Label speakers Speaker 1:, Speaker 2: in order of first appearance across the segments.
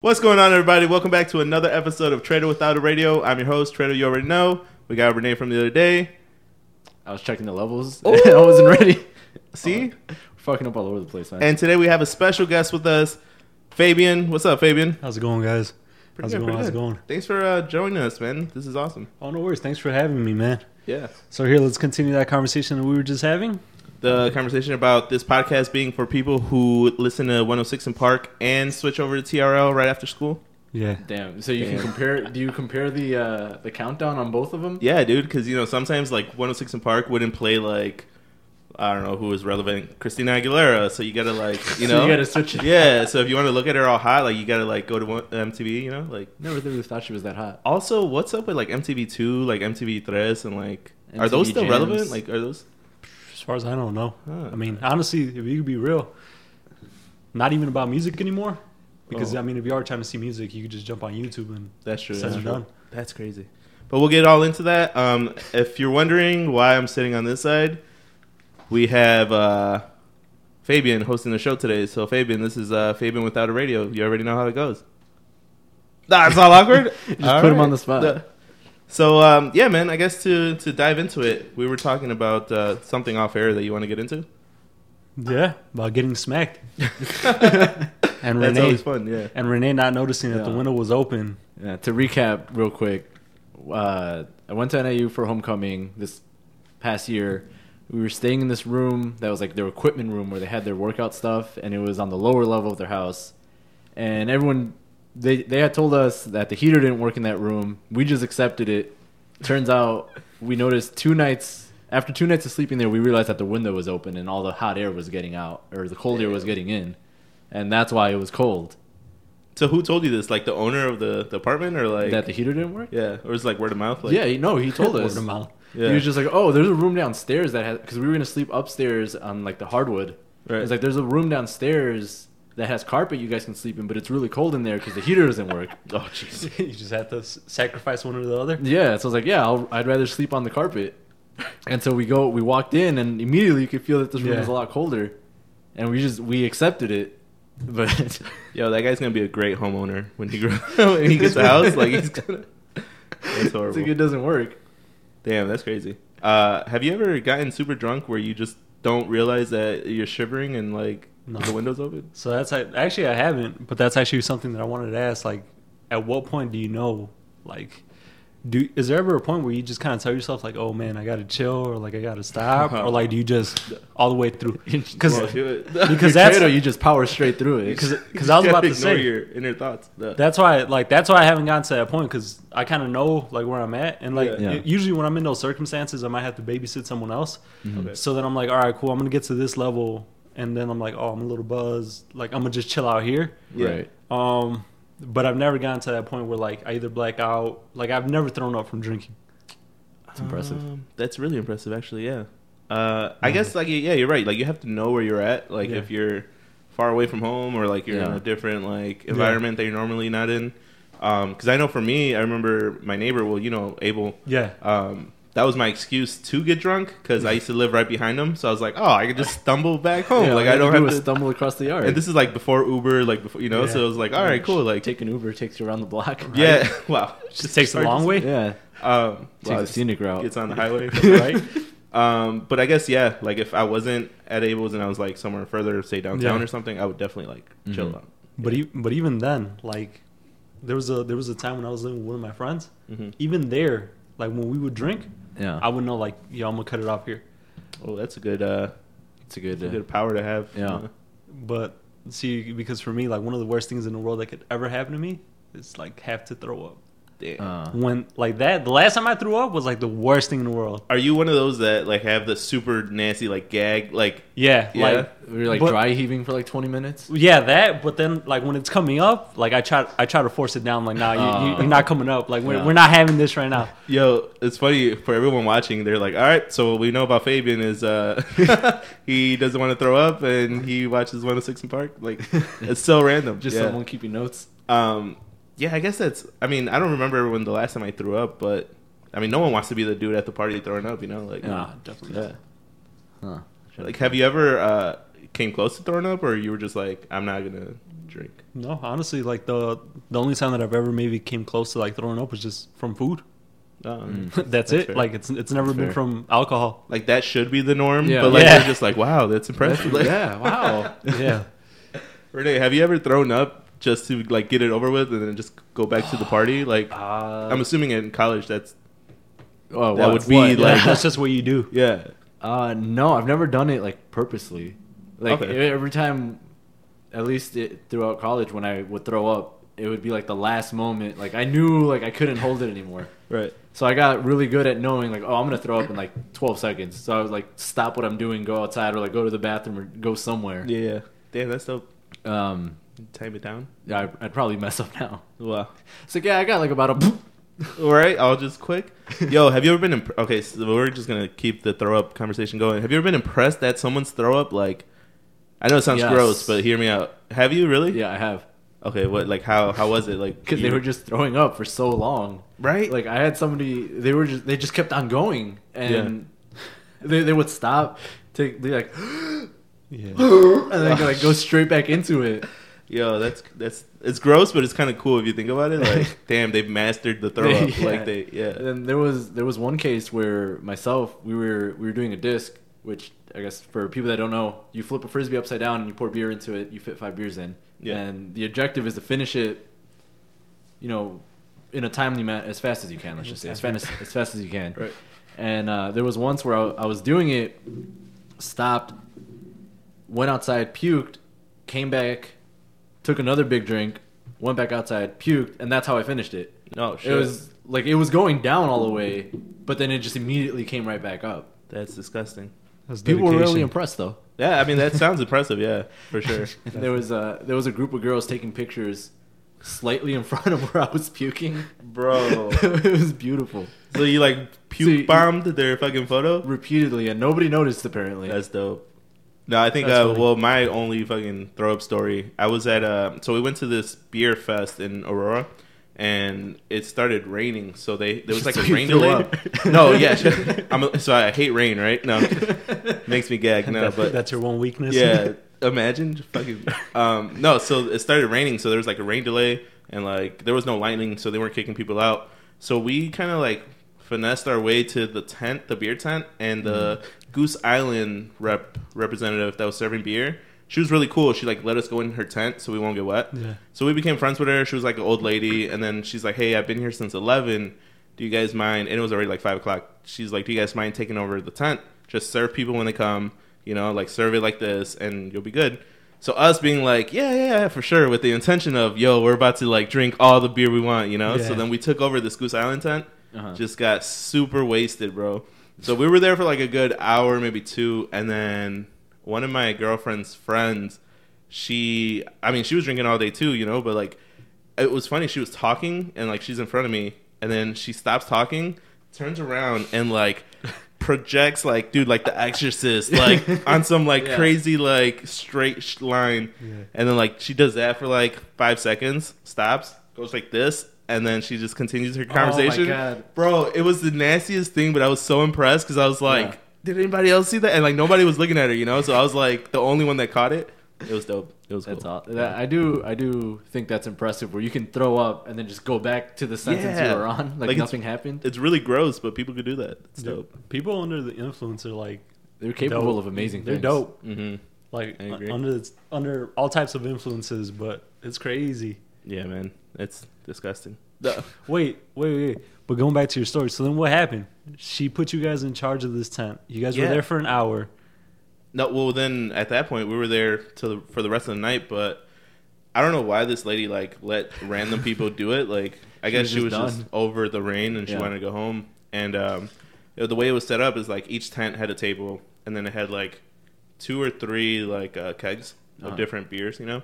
Speaker 1: What's going on, everybody? Welcome back to another episode of Trader Without a Radio. I'm your host, Trader. You already know. We got Renee from the other day.
Speaker 2: I was checking the levels. I wasn't ready.
Speaker 1: See?
Speaker 3: Oh.
Speaker 2: Fucking up all over the place, man.
Speaker 1: And today we have a special guest with us, Fabian. What's up, Fabian?
Speaker 3: How's it going, guys?
Speaker 1: Pretty
Speaker 3: How's
Speaker 1: good,
Speaker 3: it going?
Speaker 1: pretty
Speaker 3: How's it
Speaker 1: good.
Speaker 3: going?
Speaker 1: Thanks for uh, joining us, man. This is awesome.
Speaker 3: Oh, no worries. Thanks for having me, man.
Speaker 1: Yeah.
Speaker 3: So here, let's continue that conversation that we were just having.
Speaker 1: The conversation about this podcast being for people who listen to 106 in Park and switch over to TRL right after school.
Speaker 3: Yeah.
Speaker 2: Damn. So you can compare? Do you compare the uh, the countdown on both of them?
Speaker 1: Yeah, dude, because, you know, sometimes, like, 106 in Park wouldn't play, like, I don't know who was relevant, Christina Aguilera. So you gotta, like, you know.
Speaker 2: so you gotta switch it.
Speaker 1: yeah, so if you want to look at her all hot, like you gotta like go to one, MTV, you know, like.
Speaker 2: Never really thought she was that hot.
Speaker 1: Also, what's up with like MTV Two, like MTV Tres, and like are those
Speaker 2: MTV
Speaker 1: still
Speaker 2: Jams.
Speaker 1: relevant? Like are those?
Speaker 3: As far as I don't know.
Speaker 1: Huh.
Speaker 3: I mean, honestly, if you could be real, not even about music anymore. Because,
Speaker 1: Oh.
Speaker 3: I mean, if you are trying to see music, you could just jump on YouTube and
Speaker 1: That's true.
Speaker 3: it's
Speaker 1: That's, true.
Speaker 3: done.
Speaker 1: That's crazy. But we'll get all into that. Um, if you're wondering why I'm sitting on this side, we have uh, Fabian hosting the show today. So Fabian, this is uh, Fabian without a radio. You already know how it goes. That's all awkward.
Speaker 2: Just put him on the spot.
Speaker 1: The- So um, yeah, man. I guess to to dive into it, we were talking about uh, something off air that you want to get into.
Speaker 3: Yeah, about getting smacked. and
Speaker 1: That's
Speaker 3: Renee
Speaker 1: always fun. Yeah.
Speaker 3: and Renee not noticing that the
Speaker 2: Yeah.
Speaker 3: window was open.
Speaker 2: Yeah, Uh, to recap real quick, uh, I went to NIU for homecoming this past year. We were staying in this room that was like their equipment room where they had their workout stuff, and it was on the lower level of their house. And everyone, they they had told us that the heater didn't work in that room. We just accepted it. Turns out, we noticed two nights after two nights of sleeping there, we realized that the window was open and all the hot air was getting out, or the cold air was getting in, and that's why it was cold.
Speaker 1: So who told you this? Like the owner of the, the apartment, or like
Speaker 2: that the heater didn't work.
Speaker 1: yeah, or is it like word of mouth? Like,
Speaker 2: Yeah, he- no, he told
Speaker 3: Word
Speaker 2: us.
Speaker 3: of mouth.
Speaker 1: yeah.
Speaker 2: He was just like, "Oh, there's a room downstairs that has because we were gonna sleep upstairs on like the hardwood.
Speaker 1: Right.
Speaker 2: It's like there's a room downstairs that has carpet you guys can sleep in, but it's really cold in there because the heater doesn't work.
Speaker 1: oh jeez.
Speaker 3: you just have to s- sacrifice one or the other.
Speaker 2: yeah, so I was like, "Yeah, I'll, I'd rather sleep on the carpet." And so we go, we walked in, and immediately you could feel that this room
Speaker 3: Yeah.
Speaker 2: was a lot colder, and we just we accepted it, but
Speaker 1: Yo, that guy's gonna be a great homeowner when he grows when he gets a house. Like he's gonna. That's
Speaker 2: it's
Speaker 1: horrible.
Speaker 2: like it doesn't work.
Speaker 1: Damn, that's crazy. Uh, have you ever gotten super drunk where you just don't realize that you're shivering and like
Speaker 3: No.
Speaker 1: the window's open?
Speaker 3: So that's like- actually I haven't, but that's actually something that I wanted to ask. Like, at what point do you know? Like, do is there ever a point where you just kind of tell yourself like, "Oh man, I gotta chill," or like, "I gotta stop," or like, do you just all the way through? Because
Speaker 1: Well, do it.
Speaker 3: because
Speaker 2: Your
Speaker 3: that's
Speaker 2: Trado, you just power straight through it.
Speaker 3: because
Speaker 1: You
Speaker 3: because I was
Speaker 1: gotta
Speaker 3: about to
Speaker 1: ignore
Speaker 3: say
Speaker 1: your inner thoughts. The-
Speaker 3: that's why like that's why I haven't gotten to that point because I kind of know like where I'm at and like
Speaker 1: Yeah.
Speaker 2: Yeah.
Speaker 3: usually when I'm in those circumstances I might have to babysit someone else
Speaker 1: Okay.
Speaker 3: so then I'm like all right cool I'm gonna get to this level and then I'm like oh I'm a little buzzed like I'm gonna just chill out here
Speaker 1: Yeah.
Speaker 2: Right.
Speaker 3: um but I've never gotten to that point where like I either black out like I've never thrown up from drinking
Speaker 2: It's impressive.
Speaker 1: Um, that's really impressive, actually. Yeah. Uh, I guess like yeah, you're right. Like you have to know where you're at. Like
Speaker 3: Yeah.
Speaker 1: if you're far away from home or like you're in
Speaker 2: Yeah.
Speaker 1: a different like environment that you're normally not in. Because I know for me, I remember my neighbor. Well, you know Abel.
Speaker 3: yeah
Speaker 1: Um, that was my excuse to get drunk because I used to live right behind him. So I was like, oh, I could just stumble back home.
Speaker 2: Yeah,
Speaker 1: like
Speaker 2: all
Speaker 1: I
Speaker 2: you
Speaker 1: don't
Speaker 2: do
Speaker 1: have
Speaker 2: is
Speaker 1: to.
Speaker 2: stumble across the yard.
Speaker 1: And this is like before Uber, like before you know.
Speaker 3: Yeah.
Speaker 1: So it was like, all right, cool. Like
Speaker 2: take an Uber, takes you around the block.
Speaker 1: yeah, wow.
Speaker 3: just takes a long way
Speaker 2: Yeah.
Speaker 1: Um, wow,
Speaker 2: Take the
Speaker 1: this
Speaker 2: scenic route.
Speaker 1: gets on the highway.
Speaker 3: right
Speaker 1: Um, but I guess yeah, like if I wasn't at Abel's and I was like somewhere further, say downtown
Speaker 3: Yeah.
Speaker 1: or something, I would definitely like chill
Speaker 2: Mhm.
Speaker 1: out.
Speaker 3: but e- but even then like there was a there was a time when I was living with one of my friends
Speaker 1: hmm
Speaker 3: even there, like when we would drink,
Speaker 2: yeah.
Speaker 3: I would know like, yo, I'm gonna cut it off here.
Speaker 1: Oh, that's a good, uh,
Speaker 2: it's a good.
Speaker 1: that's a
Speaker 2: Uh,
Speaker 1: good power to have.
Speaker 2: Yeah.
Speaker 1: Uh,
Speaker 3: But see, because for me, like one of the worst things in the world that could ever happen to me is like have to throw up.
Speaker 1: damn.
Speaker 2: uh,
Speaker 3: When like that, the last time I threw up was like the worst thing in the world.
Speaker 1: Are you one of those that like have the super nasty like gag? Like
Speaker 3: Yeah,
Speaker 1: Yeah.
Speaker 3: like
Speaker 2: we were like
Speaker 3: But-
Speaker 2: dry heaving for like 20 minutes.
Speaker 3: yeah, that. But then like when it's coming up, like I try I try to force it down. Like nah, you, you,
Speaker 2: Oh.
Speaker 3: you're not coming up. Like we're,
Speaker 2: Yeah.
Speaker 3: we're not having this right now.
Speaker 1: yo, it's funny for everyone watching. They're like, all right, so what we know about Fabian is uh, he doesn't want to throw up and he watches 106 in Park. Like it's so random.
Speaker 2: Just
Speaker 1: yeah.
Speaker 2: someone keeping notes.
Speaker 1: Um, yeah, I guess that's. I mean, I don't remember when the last time I threw up, but I mean, no one wants to be the dude at the party throwing up, you know? Like,
Speaker 2: Yeah.
Speaker 3: definitely.
Speaker 1: yeah.
Speaker 2: Huh.
Speaker 1: Like, have you ever uh, came close to throwing up, or you were just like, I'm not gonna drink?
Speaker 3: No, honestly, like the the only time that I've ever maybe came close to like throwing up was just from food.
Speaker 1: Um,
Speaker 2: Mm.
Speaker 3: that's,
Speaker 1: That's
Speaker 3: it.
Speaker 1: fair.
Speaker 3: Like it's it's never
Speaker 2: That's
Speaker 3: been
Speaker 2: fair.
Speaker 3: from alcohol.
Speaker 1: Like that should be the norm,
Speaker 2: Yeah.
Speaker 1: but like
Speaker 3: Yeah.
Speaker 1: we're just like, wow, that's impressive. Like,
Speaker 2: yeah. Wow.
Speaker 3: Yeah.
Speaker 1: Renee, have you ever thrown up just to like get it over with and then just go back to the party? Like,
Speaker 2: Uh,
Speaker 1: I'm assuming in college that's
Speaker 2: Oh,
Speaker 1: That
Speaker 2: what-
Speaker 1: would be
Speaker 2: what?
Speaker 1: like-
Speaker 3: Yeah, that's just what you do.
Speaker 1: yeah.
Speaker 2: Uh, no, I've never done it like purposely. Like e-,
Speaker 1: Okay.
Speaker 2: every time, at least it, throughout college, when I would throw up, it would be like the last moment. Like I knew like I couldn't hold it anymore.
Speaker 1: Right.
Speaker 2: So I got really good at knowing like, oh, I'm gonna throw up in like 12 seconds. So I would like stop what I'm doing, go outside, or like go to the bathroom or go somewhere.
Speaker 1: Yeah. yeah. Damn, that's dope.
Speaker 2: Um,
Speaker 1: Time it down.
Speaker 2: yeah, I, I'd probably mess up now.
Speaker 1: Wow.
Speaker 2: So yeah, I got like about a.
Speaker 1: All right, I'll just quick. Yo, have you ever been imp- okay? So we're just gonna keep the throw up conversation going. Have you ever been impressed at someone's throw up? Like, I know it sounds
Speaker 2: Yes.
Speaker 1: gross, but hear me out. Have you really?
Speaker 2: yeah, I have
Speaker 1: Okay. What? Like, how? How was it? Like,
Speaker 2: because
Speaker 1: you-
Speaker 2: they were just throwing up for so long.
Speaker 1: right.
Speaker 2: like I had somebody they were just they just kept on going and they, they would stop take they like
Speaker 3: Yeah.
Speaker 2: and then like go straight back into it
Speaker 1: Yo, that's that's it's gross, but it's kind of cool if you think about it. Like, damn, they've mastered the throw up.
Speaker 2: Yeah.
Speaker 1: Like they, yeah,
Speaker 2: and there was there was one case where myself we were we were doing a disc which I guess for people that don't know you flip a frisbee upside down and you pour beer into it you fit five beers in
Speaker 1: Yeah.
Speaker 2: and the objective is to finish it you know in a timely manner as fast as you can let's just say as fast as fast as you can
Speaker 1: right.
Speaker 2: And uh, there was once where I, I was doing it, stopped, went outside, puked, came back, took another big drink, went back outside, puked, and that's how I finished it.
Speaker 1: No, Oh, shit.
Speaker 2: It was like it was going down all the way, but then it just immediately came right back up.
Speaker 1: that's disgusting.
Speaker 3: That's
Speaker 2: People were really
Speaker 3: dedication.
Speaker 2: impressed though.
Speaker 1: Yeah, I mean that sounds impressive. Yeah, for sure.
Speaker 2: There was a there was a group of girls taking pictures slightly in front of where I was puking.
Speaker 1: Bro.
Speaker 2: it was beautiful.
Speaker 1: So you like puke
Speaker 2: you-
Speaker 1: bombed their fucking photo?
Speaker 2: Repeatedly, and nobody noticed apparently.
Speaker 1: That's dope. No, I think
Speaker 3: That's
Speaker 1: uh,
Speaker 3: funny.
Speaker 1: well, my only fucking throw up story. I was at uh, so we went to this beer fest in Aurora, and it started raining. So they there was like
Speaker 2: So
Speaker 1: a
Speaker 2: you
Speaker 1: rain
Speaker 2: threw
Speaker 1: delay.
Speaker 2: up.
Speaker 1: no, yeah, I'm a, so I hate rain, right? No, makes me gag. No,
Speaker 3: That's-
Speaker 1: but
Speaker 3: that's your one weakness.
Speaker 1: yeah, imagine fucking um, no. So it started raining, so there was like a rain delay, and like there was no lightning, so they weren't kicking people out. So we kind of like finessed our way to the tent, the beer tent, and the Goose Island rep representative that was serving beer. She was really cool. She like let us go in her tent so we won't get wet.
Speaker 3: Yeah.
Speaker 1: So we became friends with her. She was like an old lady, and then she's like, "Hey, I've been here since eleven. Do you guys mind?" And it was already like five o'clock. She's like, "Do you guys mind taking over the tent? Just serve people when they come. You know, like serve it like this, and you'll be good." So us being like, "Yeah, yeah, yeah, for sure," with the intention of, "Yo, we're about to like drink all the beer we want," you know. So
Speaker 3: Yeah.
Speaker 1: then we took over this Goose Island tent.
Speaker 2: Uh-huh.
Speaker 1: Just got super wasted, bro. So we were there for like a good hour, maybe two, and then one of my girlfriend's friends, she, I mean, she was drinking all day too, you know, but like it was funny. She was talking and like she's in front of me, and then she stops talking, turns around, and like projects like dude like the exorcist like on some like
Speaker 2: Yeah.
Speaker 1: crazy like straight sh- line
Speaker 3: Yeah.
Speaker 1: and then like she does that for like five seconds stops goes like this and then she just continues her conversation
Speaker 2: Oh God.
Speaker 1: bro it was the nastiest thing but i was so impressed because i was like
Speaker 2: Yeah.
Speaker 1: did anybody else see that and like nobody was looking at her you know so i was like the only one that caught it it was dope it was
Speaker 2: That's
Speaker 1: cool.
Speaker 2: all. That, I do. I do think that's impressive. Where you can throw up and then just go back to the sentence
Speaker 1: Yeah.
Speaker 2: you were on, like,
Speaker 1: Like, it's-
Speaker 2: nothing happened.
Speaker 1: it's really gross but people could do that it's
Speaker 3: Dude,
Speaker 1: dope
Speaker 3: People under the influence are like
Speaker 2: They're capable
Speaker 3: dope.
Speaker 2: of amazing
Speaker 3: They're
Speaker 2: things.
Speaker 3: dope.
Speaker 1: mm-hmm.
Speaker 3: Like
Speaker 1: I
Speaker 3: un-
Speaker 1: agree.
Speaker 3: under it's- under all types of influences, but it's crazy.
Speaker 1: yeah man it's disgusting
Speaker 3: Wait, wait, wait. But going back to your story, so then what happened? She put you guys in charge of this tent. You guys
Speaker 1: Yeah.
Speaker 3: were there for an hour.
Speaker 1: No, well, then at that point we were there to the, for the rest of the night, but I don't know why this lady like let random people do it. Like, I
Speaker 2: She
Speaker 1: guess
Speaker 2: was
Speaker 1: she
Speaker 2: just
Speaker 1: was just
Speaker 2: done.
Speaker 1: over the rain and she
Speaker 2: Yeah.
Speaker 1: wanted to go home. And um, it- the way it was set up is like each tent had a table, and then it had like two or three like uh, kegs of
Speaker 2: Uh-huh.
Speaker 1: different beers, you know.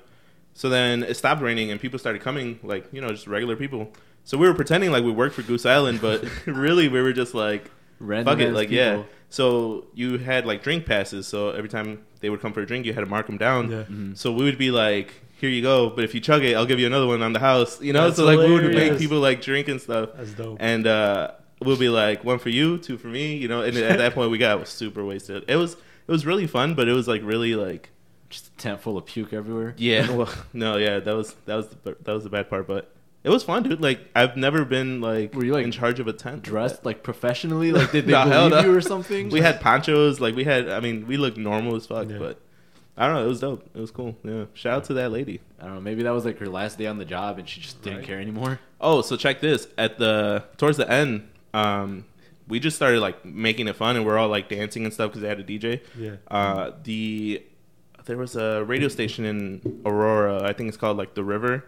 Speaker 1: So then it stopped raining and people started coming, like you know, just regular people. So we were pretending like we worked for Goose Island, but really we were just like
Speaker 2: Random
Speaker 1: Fuck it,
Speaker 2: ass
Speaker 1: like
Speaker 2: people.
Speaker 1: yeah. So you had like drink passes, so every time they would come for a drink, you had to mark them down.
Speaker 3: Yeah.
Speaker 2: Mm-hmm.
Speaker 1: So we would be like, "Here you go," but if you chug it, I'll give you another one on the house. You know,
Speaker 3: That's
Speaker 1: so like we would make
Speaker 3: hilarious.
Speaker 1: people like drink and stuff,
Speaker 3: That's dope.
Speaker 1: and uh, we'll be like, "One for you, two for me," you know. And at that point, we got super wasted. It was it was really fun, but it was like really like
Speaker 2: just a tent full of puke everywhere.
Speaker 1: Yeah. Well, no. Yeah. That was that was the, that was the bad part, but it was fun, dude. Like I've never been like,
Speaker 2: Were you, like,
Speaker 1: in charge of a tent like
Speaker 2: Dressed
Speaker 1: that.
Speaker 2: like professionally, like did they
Speaker 1: Nah, hell
Speaker 2: believe
Speaker 1: no.
Speaker 2: you or something?
Speaker 1: We had ponchos. Like we had. I mean, we looked normal as fuck,
Speaker 3: Yeah.
Speaker 1: but I don't know. It was dope. It was cool. Yeah. Shout out to that lady.
Speaker 2: I don't know. Maybe that was like her last day on the job, and she just didn't
Speaker 3: Right.
Speaker 2: care anymore.
Speaker 1: Oh, so check this. At the towards the end, um, we just started like making it fun, and we're all like dancing and stuff because they had a DJ.
Speaker 3: Yeah.
Speaker 1: Uh, the there was a radio station in Aurora. I think it's called like the River.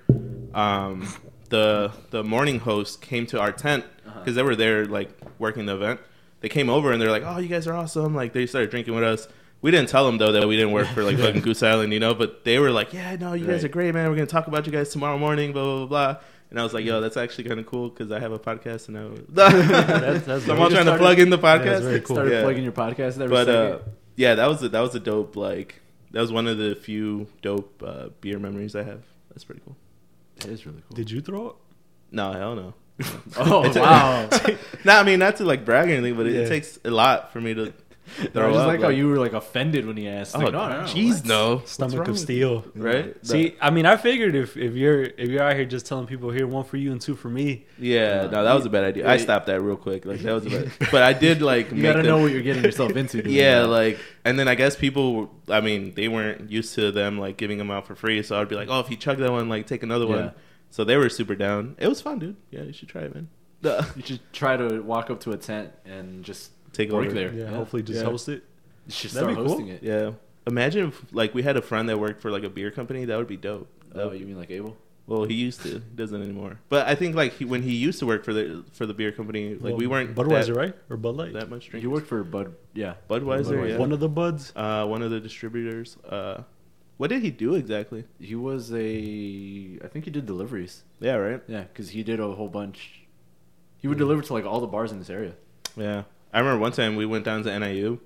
Speaker 1: Um, the the morning host came to our tent
Speaker 3: Uh-huh.
Speaker 1: because they were there like working the event. They came over and they're like, "Oh, you guys are awesome!" Like they started drinking with us. We didn't tell them though that we didn't work for like fucking Goose Island, you know. But they were like, "Yeah, no, you guys
Speaker 2: Right.
Speaker 1: are great, man. We're gonna talk about you guys tomorrow morning." Blah blah blah. blah. And I was like,
Speaker 3: Mm-hmm.
Speaker 1: "Yo, that's actually kind of cool because I have a podcast and I." Was...
Speaker 3: that's
Speaker 1: so I'm all trying
Speaker 2: good.
Speaker 1: to
Speaker 2: Started-
Speaker 1: plug in the podcast.
Speaker 3: that's very Cool.
Speaker 2: Started
Speaker 1: Yeah
Speaker 2: plugging your podcast every
Speaker 1: but uh,
Speaker 2: second.
Speaker 1: yeah, that was a, that was a dope like that was one of the few dope uh, beer memories I have. That's pretty cool.
Speaker 2: It is really cool.
Speaker 3: Did you throw it?
Speaker 1: No, hell no.
Speaker 2: oh
Speaker 1: It's a-
Speaker 2: wow!
Speaker 1: no, I mean not to like brag or anything, but it, it
Speaker 3: Yeah.
Speaker 1: takes a lot for me to
Speaker 2: No, I
Speaker 1: throw
Speaker 2: just
Speaker 1: up,
Speaker 2: like how you were like offended when he asked.
Speaker 1: Oh,
Speaker 2: like, no, no, no,
Speaker 1: jeez,
Speaker 2: what?
Speaker 1: no. What's
Speaker 3: Stomach
Speaker 1: wrong
Speaker 3: of
Speaker 1: with you?
Speaker 3: steel.
Speaker 1: right?
Speaker 3: See, I mean, I figured if, if you're if you're out here just telling people here one for you and two for me,
Speaker 1: yeah, no, that was a bad idea. I stopped that real quick. Like that was a bad. but I did like
Speaker 2: You gotta
Speaker 1: them-
Speaker 2: know what you're getting yourself into. doing
Speaker 1: Yeah,
Speaker 2: that.
Speaker 1: like, and then I guess people, were- I mean, they weren't used to them like giving them out for free, so I'd be like, oh, if you chug that one, like take another
Speaker 2: Yeah.
Speaker 1: one. So they were super down. It was fun, dude. Yeah, you should try it, man. Duh.
Speaker 2: you should try to walk up to a tent and just
Speaker 1: Take
Speaker 2: work
Speaker 1: over.
Speaker 2: there.
Speaker 3: yeah, hopefully just
Speaker 1: Yeah.
Speaker 3: host it.
Speaker 2: You should start
Speaker 3: That'd be cool.
Speaker 2: hosting it.
Speaker 1: Yeah. Imagine if like we had a friend that worked for like a beer company. That would be dope. That
Speaker 2: Oh,
Speaker 1: would-
Speaker 2: you mean like Abel?
Speaker 1: well, he used to. He doesn't anymore. But I think like he, when he used to work for the for the beer company, like
Speaker 3: Well,
Speaker 1: we weren't
Speaker 3: Budweiser,
Speaker 1: that,
Speaker 3: right? Or Bud Light?
Speaker 1: that much drink.
Speaker 2: You worked for Bud, yeah.
Speaker 1: Budweiser,
Speaker 2: Budweiser.
Speaker 1: yeah.
Speaker 3: One of the buds.
Speaker 1: uh, one of the distributors. Uh, what did he do exactly?
Speaker 2: He was a, I think he did deliveries.
Speaker 1: Yeah, right.
Speaker 2: Yeah, because he did a whole bunch. He
Speaker 1: Mm.
Speaker 2: would deliver to like all the bars in this area.
Speaker 1: Yeah. I remember one time we went down to NIU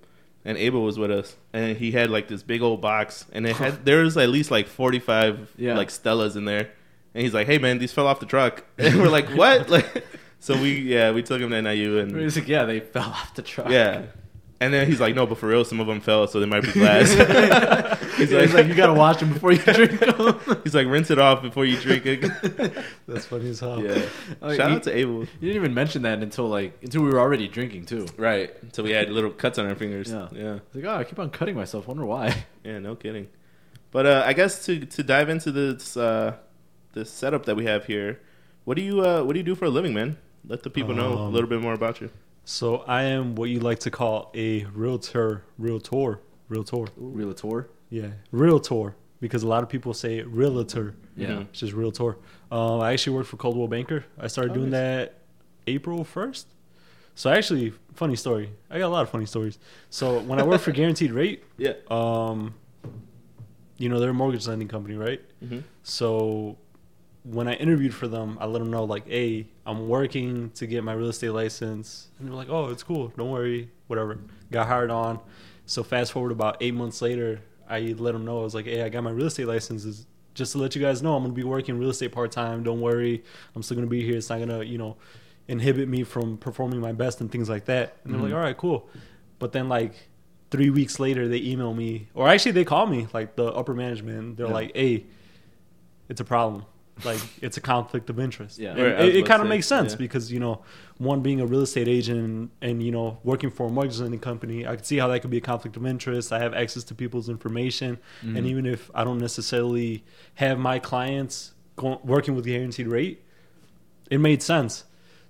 Speaker 1: and Abel was with us and he had like this big old box and it had there was at least like 45
Speaker 2: Yeah.
Speaker 1: like Stellas in there. And he's like, "Hey man, these fell off the truck." And we're like, "What?" Like so we yeah, we took him to NIU
Speaker 2: He
Speaker 1: and
Speaker 2: was like, yeah, they fell off the truck.
Speaker 1: Mm. yeah. And then he's like, "No, but for real, some of them fell, so they might be glass."
Speaker 2: he's, like, he's like, you gotta watch them before you drink them.
Speaker 1: he's like, "Rinse it off before you drink it."
Speaker 3: That's funny as hell.
Speaker 1: Yeah.
Speaker 2: Like,
Speaker 1: Shout
Speaker 2: he-
Speaker 1: out to Abel.
Speaker 2: You didn't even mention that until like until we were already drinking too.
Speaker 1: Right. So we had little cuts on our fingers.
Speaker 2: Yeah.
Speaker 1: yeah.
Speaker 2: It's like, oh, I keep on cutting myself. Wonder why.
Speaker 1: Yeah, no kidding. But uh, I guess to to dive into this uh, this setup that we have here, what do you uh, what do you do for a living, man? Let the people know a
Speaker 3: Um,
Speaker 1: little bit more about you.
Speaker 3: So I am what you like to call a realtor, realtor, realtor.
Speaker 2: Realtor.
Speaker 3: Yeah, realtor. Because a lot of people say realtor.
Speaker 2: Yeah.
Speaker 1: Mhm.
Speaker 3: It's just realtor. Um, I actually work for Coldwell Banker. I started
Speaker 1: Oh,
Speaker 3: doing
Speaker 1: nice.
Speaker 3: that April first. So actually, funny story. I got a lot of funny stories. So when I worked for Guaranteed Rate,
Speaker 1: Yeah.
Speaker 3: um, you know they're a mortgage lending company, right?
Speaker 1: hmm
Speaker 3: So when I interviewed for them, I let them know like, "Hey, I'm working to get my real estate license," and they're like, "Oh, it's cool. Don't worry. Whatever." Got hired on. So fast forward about eight months later, I let them know I was like, "Hey, I got my real estate licenses. Just to let you guys know, I'm gonna be working real estate part time. Don't worry. I'm still gonna be here. It's not gonna, you know, inhibit me from performing my best and things like that." And they're like,
Speaker 2: Mhm.
Speaker 3: "All right, cool." But then like three weeks later, they email me, or actually they call me, like the upper management. They're
Speaker 2: Yeah.
Speaker 3: like, "Hey." it's a problem. Like it's a conflict of interest.
Speaker 2: Yeah.
Speaker 3: And
Speaker 1: Right, I was
Speaker 3: it,
Speaker 1: about
Speaker 3: kind of
Speaker 1: to say,
Speaker 3: makes sense
Speaker 1: yeah.
Speaker 3: because you know, one being a real estate agent and, you know working for a mortgage lending company, I could see how that could be a conflict of interest. I have access to people's information, and
Speaker 1: Mm-hmm.
Speaker 2: Mhm.
Speaker 3: even if I don't necessarily have my clients go, working with guaranteed rate, it made sense.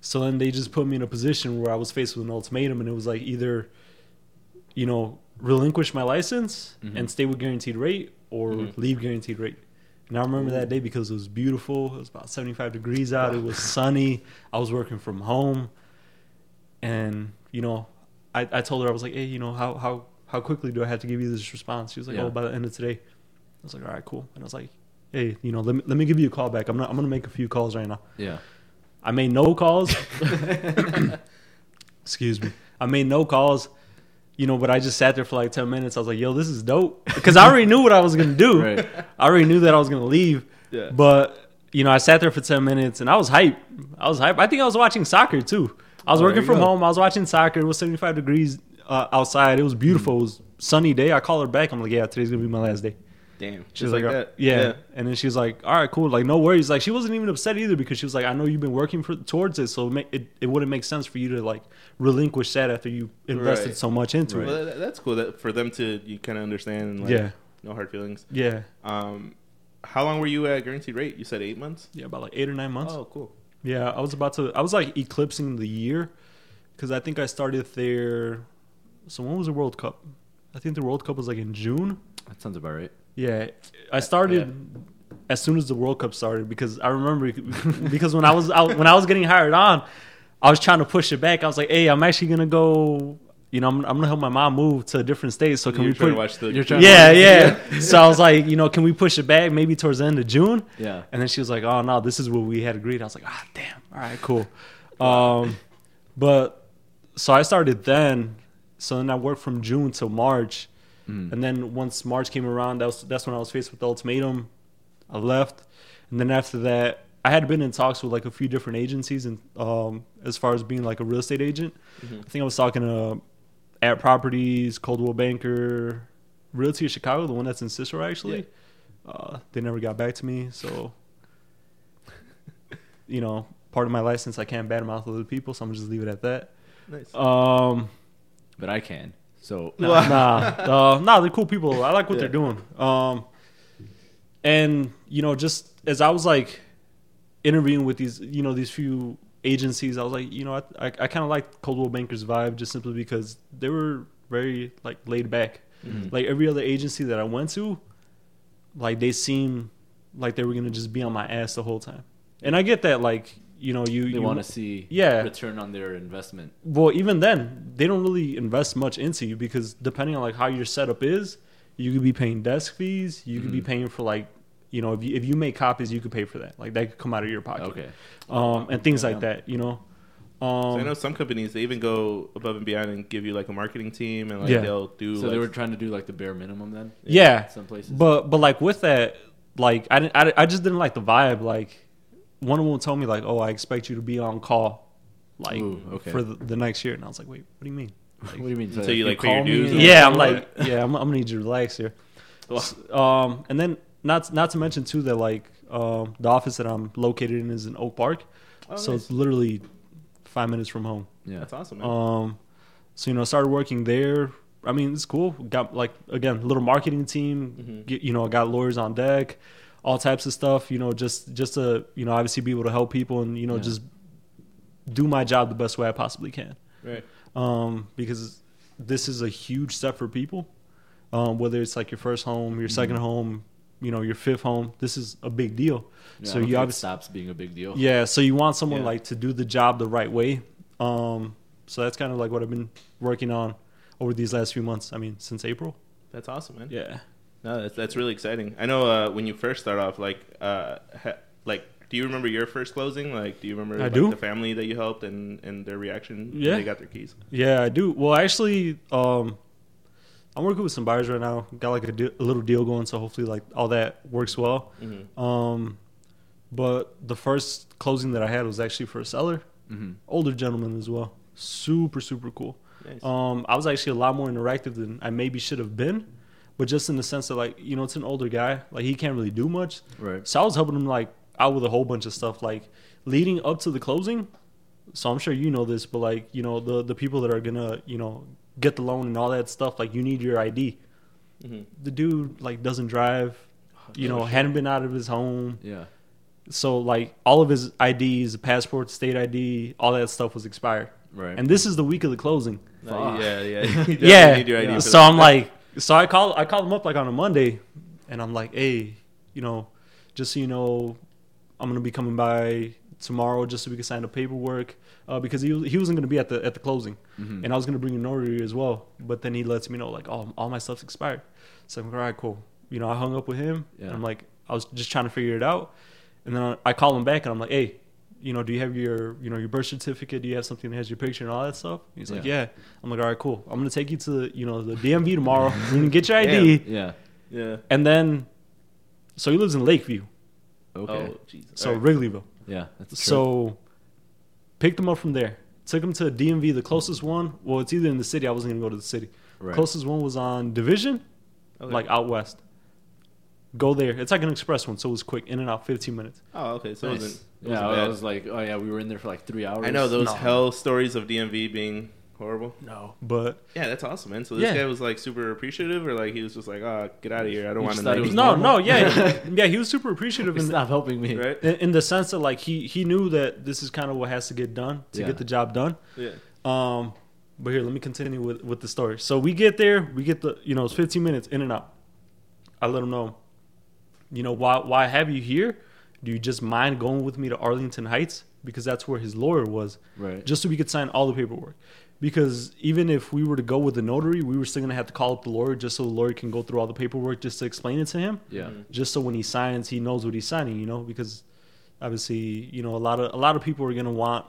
Speaker 3: So then they just put me in a position where I was faced with an ultimatum, and it was like either, you know, relinquish my license
Speaker 2: Mhm.
Speaker 3: and stay with guaranteed rate, or
Speaker 1: Mhm.
Speaker 3: leave guaranteed rate. And I remember that day because it was beautiful. It was about 75 degrees out. It was sunny. I was working from home. And, you know, I, I told her, I was like, hey, you know, how, how, how quickly do I have to give you this response? She was like,
Speaker 2: Yeah.
Speaker 3: oh, by the end of today. I was like, all right, cool. And I was like, hey, you know, let me, let me give you a call back. I'm, not, I'm going to make a few calls right now.
Speaker 2: Yeah.
Speaker 3: I made no calls. Excuse me. I made no calls, you know, but I just sat there for like 10 minutes. I was like, yo, this is dope. Because I already knew what I was going to do.
Speaker 2: Right.
Speaker 3: I already knew that I was going to leave.
Speaker 1: Yeah.
Speaker 3: But, you know, I sat there for 10 minutes and I was hype. I was hype. I think I was watching soccer too. I
Speaker 1: Oh,
Speaker 3: was
Speaker 1: there
Speaker 3: working
Speaker 1: you
Speaker 3: from
Speaker 1: go.
Speaker 3: home. I was watching soccer. It was 75 degrees uh, outside. It was beautiful. It was sunny day. I call her back. I'm like, yeah, today's going to be my last day.
Speaker 1: damn.
Speaker 3: She
Speaker 1: Just
Speaker 3: was like,
Speaker 1: like,
Speaker 3: uh,
Speaker 1: that.
Speaker 3: Yeah. And then she was like, all right, cool. Like, no worries. Like, she wasn't even upset either because she was like, I know you've been working for, towards it. So it, ma- it, it wouldn't make sense for you to, like, relinquish that after you invested
Speaker 1: Right.
Speaker 3: so much into it.
Speaker 1: Well, that, that's cool that for them to you kind of understand and like
Speaker 3: Yeah.
Speaker 1: no hard feelings.
Speaker 3: Yeah.
Speaker 1: Um, how long were you at guaranteed rate? You said eight months.
Speaker 3: Yeah. About like eight or nine months.
Speaker 1: Oh, cool.
Speaker 3: Yeah. I was about to, I was like eclipsing the year because I think I started there. So when was the World Cup? I think the World Cup was like in June.
Speaker 2: That sounds about right.
Speaker 3: Yeah, I started as soon as the World Cup started because I remember because when I was out when I was getting hired on, I was trying to push it back. I was like, "Hey, I'm actually gonna go. You know, I'm, I'm gonna help my mom move to a different state. So can
Speaker 1: You're
Speaker 3: we
Speaker 1: trying
Speaker 3: put?
Speaker 1: to watch the.
Speaker 2: You're trying to-
Speaker 3: yeah, yeah. so I was like, you know, can we push it back maybe towards the end of June?
Speaker 2: Yeah.
Speaker 3: And then she was like, "Oh no, this is what we had agreed." I was like, "Ah, damn. All right, cool." Um, but so I started then. So then I worked from June till March, and then once March came around, that was that's when I was faced with the ultimatum. I left, and then after that, I had been in talks with like a few different agencies, and um, as far as being like a real estate agent, I think I was talking to At Properties, Coldwell Banker, Realty of Chicago, the one that's in Cicero actually uh, they never got back to me. So, you know, part of my license, I can't badmouth other people, so I'm gonna just leave it at that.
Speaker 1: Nice.
Speaker 3: Um,
Speaker 2: But I can. So
Speaker 3: nah,
Speaker 1: Wow.
Speaker 3: nah, uh, nah, they're cool people. I like what
Speaker 1: Yeah.
Speaker 3: they're doing. Um, and you know, just as I was like interviewing with these, you know, these few agencies, I was like, you know, I I, I kind of like Coldwell Banker's vibe just simply because they were very like laid back. Like every other agency that I went to, like they seemed like they were gonna just be on my ass the whole time. And I get that, like you know, you
Speaker 2: they
Speaker 3: you
Speaker 2: want to see
Speaker 3: Yeah.
Speaker 2: return on their investment.
Speaker 3: well even then they don't really invest much into you because depending on like how your setup is you could be paying desk fees you could be
Speaker 2: Mm-hmm.
Speaker 3: paying for like you know if you, if you make copies you could pay for that like that could come out of your pocket
Speaker 2: Okay.
Speaker 3: um and things like
Speaker 2: Yeah.
Speaker 3: that you know
Speaker 1: So
Speaker 3: um
Speaker 1: I know some companies they even go above and beyond and give you like a marketing team and like
Speaker 3: Yeah.
Speaker 1: they'll do.
Speaker 2: So
Speaker 1: like,
Speaker 2: they were trying to do like the bare minimum then.
Speaker 3: yeah
Speaker 2: Some places.
Speaker 3: but but like with that like I, didn't, I I just didn't like the vibe like one of them told me like oh i expect you to be on call like
Speaker 2: Ooh, okay.
Speaker 3: for the, the next year and i was like wait what do you mean
Speaker 2: what do you mean?
Speaker 1: So you, like, pay your
Speaker 2: call me
Speaker 1: dues
Speaker 2: and-
Speaker 1: or
Speaker 3: yeah, I'm
Speaker 1: whatever.
Speaker 3: like, yeah, I'm, I'm gonna need you to relax here. S- Um, and then not not to mention too that like um, the office that I'm located in is in Oak Park,
Speaker 1: Oh,
Speaker 3: so
Speaker 1: nice.
Speaker 3: it's literally five minutes from home.
Speaker 2: Yeah.
Speaker 1: that's awesome. Man.
Speaker 3: Um, so you know, I started working there. I mean, it's cool. Got like again, little marketing team. Get, you know, got lawyers on deck, all types of stuff. You know, just just to you know, obviously be able to help people and you know
Speaker 2: Yeah.
Speaker 3: just do my job the best way I possibly can
Speaker 1: right.
Speaker 3: um, because this is a huge step for people. Um, whether it's like your first home, your second home, you know, your fifth home, this is a big deal.
Speaker 2: Yeah, I
Speaker 3: so
Speaker 2: don't
Speaker 3: you
Speaker 2: think it
Speaker 3: obviously,
Speaker 2: stops being a big deal.
Speaker 3: yeah, so you want someone
Speaker 1: Yeah.
Speaker 3: like to do the job the right way. Um, so that's kind of like what I've been working on over these last few months. I mean, since April.
Speaker 1: That's awesome, man.
Speaker 3: Yeah.
Speaker 1: No, that's that's really exciting. I know uh, when you first start off, like, uh, ha- like, do you remember your first closing? Like, do you remember
Speaker 3: I
Speaker 1: like,
Speaker 3: do.
Speaker 1: the family that you helped and and their reaction? when
Speaker 3: Yeah.
Speaker 1: they got their keys.
Speaker 3: Yeah, I do. Well, actually, um, I'm working with some buyers right now. Got like a, de- a little deal going, so hopefully, like all that works well. Um, but the first closing that I had was actually for a seller,
Speaker 2: Mhm.
Speaker 3: older gentleman as well. Super, super cool.
Speaker 1: Nice.
Speaker 3: Um, I was actually a lot more interactive than I maybe should have been, but just in the sense that like you know it's an older guy, like he can't really do much.
Speaker 2: Right.
Speaker 3: So I was helping him like out with a whole bunch of stuff like leading up to the closing. So I'm sure you know this, but like you know the the people that are gonna you know get the loan and all that stuff, like you need your ID.
Speaker 1: Mhm.
Speaker 3: The dude like doesn't drive, you
Speaker 1: no
Speaker 3: know,
Speaker 1: shit.
Speaker 3: hadn't been out of his home,
Speaker 2: Yeah.
Speaker 3: so like all of his IDs, passport, state ID, all that stuff was expired.
Speaker 2: Right.
Speaker 3: And this is the week of the closing.
Speaker 1: No,
Speaker 2: Fuck.
Speaker 1: yeah, yeah. You definitely
Speaker 3: yeah.
Speaker 1: need your ID
Speaker 3: yeah.
Speaker 1: for
Speaker 3: So
Speaker 1: that.
Speaker 3: I'm like, so I call I call him up like on a Monday, and I'm like, hey, you know, just so you know, I'm gonna be coming by tomorrow just so we can sign the paperwork uh, because he was, he wasn't gonna be at the at the closing, and I was gonna bring a notary as well. But then he lets me know like, oh, all my stuff's expired. So I'm like, all right, cool. You know, I hung up with him,
Speaker 2: Yeah.
Speaker 3: and I'm like, I was just trying to figure it out, and then I, I call him back, and I'm like, hey. You know, do you have your, you know, your birth certificate? Do you have something that has your picture and all that stuff? He's like,
Speaker 2: Yeah.
Speaker 3: yeah. I'm like, all right, cool. I'm gonna take you to, you know, the DMV tomorrow. We can get your ID,
Speaker 2: Yeah.
Speaker 1: yeah.
Speaker 3: and then, so he lives in Lakeview,
Speaker 2: Okay.
Speaker 1: Oh, Jesus.
Speaker 3: so
Speaker 1: All right.
Speaker 3: Wrigleyville.
Speaker 2: Yeah. That's true.
Speaker 3: So picked him up from there. Took him to a DMV, the closest one. Well, it's either in the city. I wasn't gonna go to the city.
Speaker 2: Right.
Speaker 3: Closest one was on Division,
Speaker 1: Okay.
Speaker 3: like out west. go there. It's like an express one, so it was quick, in and out, 15 minutes.
Speaker 1: Oh, okay. So it wasn't. It
Speaker 2: yeah,
Speaker 1: wasn't
Speaker 2: I
Speaker 1: bad.
Speaker 2: was like, oh yeah, we were in there for like three hours.
Speaker 1: I know those
Speaker 3: No.
Speaker 1: hell stories of DMV being horrible.
Speaker 3: No, but
Speaker 1: Yeah, that's awesome, man. So this
Speaker 3: Yeah.
Speaker 1: guy was like super appreciative, or like he was just like, "Ah, get out of here! I don't
Speaker 2: He
Speaker 1: want to."
Speaker 2: just thought it
Speaker 1: make
Speaker 2: was
Speaker 1: it,"
Speaker 3: no,
Speaker 2: normal.
Speaker 3: no, yeah, yeah, he was super appreciative in,
Speaker 2: It's
Speaker 3: the-
Speaker 2: not helping me.
Speaker 1: right?
Speaker 3: in, in the sense that like he he knew that this is kind of what has to get done to
Speaker 2: Yeah.
Speaker 3: get the job done.
Speaker 1: Yeah.
Speaker 3: Um, but here, let me continue with with the story. So we get there, we get the you know it's 15 minutes in and out. I let him know, you know why why have you here? Do you just mind going with me to Arlington Heights because that's where his lawyer was,
Speaker 2: Right.
Speaker 3: just so we could sign all the paperwork. Because even if we were to go with the notary, we were still gonna have to call up the lawyer just so the lawyer can go through all the paperwork just to explain it to him
Speaker 2: yeah.
Speaker 1: Mm-hmm.
Speaker 3: just so when he signs, he knows what he's signing. You know, because obviously, you know, a lot of a lot of people are gonna want,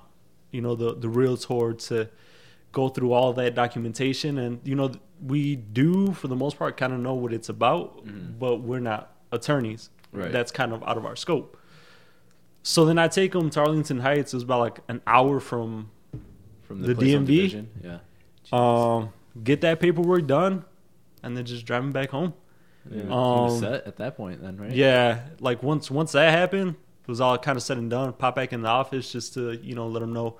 Speaker 3: you know, the the realtor to go through all that documentation, and you know, we do for the most part kind of know what it's about, but we're not attorneys.
Speaker 2: Right.
Speaker 3: That's kind of out of our scope. So then I take him to Arlington Heights. It was about like an hour from
Speaker 2: From
Speaker 3: The
Speaker 2: place on
Speaker 3: DMV?
Speaker 2: division, Yeah.
Speaker 3: um, get that paperwork done, and then just driving back home.
Speaker 2: yeah. he
Speaker 3: Um,
Speaker 2: was set at that point then, right?
Speaker 3: Yeah, like once once that happened, it was all kind of said and done. Pop back in the office just to you know let them know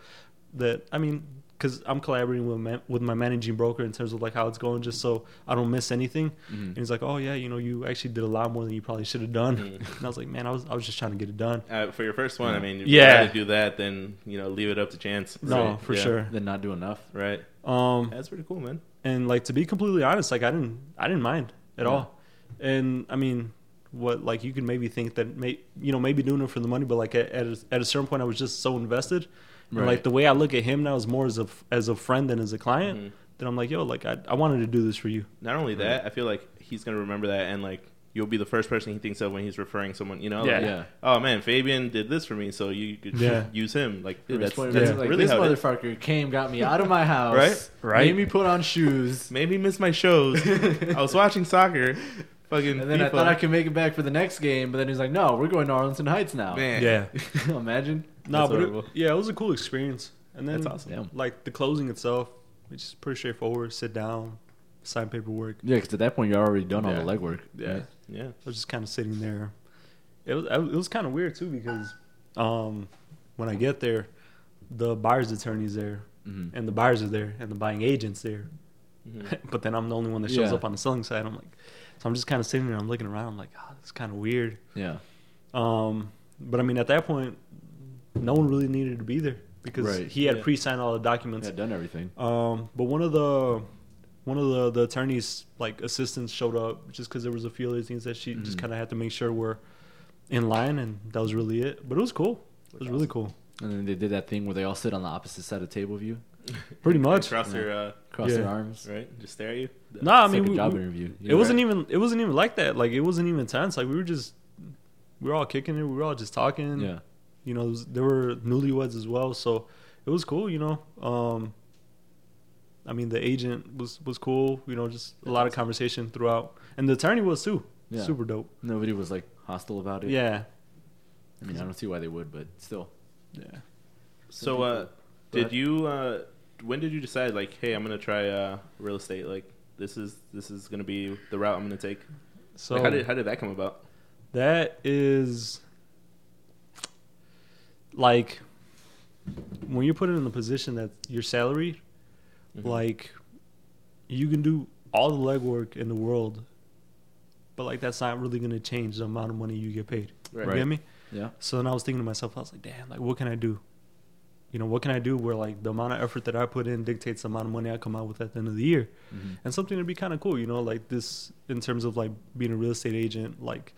Speaker 3: that I mean, because I'm collaborating with man, with my managing broker in terms of like how it's going, just so I don't miss anything. And he's like, "Oh yeah, you know, you actually did a lot more than you probably should have done." And I was like, "Man, I was I was just trying to get it done."
Speaker 1: Uh, for your first one, I mean, you
Speaker 3: Yeah.
Speaker 1: rather do that than you know leave it up to chance.
Speaker 3: No,
Speaker 1: Right.
Speaker 3: for
Speaker 1: Yeah.
Speaker 3: sure.
Speaker 2: Then not do enough.
Speaker 1: Right.
Speaker 3: Um,
Speaker 1: That's pretty cool, man.
Speaker 3: and like to be completely honest like i didn't i didn't mind at
Speaker 2: Yeah.
Speaker 3: all and i mean what like you could maybe think that may you know maybe doing it for the money but like at, at, a, at a certain point i was just so invested and like
Speaker 2: Right.
Speaker 3: the way i look at him now is more as a f- as a friend than as a client that i'm like yo like I, I wanted to do this for you
Speaker 1: Not only that, I feel like he's gonna remember that, and like you'll be the first person he thinks of when he's referring someone. You know,
Speaker 3: Yeah.
Speaker 1: Like,
Speaker 2: Yeah.
Speaker 1: Oh man, Fabian did this for me, so you could
Speaker 3: Yeah.
Speaker 1: use him. Like dude, that's,
Speaker 2: That's,
Speaker 1: that's
Speaker 3: yeah.
Speaker 2: like,
Speaker 1: really
Speaker 2: this
Speaker 1: how. it is.
Speaker 2: motherfucker came, got me out of my house,
Speaker 1: Right?
Speaker 3: Right.
Speaker 2: Made me put on shoes,
Speaker 1: Made me miss my shows. I was watching soccer. Fucking.
Speaker 2: and then I
Speaker 1: FIFA.
Speaker 2: thought I could make it back for the next game. But then he's like, "No, we're going to Arlington Heights now."
Speaker 1: Man.
Speaker 2: Imagine.
Speaker 3: no
Speaker 2: That's
Speaker 3: but
Speaker 2: horrible.
Speaker 3: it, yeah it was a cool experience and then
Speaker 1: That's awesome.
Speaker 2: Damn.
Speaker 3: like the closing itself which is pretty straightforward sit down sign paperwork
Speaker 2: Yeah, because at that point you're already done
Speaker 1: Yeah.
Speaker 2: all the legwork.
Speaker 3: Yeah.
Speaker 1: Yeah.
Speaker 3: I was just kind of sitting there. It was it was kind of weird too because um, when I get there, the buyer's attorney's there,
Speaker 2: Mhm.
Speaker 3: and the buyers are there, and the buying agent's there. but then I'm the only one that shows
Speaker 2: Mm-hmm. Yeah.
Speaker 3: up on the selling side. I'm like, so I'm just kind of sitting there. I'm looking around. I'm like, oh, it's kind of weird.
Speaker 2: Yeah.
Speaker 3: Um, but I mean, at that point, no one really needed to be there because
Speaker 2: Right.
Speaker 3: he had
Speaker 1: Yeah.
Speaker 3: pre-signed all the documents.
Speaker 2: Yeah, done everything.
Speaker 3: Um, but one of the one of the, the attorneys like assistants showed up just because there was a few other things that she just kind of had to make sure were in line, and that was really it. But it was cool. It was really cool.
Speaker 2: And then they did that thing where they all sit on the opposite side of table view,
Speaker 3: Pretty
Speaker 1: They
Speaker 3: much.
Speaker 1: Cross their uh,
Speaker 2: cross
Speaker 3: Yeah.
Speaker 2: their arms.
Speaker 1: right. Just stare at you.
Speaker 3: No, I
Speaker 2: It's
Speaker 3: mean,
Speaker 2: like a
Speaker 3: we-
Speaker 2: job
Speaker 3: we-
Speaker 2: interview.
Speaker 3: it wasn't even it wasn't even like that. Like it wasn't even tense. Like we were just we were all kicking it. We were all just talking.
Speaker 2: Yeah.
Speaker 3: You know, there was- there were newlyweds as well, so it was cool. You know, um, I mean, the agent was was cool. You know, just a lot of conversation throughout, and the attorney was too.
Speaker 2: Yeah.
Speaker 3: Super dope.
Speaker 2: Nobody was like hostile about it.
Speaker 3: Yeah.
Speaker 2: I mean, I don't see why they would, but still.
Speaker 3: Yeah.
Speaker 1: So, uh,
Speaker 2: Go
Speaker 1: did
Speaker 2: ahead.
Speaker 1: you? Uh, when did you decide? Like, hey, I'm gonna try uh, real estate. Like, this is this is gonna be the route I'm gonna take.
Speaker 3: So
Speaker 1: Like, how did how did that come about?
Speaker 3: that is like when you're put in the position that your salary,
Speaker 1: Mhm.
Speaker 3: like you can do all the legwork in the world, but like that's not really gonna change the amount of money you get paid.
Speaker 1: Right.
Speaker 3: You get me?
Speaker 2: Yeah.
Speaker 3: So then I was thinking to myself, I was like, damn, like what can I do? You know, what can I do where like the amount of effort that I put in dictates the amount of money I come out with at the end of the year?
Speaker 2: Mhm.
Speaker 3: and something that'd be kind of cool, you know, like this in terms of like being a real estate agent. Like,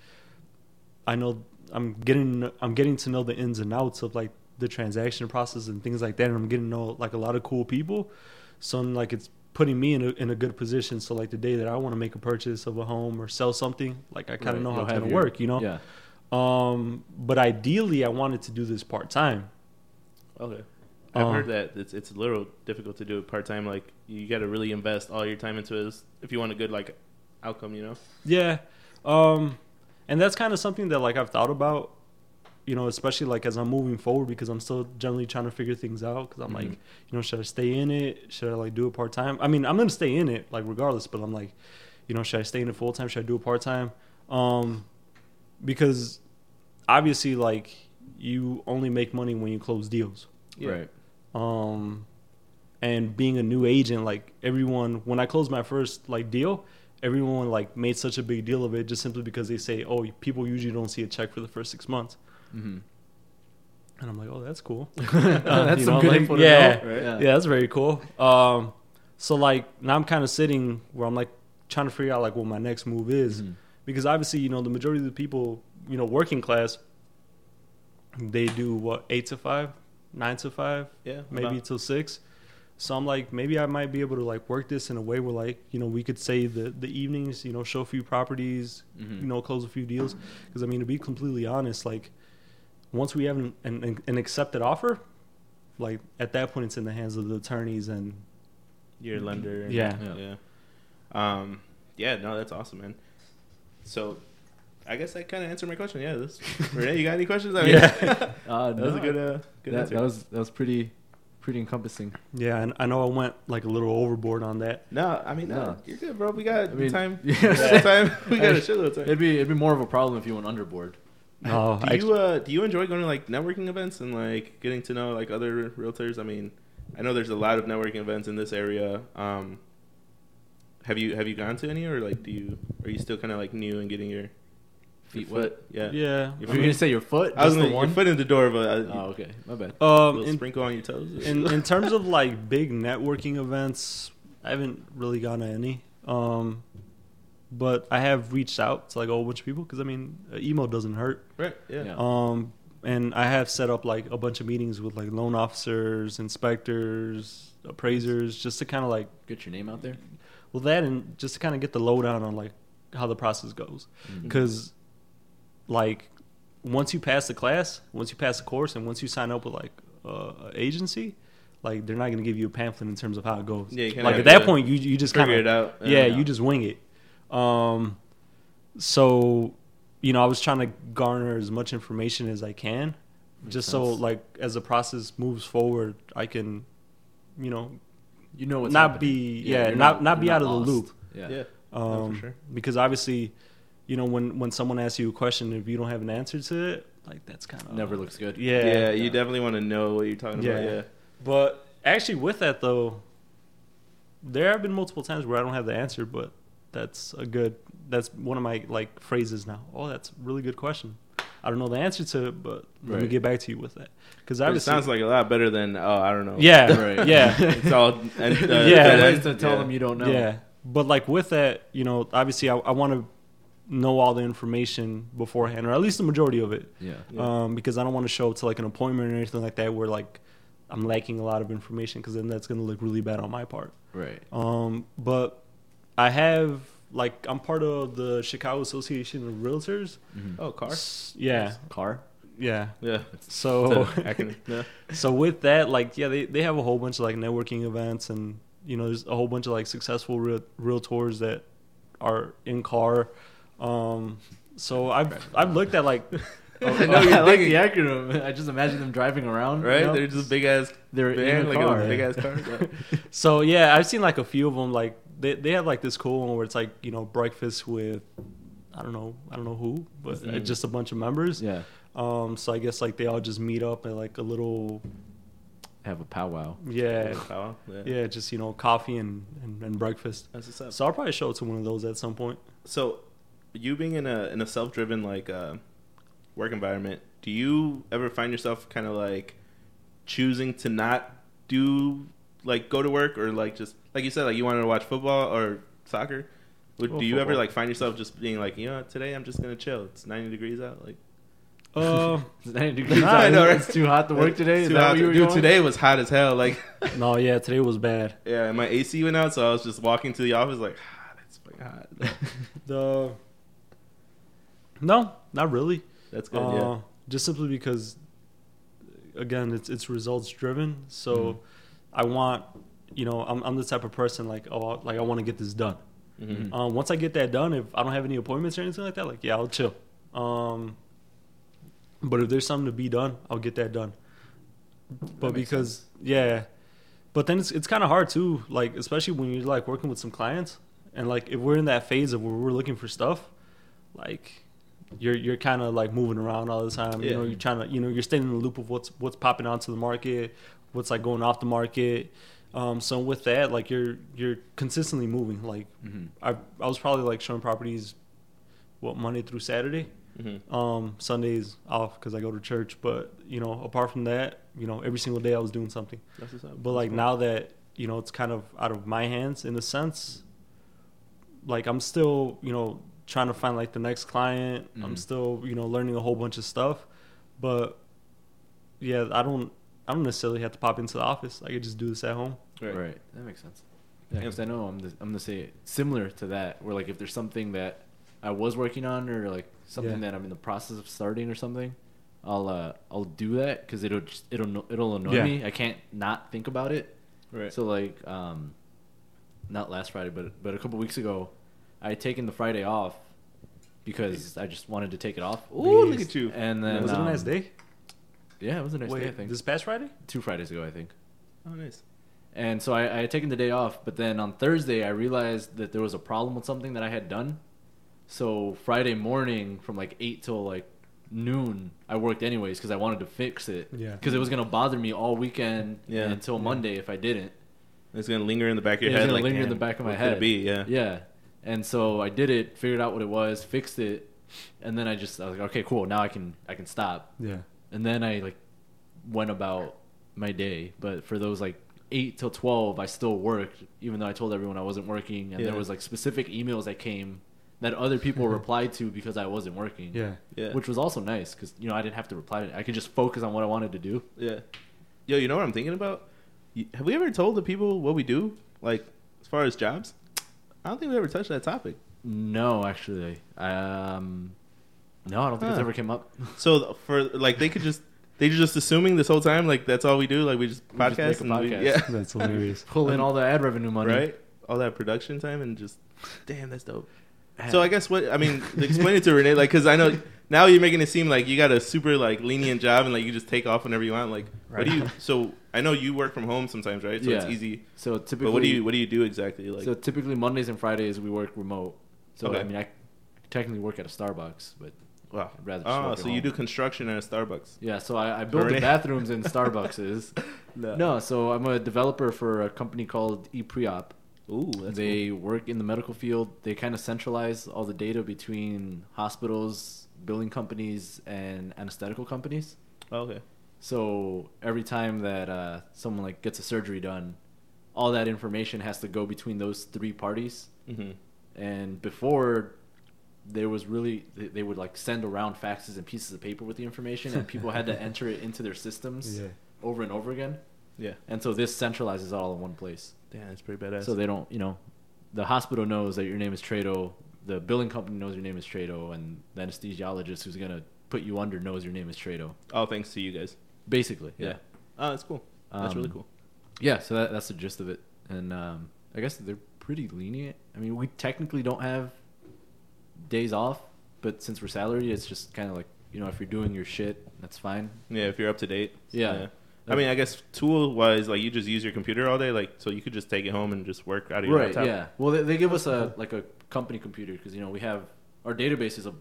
Speaker 3: I know I'm getting I'm getting to know the ins and outs of like the transaction process and things like that, and I'm getting to know like a lot of cool people. So I'm, like it's putting me in a in a good position. So like the day that I want to make a purchase of a home or sell something, like I kind of
Speaker 2: Right,
Speaker 3: know how
Speaker 2: you'll
Speaker 3: it's
Speaker 2: have
Speaker 3: gonna
Speaker 2: your-
Speaker 3: work, you know.
Speaker 2: Yeah.
Speaker 3: Um, but ideally, I wanted to do this part time.
Speaker 1: Okay. I've
Speaker 3: Um,
Speaker 1: heard that it's it's a little difficult to do it part time. Like, you got to really invest all your time into this if you want a good like outcome. You know.
Speaker 3: Yeah. Um and that's kind of something that like I've thought about, you know, especially like as I'm moving forward because I'm still generally trying to figure things out cuz am like,
Speaker 2: Mhm.
Speaker 3: you know, should I stay in it? Should I like do it part-time? I mean, I'm going to stay in it like regardless, but I'm like, you know, should I stay in it full-time? Should I do it part-time? Um because obviously like you only make money when you close deals
Speaker 1: Yeah.
Speaker 2: Right.
Speaker 3: um and being a new agent like everyone when i closed my first like deal everyone like made such a big deal of it just simply because they say oh people usually don't see a check for the first six months
Speaker 2: Mm-hmm.
Speaker 3: and i'm like oh that's cool
Speaker 2: That's
Speaker 3: you
Speaker 2: some
Speaker 3: know,
Speaker 2: good
Speaker 3: like,
Speaker 2: info to
Speaker 3: yeah,
Speaker 2: know. Right?
Speaker 3: yeah that's very cool um so like now i'm kind of sitting where i'm like trying to figure out like what my next move is
Speaker 1: Mm-hmm.
Speaker 2: Mhm.
Speaker 3: because obviously you know the majority of the people you know working class they do what eight to five nine to five
Speaker 1: Yeah,
Speaker 3: maybe
Speaker 1: about-
Speaker 3: till six. So I'm like, maybe I might be able to like work this in a way where like you know we could say the the evenings, you know, show a few properties,
Speaker 2: Mhm.
Speaker 3: you know, close a few deals. Because I mean, to be completely honest, like once we have an, an an accepted offer, like at that point it's in the hands of the attorneys and
Speaker 2: Mm-hmm.
Speaker 1: your lender. and-
Speaker 3: Yeah.
Speaker 1: yeah, Um, yeah. No, that's awesome, man. So, I guess that kind of answered my question. Yeah, this, Renee, you got any questions? I mean,
Speaker 3: Yeah.
Speaker 2: Uh,
Speaker 1: that was a
Speaker 2: no,
Speaker 1: good, uh, good
Speaker 2: that,
Speaker 1: answer.
Speaker 2: that was that was pretty pretty encompassing.
Speaker 3: yeah. And I know I went like a little overboard on that.
Speaker 1: no, I mean, no,
Speaker 2: No.
Speaker 1: you're good, bro. We got
Speaker 2: I mean,
Speaker 1: time.
Speaker 2: yeah.
Speaker 1: We got time. We got
Speaker 2: I-
Speaker 1: a shitload of time.
Speaker 2: It'd be it'd be more of a problem if you went underboard.
Speaker 3: No,
Speaker 1: do
Speaker 3: I-
Speaker 1: you uh, do you enjoy going to like networking events and like getting to know like other realtors? I mean, I know there's a lot of networking events in this area. Um, have you have you gone to any or like do you are you still kind of like new and getting your
Speaker 2: Feet
Speaker 1: your
Speaker 2: wet.
Speaker 1: foot- Yeah,
Speaker 3: yeah.
Speaker 2: If you're gonna say your foot,
Speaker 1: I was
Speaker 2: just
Speaker 1: gonna
Speaker 2: the
Speaker 1: your
Speaker 2: one.
Speaker 1: foot in the door, but uh,
Speaker 2: Oh, okay, my bad.
Speaker 1: little
Speaker 3: Um, in,
Speaker 1: sprinkle on your toes.
Speaker 3: in in terms of like big networking events, I haven't really gone to any. Um, but I have reached out to like a whole bunch of people because I mean, uh, email doesn't hurt.
Speaker 1: right? Yeah.
Speaker 2: Yeah.
Speaker 3: Um, and I have set up like a bunch of meetings with like loan officers, inspectors, appraisers, just to kind of like
Speaker 2: Get your name out there.
Speaker 3: well that and just to kind of get the lowdown on like how the process goes
Speaker 1: Mm-hmm.
Speaker 3: because like once you pass the class once you pass the course and once you sign up with like uh, a agency like they're not going to give you a pamphlet in terms of how it goes
Speaker 1: Yeah, you kinda
Speaker 3: like
Speaker 1: have
Speaker 3: at that
Speaker 1: to
Speaker 3: point you you just kind
Speaker 1: Figure
Speaker 3: of
Speaker 1: it out.
Speaker 3: yeah,
Speaker 2: Yeah.
Speaker 3: you just wing it. Um, so, you know, I was trying to garner as much information as I can,
Speaker 2: Makes
Speaker 3: just so
Speaker 2: sense.
Speaker 3: like as the process moves forward, I can, you know,
Speaker 2: You know what's
Speaker 3: not
Speaker 2: happening.
Speaker 3: be- yeah,
Speaker 2: you're
Speaker 3: not- not
Speaker 2: you're
Speaker 3: be out of the loop.
Speaker 2: Yeah.
Speaker 1: yeah.
Speaker 3: um,
Speaker 1: No, for sure.
Speaker 3: because obviously, you know, when when someone asks you a question, if you don't have an answer to it, like that's kind of
Speaker 2: never looks good.
Speaker 3: Yeah,
Speaker 1: Yeah, you definitely want to know what you're talking
Speaker 3: Yeah.
Speaker 1: about. Yeah.
Speaker 3: But actually, with that though, there have been multiple times where I don't have the answer, but that's a good. That's one of my like phrases now. Oh, that's a really good question. I don't know the answer to it, but let me
Speaker 2: Right.
Speaker 3: get back to you with that because
Speaker 1: It
Speaker 3: obviously,
Speaker 1: sounds like a lot better than oh, I don't know.
Speaker 3: yeah,
Speaker 2: Right.
Speaker 3: yeah,
Speaker 1: It's all and, uh,
Speaker 3: Yeah.
Speaker 2: There's ways
Speaker 1: yeah.
Speaker 2: to tell them you don't know.
Speaker 3: yeah. But like with that, you know, obviously, I, I want to know all the information beforehand, or at least the majority of it.
Speaker 2: Yeah.
Speaker 1: Yeah.
Speaker 3: um, because I don't want to show up to like an appointment or anything like that where like I'm lacking a lot of information because then that's going to look really bad on my part.
Speaker 2: Right.
Speaker 3: Um, but I have like I'm part of the Chicago Association of Realtors.
Speaker 2: Mhm.
Speaker 1: Oh, car.
Speaker 3: S- Yeah,
Speaker 2: Car.
Speaker 3: yeah.
Speaker 1: Yeah.
Speaker 2: Oh.
Speaker 3: So
Speaker 1: It's a acronym. No.
Speaker 3: so with that, like yeah, they they have a whole bunch of like networking events and you know there's a whole bunch of like successful real realtors that are in car. Um, so I've I've looked at like
Speaker 1: I
Speaker 2: Oh, I
Speaker 1: know you're
Speaker 2: like
Speaker 1: thinking-
Speaker 2: the acronym. I just imagine them driving around. you
Speaker 1: Right?
Speaker 2: know?
Speaker 1: They're just big ass.
Speaker 2: They're in
Speaker 1: van,
Speaker 2: a
Speaker 1: like
Speaker 2: car.
Speaker 1: a big ass car. Yeah.
Speaker 3: So yeah, I've seen like a few of them. Like they they have like this cool one where it's like you know breakfast with I don't know I don't know who, but uh
Speaker 1: Mhm.
Speaker 3: just a bunch of members.
Speaker 2: yeah.
Speaker 3: Um. So I guess like they all just meet up at like a little
Speaker 2: Have a powwow.
Speaker 3: yeah
Speaker 1: Wow, yeah.
Speaker 3: yeah just you know coffee and and, and breakfast.
Speaker 1: That's what's up.
Speaker 3: So I'll probably show it to one of those at some point.
Speaker 1: So, you being in a in a self driven like uh, work environment, do you ever find yourself kind of like choosing to not do like go to work or like just like you said like you wanted to watch football or soccer? Would,
Speaker 3: Well,
Speaker 1: do you ever
Speaker 3: football.
Speaker 1: like find yourself just being like you know what, today I'm just gonna chill? It's 90 degrees out. Like
Speaker 3: Uh,
Speaker 2: It's 90 degrees
Speaker 3: Nah,
Speaker 2: out.
Speaker 3: I
Speaker 1: know, right?
Speaker 2: It's too hot to work today. Is
Speaker 1: Too
Speaker 2: that
Speaker 1: hot
Speaker 2: what you
Speaker 1: to-
Speaker 2: were
Speaker 1: dude,
Speaker 2: going?
Speaker 1: today was hot as hell. Like
Speaker 3: no, yeah, today was bad.
Speaker 1: yeah, and my AC went out, so I was just walking to the office like ah, that's fucking hot.
Speaker 3: The no, not really.
Speaker 1: That's good.
Speaker 3: Uh,
Speaker 1: yeah.
Speaker 3: Just simply because, again, it's it's results driven. So,
Speaker 1: Mm-hmm.
Speaker 3: I want, you know, I'm I'm the type of person like oh like I want to get this done.
Speaker 1: Mhm.
Speaker 2: Mm-hmm.
Speaker 3: Um, once I get that done, if I don't have any appointments or anything like that, like yeah, I'll chill. Um, but if there's something to be done, I'll get that done. But
Speaker 2: makes
Speaker 3: because yeah, but then it's it's kind of hard too. Like especially when you're like working with some clients, and like if we're in that phase of where we're looking for stuff, like you're you're kind of like moving around all the time. You
Speaker 1: Yeah.
Speaker 3: know, you're trying to you know you're staying in the loop of what's what's popping onto the market, what's like going off the market. Um, so with that, like you're you're consistently moving. Like
Speaker 2: Mhm.
Speaker 3: I I was probably like showing properties, what Monday through Saturday.
Speaker 1: Mhm.
Speaker 3: Um, Sundays off because I go to church. But you know, apart from that, you know, every single day I was doing something.
Speaker 1: That's what's up.
Speaker 3: But like
Speaker 1: That's cool.
Speaker 3: now that you know it's kind of out of my hands in a sense, like I'm still you know trying to find like the next client. I'm
Speaker 2: Mhm.
Speaker 3: still you know learning a whole bunch of stuff, but yeah, I don't I don't necessarily have to pop into the office. I could just do this at home.
Speaker 1: Right.
Speaker 2: Right. That makes sense. Yeah, 'cause I know I'm the, I'm gonna say similar to that. Where like if there's something that I was working on or like something
Speaker 3: Yeah.
Speaker 2: that I'm in the process of starting or something, I'll uh I'll do that because it'll just it'll no- it'll annoy
Speaker 3: Yeah.
Speaker 2: me. I can't not think about it.
Speaker 1: Right.
Speaker 2: So like um, not last Friday, but but a couple weeks ago, I had taken the Friday off because I just wanted to take it off.
Speaker 1: Ooh, look
Speaker 2: Beast.
Speaker 1: at you.
Speaker 2: And then
Speaker 3: was it a
Speaker 2: um,
Speaker 3: nice day?
Speaker 2: Yeah, it was a nice
Speaker 3: Wait,
Speaker 2: day. I think
Speaker 3: this past Friday?
Speaker 2: two Fridays ago, I think.
Speaker 1: oh, nice.
Speaker 2: And so I, I had taken the day off, but then on Thursday I realized that there was a problem with something that I had done. So Friday morning from like eight till like noon, I worked anyways because I wanted to fix it.
Speaker 3: Yeah.
Speaker 2: Because it was gonna bother me all weekend
Speaker 1: Yeah.
Speaker 2: and until
Speaker 3: Yeah.
Speaker 2: Monday if I didn't.
Speaker 1: It's gonna linger in the back of your
Speaker 2: Yeah,
Speaker 1: head.
Speaker 2: it's
Speaker 1: like,
Speaker 2: gonna linger in the
Speaker 1: "Damn,
Speaker 2: back of my
Speaker 1: what could it
Speaker 2: head."
Speaker 1: be? Yeah.
Speaker 2: Yeah. And so I did it, figured out what it was, fixed it, and then I just I was like, okay, cool, now I can I can stop.
Speaker 3: Yeah.
Speaker 2: And then I like went about my day, but for those like eight till twelve, I still worked, even though I told everyone I wasn't working. And
Speaker 1: Yeah.
Speaker 2: there was like specific emails that came that other people replied to because I wasn't working.
Speaker 3: Yeah.
Speaker 1: Yeah.
Speaker 2: which was also nice because you know I didn't have to reply. To, I could just focus on what I wanted to do.
Speaker 1: Yeah. Yo, you know what I'm thinking about? You- Have we ever told the people what we do? Like, as far as jobs? I don't think we ever touched that topic.
Speaker 2: No, actually, um, no, I don't think it's
Speaker 1: Huh.
Speaker 2: ever came up.
Speaker 1: So th- for like, they could just they just assuming this whole time like that's all we do. Like we just
Speaker 2: We just
Speaker 1: podcast
Speaker 2: make a
Speaker 1: and we-
Speaker 2: podcast.
Speaker 1: yeah,
Speaker 3: That's hilarious.
Speaker 2: Pull in all the ad revenue money,
Speaker 1: right. All that production time and just damn, that's dope.
Speaker 2: Man.
Speaker 1: So I guess what I mean, explain it to Renee, like, because I know now you're making it seem like you got a super like lenient job and like you just take off whenever you want. Like, what do you?
Speaker 3: Right.
Speaker 1: So I know you work from home sometimes, right? So it's
Speaker 2: Yeah.
Speaker 1: easy.
Speaker 2: So typically,
Speaker 1: But what do you what do you do exactly? Like,
Speaker 2: so typically Mondays and Fridays we work remote. So
Speaker 1: Okay.
Speaker 2: I mean, I technically work at a Starbucks, but
Speaker 1: wow.
Speaker 2: I'd rather just
Speaker 1: Oh,
Speaker 2: work at
Speaker 1: so you
Speaker 2: home.
Speaker 1: do construction at a Starbucks?
Speaker 2: Yeah, so I, I build the
Speaker 1: Already?
Speaker 2: bathrooms in Starbucks. no, so I'm a developer for a company called ePreop.
Speaker 1: Ooh, that's cool.
Speaker 2: They work in the medical field. They kind of centralize all the data between hospitals, billing companies, and anesthetical companies.
Speaker 1: Oh, okay.
Speaker 2: So every time that uh, someone like gets a surgery done, all that information has to go between those three parties.
Speaker 1: hmm
Speaker 2: And before, there was really they, they would like send around faxes and pieces of paper with the information, and people had to enter it into their systems
Speaker 3: Yeah.
Speaker 2: over and over again.
Speaker 1: Yeah.
Speaker 2: And so this centralizes it all in one place.
Speaker 1: Damn, that's pretty badass.
Speaker 2: So they don't, you know, the hospital knows that your name is Trado, the billing company knows your name is Trado, and the anesthesiologist who's gonna put you under knows your name is Trado.
Speaker 1: All thanks to you guys.
Speaker 2: Basically, yeah,
Speaker 1: Oh, that's cool. That's really
Speaker 2: Um,
Speaker 1: cool.
Speaker 2: yeah. So that, that's the gist of it, and um, I guess they're pretty lenient. I mean, we technically don't have days off, but since we're salary, it's just kind of like you know, if you're doing your shit, that's fine.
Speaker 1: Yeah, if you're up to date.
Speaker 2: Yeah.
Speaker 1: I mean, I guess tool wise, like you just use your computer all day, like so you could just take it home and just work out of your
Speaker 2: right
Speaker 1: laptop.
Speaker 2: yeah well they, they give us a like a company computer because you know we have our database is a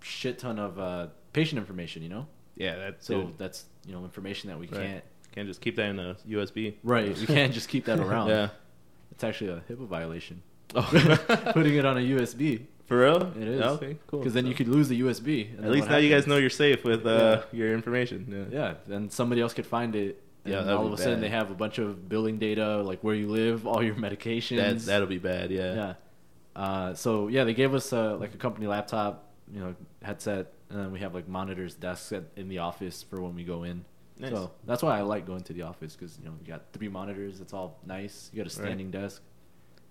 Speaker 2: shit ton of uh, patient information you know
Speaker 1: Yeah, that's
Speaker 2: so
Speaker 1: dude.
Speaker 2: that's you know information that we
Speaker 1: Right.
Speaker 2: can't
Speaker 1: Can't just keep that in a USB.
Speaker 2: right we can't just keep that around
Speaker 1: Yeah.
Speaker 2: it's actually a HIPAA violation
Speaker 1: Oh.
Speaker 2: putting it on a USB
Speaker 1: For real?
Speaker 2: it is
Speaker 1: Oh, okay, cool.
Speaker 2: because then you could lose the USB and
Speaker 1: At
Speaker 2: then
Speaker 1: least
Speaker 2: what
Speaker 1: now you guys
Speaker 2: happens-
Speaker 1: know you're safe with uh, your information. Yeah.
Speaker 2: yeah then somebody else could find it and
Speaker 1: Yeah,
Speaker 2: yeah,
Speaker 1: that'd
Speaker 2: all
Speaker 1: be
Speaker 2: of a sudden
Speaker 1: bad.
Speaker 2: they have a bunch of billing data like where you live all your medications
Speaker 1: That, that'll be bad. Yeah.
Speaker 2: yeah. Uh, so yeah, they gave us uh, like a company laptop, you know, headset, and then we have like monitors, desks at, in the office for when we go in.
Speaker 1: Nice.
Speaker 2: So that's why I like going to the office because you know you got three monitors. It's all nice. You got a
Speaker 1: Right.
Speaker 2: standing desk.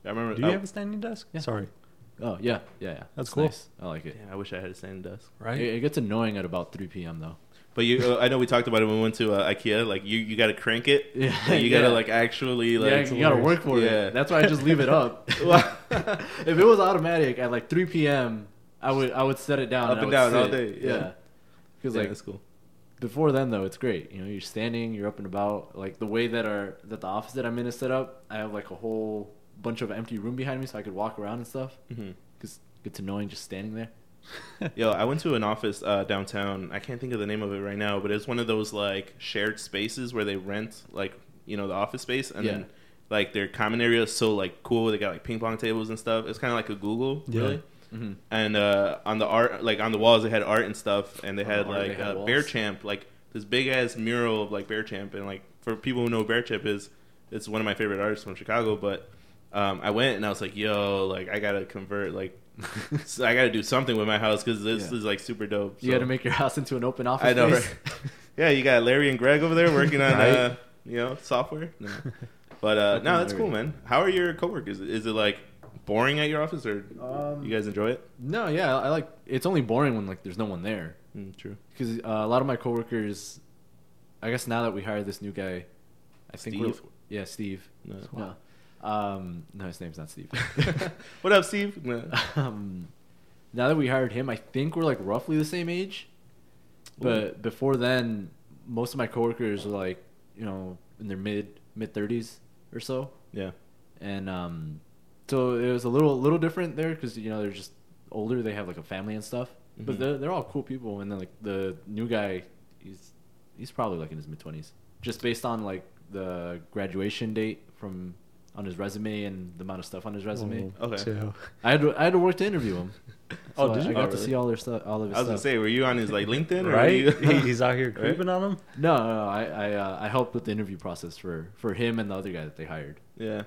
Speaker 1: I remember. oh,
Speaker 3: Do you
Speaker 1: I,
Speaker 3: have a standing desk?
Speaker 2: Uh, Yeah.
Speaker 3: Sorry.
Speaker 2: Oh yeah, yeah, yeah.
Speaker 3: That's
Speaker 2: It's
Speaker 3: cool.
Speaker 2: nice. I like it.
Speaker 1: yeah, I wish I had a standing desk.
Speaker 3: Right.
Speaker 2: it. It gets annoying at about three p.m. though.
Speaker 1: But you, uh, I know we talked about it when we went to uh, IKEA. Like you, you got to crank it.
Speaker 2: Yeah,
Speaker 1: And you got to
Speaker 2: yeah.
Speaker 1: like actually
Speaker 2: yeah,
Speaker 1: like.
Speaker 2: you gotta work for
Speaker 1: Yeah.
Speaker 2: it. That's why I just leave it up.
Speaker 1: Well-
Speaker 2: if it was automatic at like three p.m., I would I would set it down.
Speaker 1: Up
Speaker 2: I
Speaker 1: and
Speaker 2: would
Speaker 1: down all
Speaker 2: sit.
Speaker 1: day, yeah.
Speaker 2: Because
Speaker 1: Yeah,
Speaker 2: like
Speaker 1: that's cool.
Speaker 2: before then though it's great you know you're standing you're up and about like the way that our that the office that i'm in is set up i have like a whole bunch of empty room behind me so i could walk around and stuff
Speaker 1: Mhm.
Speaker 2: because it's annoying just standing there
Speaker 1: Yo, I went to an office uh, downtown. I can't think of the name of it right now, but it's one of those like shared spaces where they rent like you know the office space, and
Speaker 2: Yeah.
Speaker 1: then like their common area is so like cool. They got like ping pong tables and stuff. It's kind of like a Google,
Speaker 3: Yeah.
Speaker 1: really.
Speaker 2: hmm
Speaker 1: And uh, on the art, like on the walls, they had art and stuff, and they
Speaker 2: On
Speaker 1: had
Speaker 2: the art, they
Speaker 1: like
Speaker 2: had
Speaker 1: uh,
Speaker 2: walls.
Speaker 1: Bear Champ, like this big ass mural of like Bear Champ, and like for people who know Bear Champ is, it's one of my favorite artists from Chicago. But um, I went and I was like, yo, like I gotta convert like so I got to do something with my house because this
Speaker 2: Yeah.
Speaker 1: is like super dope.
Speaker 2: You
Speaker 1: So-
Speaker 2: got to make your house into an open office.
Speaker 1: I know,
Speaker 2: space.
Speaker 1: right? yeah, you got Larry and Greg over there working on,
Speaker 2: Right?
Speaker 1: uh, you know, software. No. But uh, no,
Speaker 2: Fucking
Speaker 1: that's cool,
Speaker 2: Larry.
Speaker 1: man. How are your coworkers? Is it like boring at your office, or
Speaker 2: Um,
Speaker 1: you guys enjoy it?
Speaker 2: No, yeah, I like. It's only boring when like there's no one there
Speaker 1: Mm, true.
Speaker 2: because uh, a lot of my coworkers. I guess now that we hired this new guy, I think we're
Speaker 1: Steve?
Speaker 2: yeah Steve.
Speaker 1: No.
Speaker 2: No, um, no, his name's not Steve.
Speaker 1: what up, Steve? No.
Speaker 2: um, now that we hired him, I think we're like roughly the same age. But before then, most of my coworkers were like, you know, in their mid mid thirties or so,
Speaker 1: Yeah.
Speaker 2: and um, so it was a little little different there because you know they're just older, they have like a family and stuff.
Speaker 1: Mhm.
Speaker 2: But they're they're all cool people, and then like the new guy, he's he's probably like in his mid twenties, just based on like the graduation date from on his resume and the amount of stuff on his resume.
Speaker 3: Oh,
Speaker 1: Okay.
Speaker 3: chill.
Speaker 2: I had to, I had to work to interview him.
Speaker 3: Oh,
Speaker 2: So
Speaker 3: did
Speaker 2: I,
Speaker 3: you?
Speaker 2: I got
Speaker 1: Oh,
Speaker 2: to
Speaker 1: really?
Speaker 2: see all their stuff, all
Speaker 1: I
Speaker 2: of his
Speaker 1: was gonna
Speaker 2: stuff.
Speaker 1: say, were you on his like LinkedIn, or
Speaker 3: Right?
Speaker 1: were you-
Speaker 3: He- He's out here
Speaker 1: Right?
Speaker 3: creeping on him.
Speaker 2: No, no, no, I I, uh, I helped with the interview process for for him and the other guy that they hired.
Speaker 1: yeah.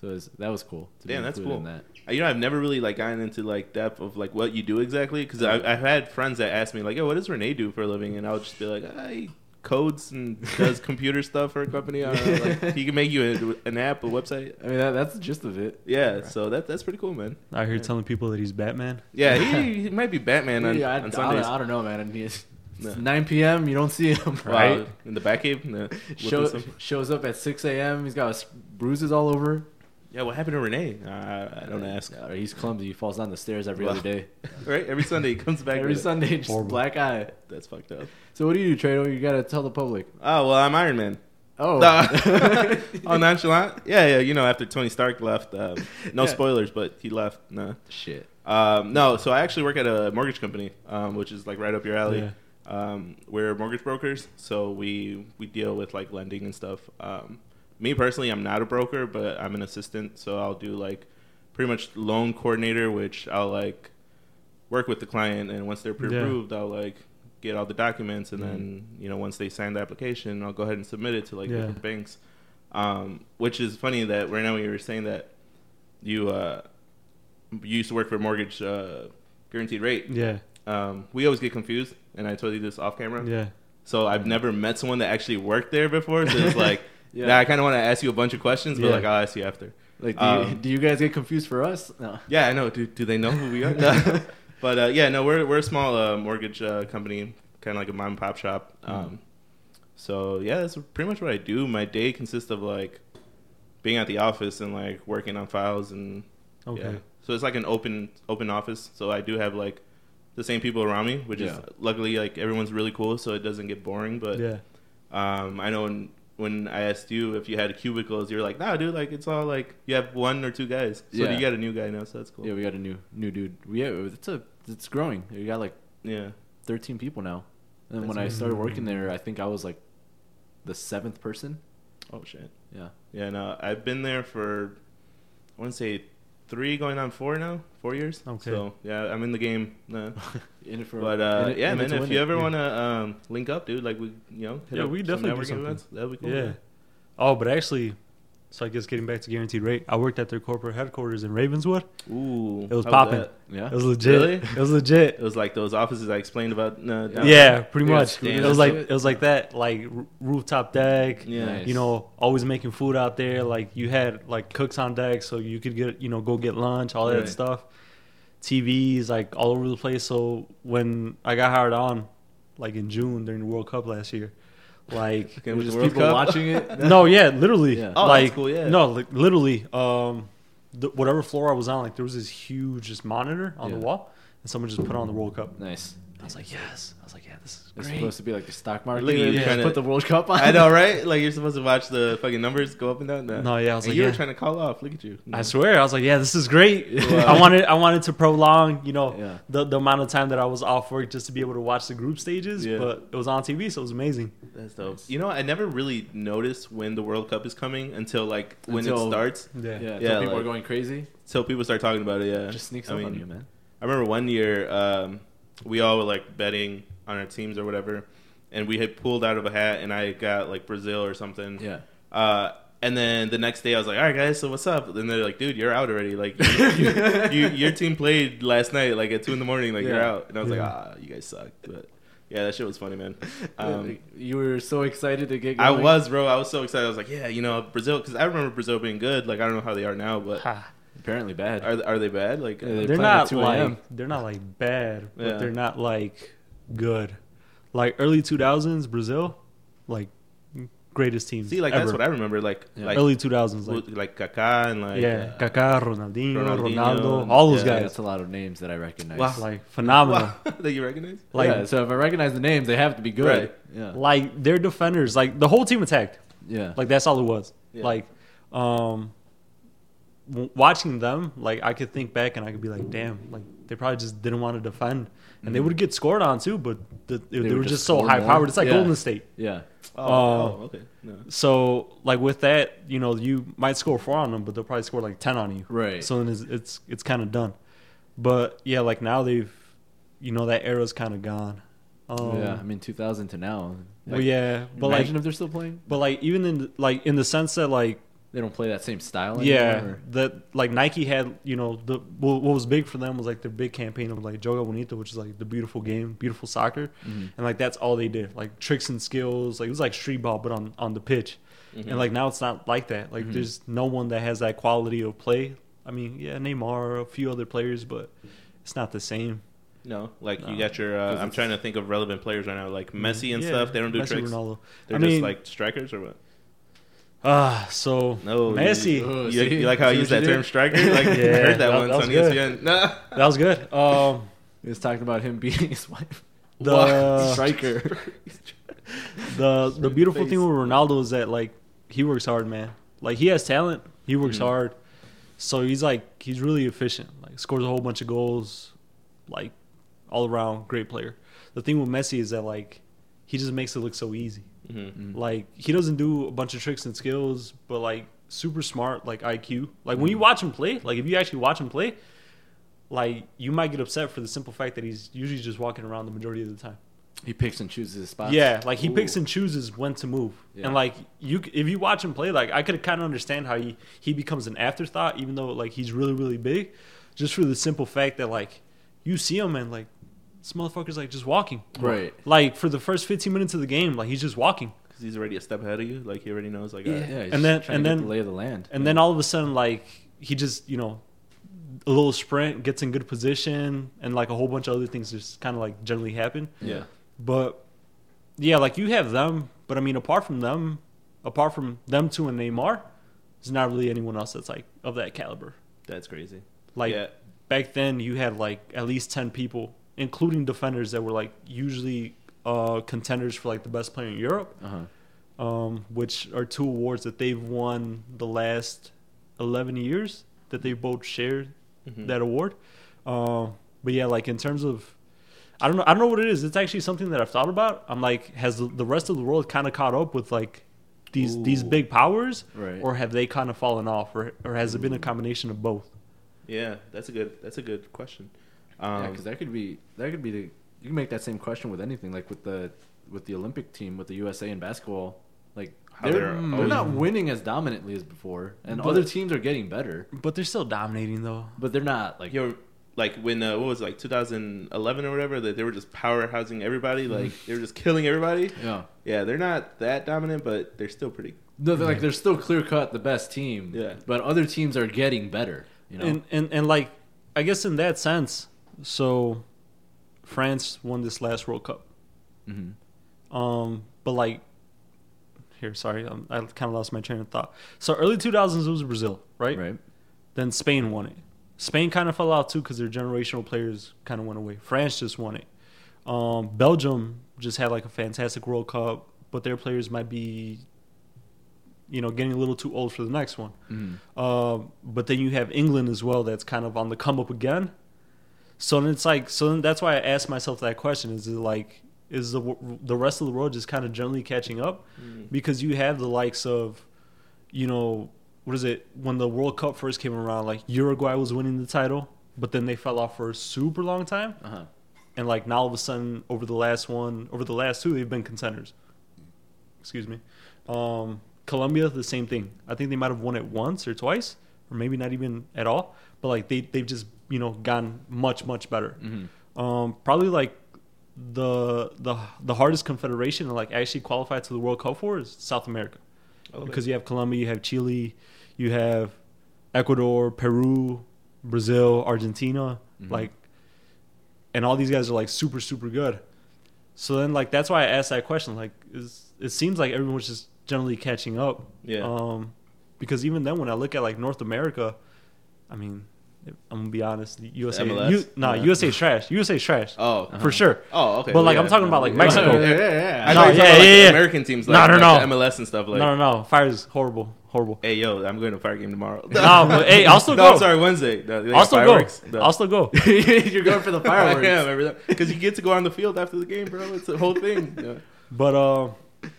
Speaker 2: So it was, that was cool. To
Speaker 1: Damn,
Speaker 2: be
Speaker 1: that's
Speaker 2: included
Speaker 1: cool.
Speaker 2: In that.
Speaker 1: You know, I've never really like gotten into like depth of like what you do exactly because I've, I've had friends that ask me like, "Yo, what does Renee do for a living?" And I'll just be like, ah, "He codes and does computer stuff for a company. I don't know, like, he can make you a, an app, a website."
Speaker 2: I mean, that, that's the gist of it.
Speaker 1: Yeah, so that that's pretty cool, man.
Speaker 3: Out here telling people that he's Batman.
Speaker 1: Yeah, he, he might be Batman on,
Speaker 2: Yeah, I, I
Speaker 1: on
Speaker 2: don't-
Speaker 1: Sundays.
Speaker 2: I, don't know, man. And he- It's
Speaker 1: No.
Speaker 2: 9 p.m. You don't see him.
Speaker 1: Wow,
Speaker 3: Right.
Speaker 1: in the uh, back cave. No,
Speaker 2: Show,
Speaker 1: whipping some-
Speaker 2: shows up at 6 a.m. He's got s- bruises all over.
Speaker 1: yeah, what happened to Renee? Uh, I I don't ask.
Speaker 2: Uh, he's clumsy. He falls down the stairs every
Speaker 1: Wow.
Speaker 2: other day.
Speaker 1: Right, every Sunday he comes back.
Speaker 2: every
Speaker 1: with it.
Speaker 2: Sunday, just
Speaker 3: Horrible.
Speaker 2: black eye.
Speaker 1: That's fucked up.
Speaker 2: So what do you do, Trado? You gotta tell the public.
Speaker 1: Oh well, I'm Iron Man.
Speaker 2: Oh,
Speaker 1: Nah. oh, nonchalant. Yeah, yeah. You know, after Tony Stark left, um, no
Speaker 2: Yeah.
Speaker 1: spoilers, but he left. Nah.
Speaker 2: shit.
Speaker 1: Um, no, so I actually work at a mortgage company, um, which is like right up your alley.
Speaker 3: Yeah.
Speaker 1: Um, we're mortgage brokers, so we we deal with like lending and stuff. Um, me personally, I'm not a broker, but I'm an assistant, so I'll do like pretty much loan coordinator, which I'll like work with the client, and once they're pre-approved, I'll like get all the documents, and then you know once they sign the application, I'll go ahead and submit it to like
Speaker 3: Mm. Yeah.
Speaker 1: different banks. Um, which is funny that right now when you were saying that you uh, you used to work for mortgage uh, guaranteed rate.
Speaker 3: Yeah,
Speaker 1: Um, we always get confused, and I told you this off camera.
Speaker 3: yeah.
Speaker 1: So I've never met someone that actually worked there before. So it's like,
Speaker 2: Yeah.
Speaker 1: nah, I kind of want to ask you a bunch of questions, but
Speaker 3: Yeah.
Speaker 1: like I'll ask you after.
Speaker 2: Like, do, you,
Speaker 1: Um,
Speaker 2: do you guys get confused for us? No.
Speaker 1: Yeah, I know. Do, do they know who we are? No. but uh, yeah, no, we're we're a small uh, mortgage uh, company, kind of like a mom and pop shop. Um, So yeah, that's pretty much what I do. My day consists of like being at the office and like working on files and
Speaker 3: Okay.
Speaker 1: yeah. So it's like an open open office. So I do have like the same people around me, which is
Speaker 2: Yeah.
Speaker 1: luckily like everyone's really cool, so it doesn't get boring. But
Speaker 3: yeah.
Speaker 1: um, I know when, when I asked you if you had cubicles, you were like, "Nah, dude, like it's all like you have one or two guys." So
Speaker 2: Yeah.
Speaker 1: you got a new guy now, so that's cool.
Speaker 2: Yeah, we got a new new dude. We yeah, it's a it's growing. We got like
Speaker 1: yeah.
Speaker 2: 13 people now. And
Speaker 1: That's
Speaker 2: when I started working
Speaker 3: amazing.
Speaker 2: there, I think I was like the seventh person.
Speaker 1: Oh shit.
Speaker 2: Yeah.
Speaker 1: Yeah, no, I've been there for I want to say three, going on four now, four years.
Speaker 3: Okay.
Speaker 1: So yeah, I'm in the game. Nah.
Speaker 2: In it for
Speaker 1: But uh,
Speaker 2: in it-
Speaker 1: yeah,
Speaker 2: in it
Speaker 1: man,
Speaker 2: to
Speaker 1: if
Speaker 2: win
Speaker 1: you
Speaker 2: it.
Speaker 1: ever
Speaker 3: Yeah.
Speaker 1: want to um, link up, dude, like we, you know,
Speaker 3: Yeah,
Speaker 1: up
Speaker 3: we
Speaker 1: some
Speaker 3: definitely do
Speaker 1: networking
Speaker 3: something.
Speaker 1: events, That'd be cool.
Speaker 3: yeah.
Speaker 1: man.
Speaker 3: Oh, but actually, so I guess getting back to guaranteed rate, I worked at their corporate headquarters in Ravenswood.
Speaker 1: Ooh,
Speaker 3: It was
Speaker 1: how
Speaker 3: popping.
Speaker 1: that?
Speaker 2: Yeah.
Speaker 3: It was legit.
Speaker 1: Really?
Speaker 3: It was
Speaker 1: It
Speaker 3: legit.
Speaker 1: was like those offices I explained about. Uh, down-
Speaker 3: Yeah, pretty
Speaker 2: Yeah,
Speaker 3: much.
Speaker 1: screwed
Speaker 3: It was
Speaker 1: up.
Speaker 3: like it was like that, like r- rooftop deck.
Speaker 1: Yeah.
Speaker 2: Nice.
Speaker 3: You know, always making food out there. Like you had like cooks on deck, so you could get you know go get lunch, all
Speaker 1: Right.
Speaker 3: that stuff. TVs like all over the place. So when I got hired on, like in June during the World Cup last year, like
Speaker 1: Okay,
Speaker 2: It
Speaker 1: with the
Speaker 2: was just
Speaker 1: World
Speaker 2: people
Speaker 1: Cup.
Speaker 2: watching it.
Speaker 3: no, yeah, literally.
Speaker 2: Yeah.
Speaker 1: Oh, that's
Speaker 3: like,
Speaker 1: cool, yeah.
Speaker 3: No, like, literally. Um, the, whatever floor I was on, like there was this huge just monitor on the
Speaker 2: Yeah.
Speaker 3: wall, and someone just put on the World Cup.
Speaker 2: Nice.
Speaker 3: I was like, yes. I was like, yeah, this is
Speaker 2: It's
Speaker 3: great.
Speaker 2: supposed to be like the stock market.
Speaker 1: Look at
Speaker 2: and
Speaker 1: you
Speaker 2: you just
Speaker 1: trying to-
Speaker 2: put the World Cup on.
Speaker 1: I know, right? Like you're supposed to watch the fucking numbers go up and down.
Speaker 3: No, yeah, I was
Speaker 1: And
Speaker 3: like,
Speaker 1: you
Speaker 3: yeah.
Speaker 1: were trying to call off. Look at you.
Speaker 3: I swear, I was like, yeah, this is great.
Speaker 1: Wow.
Speaker 3: I wanted, I wanted to prolong, you know,
Speaker 2: Yeah.
Speaker 3: the, the amount of time that I was off work just to be able to watch the group stages.
Speaker 2: Yeah.
Speaker 3: But it was on TV, so it was amazing.
Speaker 1: That's dope. You know, I never really noticed when the World Cup is coming until like when it
Speaker 2: Until-
Speaker 1: starts.
Speaker 2: Yeah,
Speaker 3: Yeah,
Speaker 2: so
Speaker 1: Yeah,
Speaker 2: people
Speaker 1: like-
Speaker 2: are going crazy.
Speaker 1: So people start talking about it. Yeah,
Speaker 2: Just sneaks
Speaker 1: I
Speaker 2: up
Speaker 1: mean,
Speaker 2: on you, man.
Speaker 1: I remember one year um, we all were like betting on our teams or whatever, and we had pulled out of a hat, and I got like Brazil or something.
Speaker 2: Yeah.
Speaker 1: Uh, and then the next day I was like, "All right, guys, so what's up?" And they're like, "Dude, you're out already. Like, you, you, you- your team played last night, like at two in the morning. Like, you're
Speaker 2: Yeah.
Speaker 1: out." And I was
Speaker 3: Yeah.
Speaker 1: like, "Ah, you guys suck." But yeah, that shit was funny, man. Um,
Speaker 2: Uh, you were so excited to get.
Speaker 1: I
Speaker 2: Going.
Speaker 1: was, bro. I was so excited. I was like, "Yeah, you know, Brazil," because I remember Brazil being good. Like, I don't know how they are now, but
Speaker 3: Ha.
Speaker 2: apparently bad.
Speaker 1: are are they bad? Like,
Speaker 2: Yeah,
Speaker 1: uh,
Speaker 2: They
Speaker 3: They're
Speaker 2: played at
Speaker 3: not
Speaker 2: 2
Speaker 3: like
Speaker 2: a.m..
Speaker 3: they're not like bad, but
Speaker 1: Yeah.
Speaker 3: they're not like good. Like early two thousands Brazil, like greatest team.
Speaker 1: see, like
Speaker 3: ever.
Speaker 1: that's what I remember. Like,
Speaker 2: Yeah.
Speaker 1: like
Speaker 3: early two thousands, like
Speaker 1: like, like Kaká and like
Speaker 3: yeah,
Speaker 1: uh,
Speaker 3: Kaká, Ronaldinho,
Speaker 1: Ronaldinho,
Speaker 3: Ronaldo, all those
Speaker 1: yeah.
Speaker 2: Um, Yeah,
Speaker 3: guys,
Speaker 2: that's a lot of names that I recognize.
Speaker 1: Wow.
Speaker 3: like phenomenal.
Speaker 1: Wow, that you recognize?
Speaker 3: Like
Speaker 2: yeah, so if I recognize the names, they have to be good.
Speaker 1: Right.
Speaker 2: Yeah.
Speaker 3: like their defenders, like the whole team attacked.
Speaker 2: Yeah.
Speaker 3: Like that's all it was.
Speaker 1: Yeah.
Speaker 3: Like, um, w- watching them, like I could think back and I could be like, damn, like they probably just didn't want to defend, and they would get scored on too, but the, they,
Speaker 2: Mm-hmm. would
Speaker 3: were
Speaker 2: just
Speaker 3: just, so
Speaker 2: score
Speaker 3: high
Speaker 2: more.
Speaker 3: powered. It's like
Speaker 2: Yeah.
Speaker 3: Golden State.
Speaker 2: yeah.
Speaker 1: Oh,
Speaker 3: Uh,
Speaker 1: oh, okay. No.
Speaker 3: So like with that, you know, you might score four on them, but they'll probably score like ten on you.
Speaker 2: Right.
Speaker 3: So then it's it's, it's kind of done. But yeah, like now they've, you know, that era's kind of gone. Um,
Speaker 2: yeah. I mean, 2000 to now.
Speaker 3: well, yeah, but like,
Speaker 2: imagine if they're still playing.
Speaker 3: but like, even in the- like in the sense that like
Speaker 2: They don't play that same style.
Speaker 3: yeah
Speaker 2: Anymore,
Speaker 3: that like nike had you know the what what was big for them was like their big campaign of like joga bonito which is like the beautiful game beautiful soccer
Speaker 1: Mm-hmm.
Speaker 2: Mhm.
Speaker 3: and like that's all they did like tricks and skills like it was like street ball but on on the pitch
Speaker 1: Mm-hmm.
Speaker 3: and like now it's not like that like
Speaker 2: Mhm.
Speaker 3: there's no one that has that quality of play i mean yeah neymar a few other players but it's not the same
Speaker 1: No, like you
Speaker 3: No.
Speaker 1: got your. Uh,
Speaker 2: 'Cause
Speaker 1: I'm
Speaker 2: it's-
Speaker 1: trying to think of relevant players right now, like Messi and
Speaker 3: Mm-hmm. Yeah,
Speaker 1: stuff. They don't do
Speaker 3: Messi,
Speaker 1: tricks.
Speaker 3: Ronaldo.
Speaker 1: They're
Speaker 3: I
Speaker 1: just
Speaker 3: mean-
Speaker 1: like strikers or what?
Speaker 3: ah so
Speaker 1: No, you-
Speaker 3: messi
Speaker 1: You,
Speaker 2: Oh,
Speaker 1: you,
Speaker 2: see?
Speaker 1: you like how I
Speaker 2: See
Speaker 1: use that
Speaker 2: what you
Speaker 1: term
Speaker 2: did?
Speaker 1: striker? Like you
Speaker 3: Yeah,
Speaker 1: heard that,
Speaker 3: that-
Speaker 1: once
Speaker 3: that was
Speaker 1: on E
Speaker 3: good.
Speaker 1: ESPN. Nah.
Speaker 3: that was good um
Speaker 2: He was talking about him beating his wife.
Speaker 3: the
Speaker 1: Wow.
Speaker 2: Striker.
Speaker 3: the the beautiful
Speaker 1: face.
Speaker 3: thing with Ronaldo is that like he works hard, man. Like he has talent. He works
Speaker 1: Mhm.
Speaker 3: hard. So he's like he's really efficient. Like scores a whole bunch of goals. Like all around great player. The thing with Messi is that like he just makes it look so easy.
Speaker 1: Mhm.
Speaker 2: Mhm.
Speaker 3: Like he doesn't do a bunch of tricks and skills, but like super smart, like IQ. Like when you watch him play, like if you actually watch him play, like you might get upset for the simple fact that he's usually just walking around the majority of the time.
Speaker 2: He picks and chooses his spots.
Speaker 3: Yeah, like he
Speaker 2: Ooh.
Speaker 3: picks and chooses when to move,
Speaker 2: Yeah.
Speaker 3: and like you, c- if you watch him play, like I could kind of understand how he he becomes an afterthought, even though like he's really really big, just for the simple fact that like you see him and like this motherfucker's like just walking,
Speaker 2: Right.
Speaker 3: like for the first fifteen minutes of the game, like he's just walking,
Speaker 1: 'Cause he's already a step ahead of you. Like he already knows. Like, uh,
Speaker 3: Yeah.
Speaker 1: all right.
Speaker 2: Yeah. he's
Speaker 3: And then-
Speaker 2: trying
Speaker 3: and
Speaker 2: to get
Speaker 3: then-
Speaker 2: the lay of the land.
Speaker 3: and then all of a sudden like he just you know a little sprint gets in good position, and like a whole bunch of other things just kind of like generally happen.
Speaker 1: yeah.
Speaker 3: But yeah, like you have them, but I mean, apart from them, apart from them two and Neymar, there's not really anyone else that's like of that caliber.
Speaker 1: that's crazy.
Speaker 3: Like
Speaker 1: yeah,
Speaker 3: back then, you had like at least ten people, including defenders that were like usually uh, contenders for like the best player in Europe,
Speaker 2: Uh huh.
Speaker 3: um, which are two awards that they've won the last eleven years that they both shared
Speaker 1: Mhm.
Speaker 3: that award. Um, but yeah, like in terms of, I don't know, I don't know what it is. It's actually something that I've thought about. I'm like, has the, the rest of the world kind of caught up with like these these
Speaker 2: Ooh.
Speaker 3: big powers,
Speaker 2: Right.
Speaker 3: or have they kind of fallen off, or or has it been a combination of both?
Speaker 1: yeah. That's a good. That's a good question.
Speaker 2: Yeah,
Speaker 1: Um,
Speaker 2: because that could be that could be the you can make that same question with anything like with the with the Olympic team with the USA in basketball like
Speaker 1: How
Speaker 2: they're,
Speaker 1: they're
Speaker 2: they're,
Speaker 1: always-
Speaker 2: not winning as dominantly as before and
Speaker 3: But-
Speaker 2: other teams are getting better
Speaker 3: But they're still dominating though.
Speaker 2: but they're not like
Speaker 1: you know, like when uh, what was it, like 2011 or whatever that they were just powerhousing everybody.
Speaker 3: Mm-hmm.
Speaker 1: Like they were just killing everybody.
Speaker 2: yeah
Speaker 1: Yeah, they're not that dominant, but they're still pretty.
Speaker 2: no they're like they're still clear cut the best team
Speaker 1: Yeah.
Speaker 2: but other teams are getting better you know
Speaker 3: And and and like, I guess in that sense, so France won this last World Cup.
Speaker 2: Mhm.
Speaker 3: Um, but like, here, sorry, um, I kind of lost my train of thought. So early 2000s, it was Brazil, right?
Speaker 2: right
Speaker 3: Then Spain won it. Spain kind of fell out too because their generational players kind of went away. France just won it. Um, Belgium just had like a fantastic World Cup, but their players might be, you know, getting a little too old for the next one.
Speaker 2: Mhm.
Speaker 3: Um, but then you have England as well that's kind of on the come up again. So then it's like so then that's why I asked myself that question: Is it like is the w- the rest of the world just kind of generally catching up? Because you have the likes of, you know, what is it? When the World Cup first came around, like Uruguay was winning the title, but then they fell off for a super long time,
Speaker 2: Uh-huh.
Speaker 3: and like now all of a sudden over the last one, over the last two, they've been contenders. Excuse me. Um, Colombia, the same thing. I think they might have won it once or twice, or maybe not even at all. But like they they've just you know gone much much better.
Speaker 2: Mhm.
Speaker 3: Um, probably like the the the hardest confederation to like actually qualify to the World Cup for is South America,
Speaker 1: Okay.
Speaker 3: because you have Colombia, you have Chile, you have Ecuador, Peru, Brazil, Argentina,
Speaker 2: Mhm.
Speaker 3: like, and all these guys are like super super good. So then like that's why I asked that question. Like, is it seems like everyone's just generally catching up.
Speaker 1: Yeah.
Speaker 3: Um, because even then when I look at like North America, I mean. I'm gonna be honest. the USA,
Speaker 1: MLS?
Speaker 3: U, nah,
Speaker 1: Yeah.
Speaker 3: USA trash. USA trash
Speaker 1: oh,
Speaker 2: Uh-huh.
Speaker 3: for sure.
Speaker 1: oh, okay.
Speaker 3: But, like,
Speaker 1: yeah.
Speaker 3: I'm talking about, like,
Speaker 1: Yeah.
Speaker 3: Mexico.
Speaker 2: Yeah, yeah, yeah.
Speaker 1: I thought you were talking
Speaker 3: No, yeah,
Speaker 1: about, like,
Speaker 3: yeah, yeah.
Speaker 1: American teams,
Speaker 3: No,
Speaker 1: like,
Speaker 3: no,
Speaker 1: like
Speaker 3: no.
Speaker 1: the MLS and stuff. Like,
Speaker 3: no, no, no. Fire is horrible, horrible.
Speaker 1: hey, yo, I'm going to a fire game tomorrow.
Speaker 3: No, but, hey, I'll still
Speaker 1: no,
Speaker 3: go.
Speaker 1: I'm sorry, Wednesday. No, they got
Speaker 3: I'll still go.
Speaker 1: fireworks. No.
Speaker 3: I'll still go.
Speaker 2: You're going for the
Speaker 1: I am,
Speaker 2: fireworks.
Speaker 1: remember that. Because you get to go on the field after the game, bro. It's the whole thing. Yeah.
Speaker 3: But um,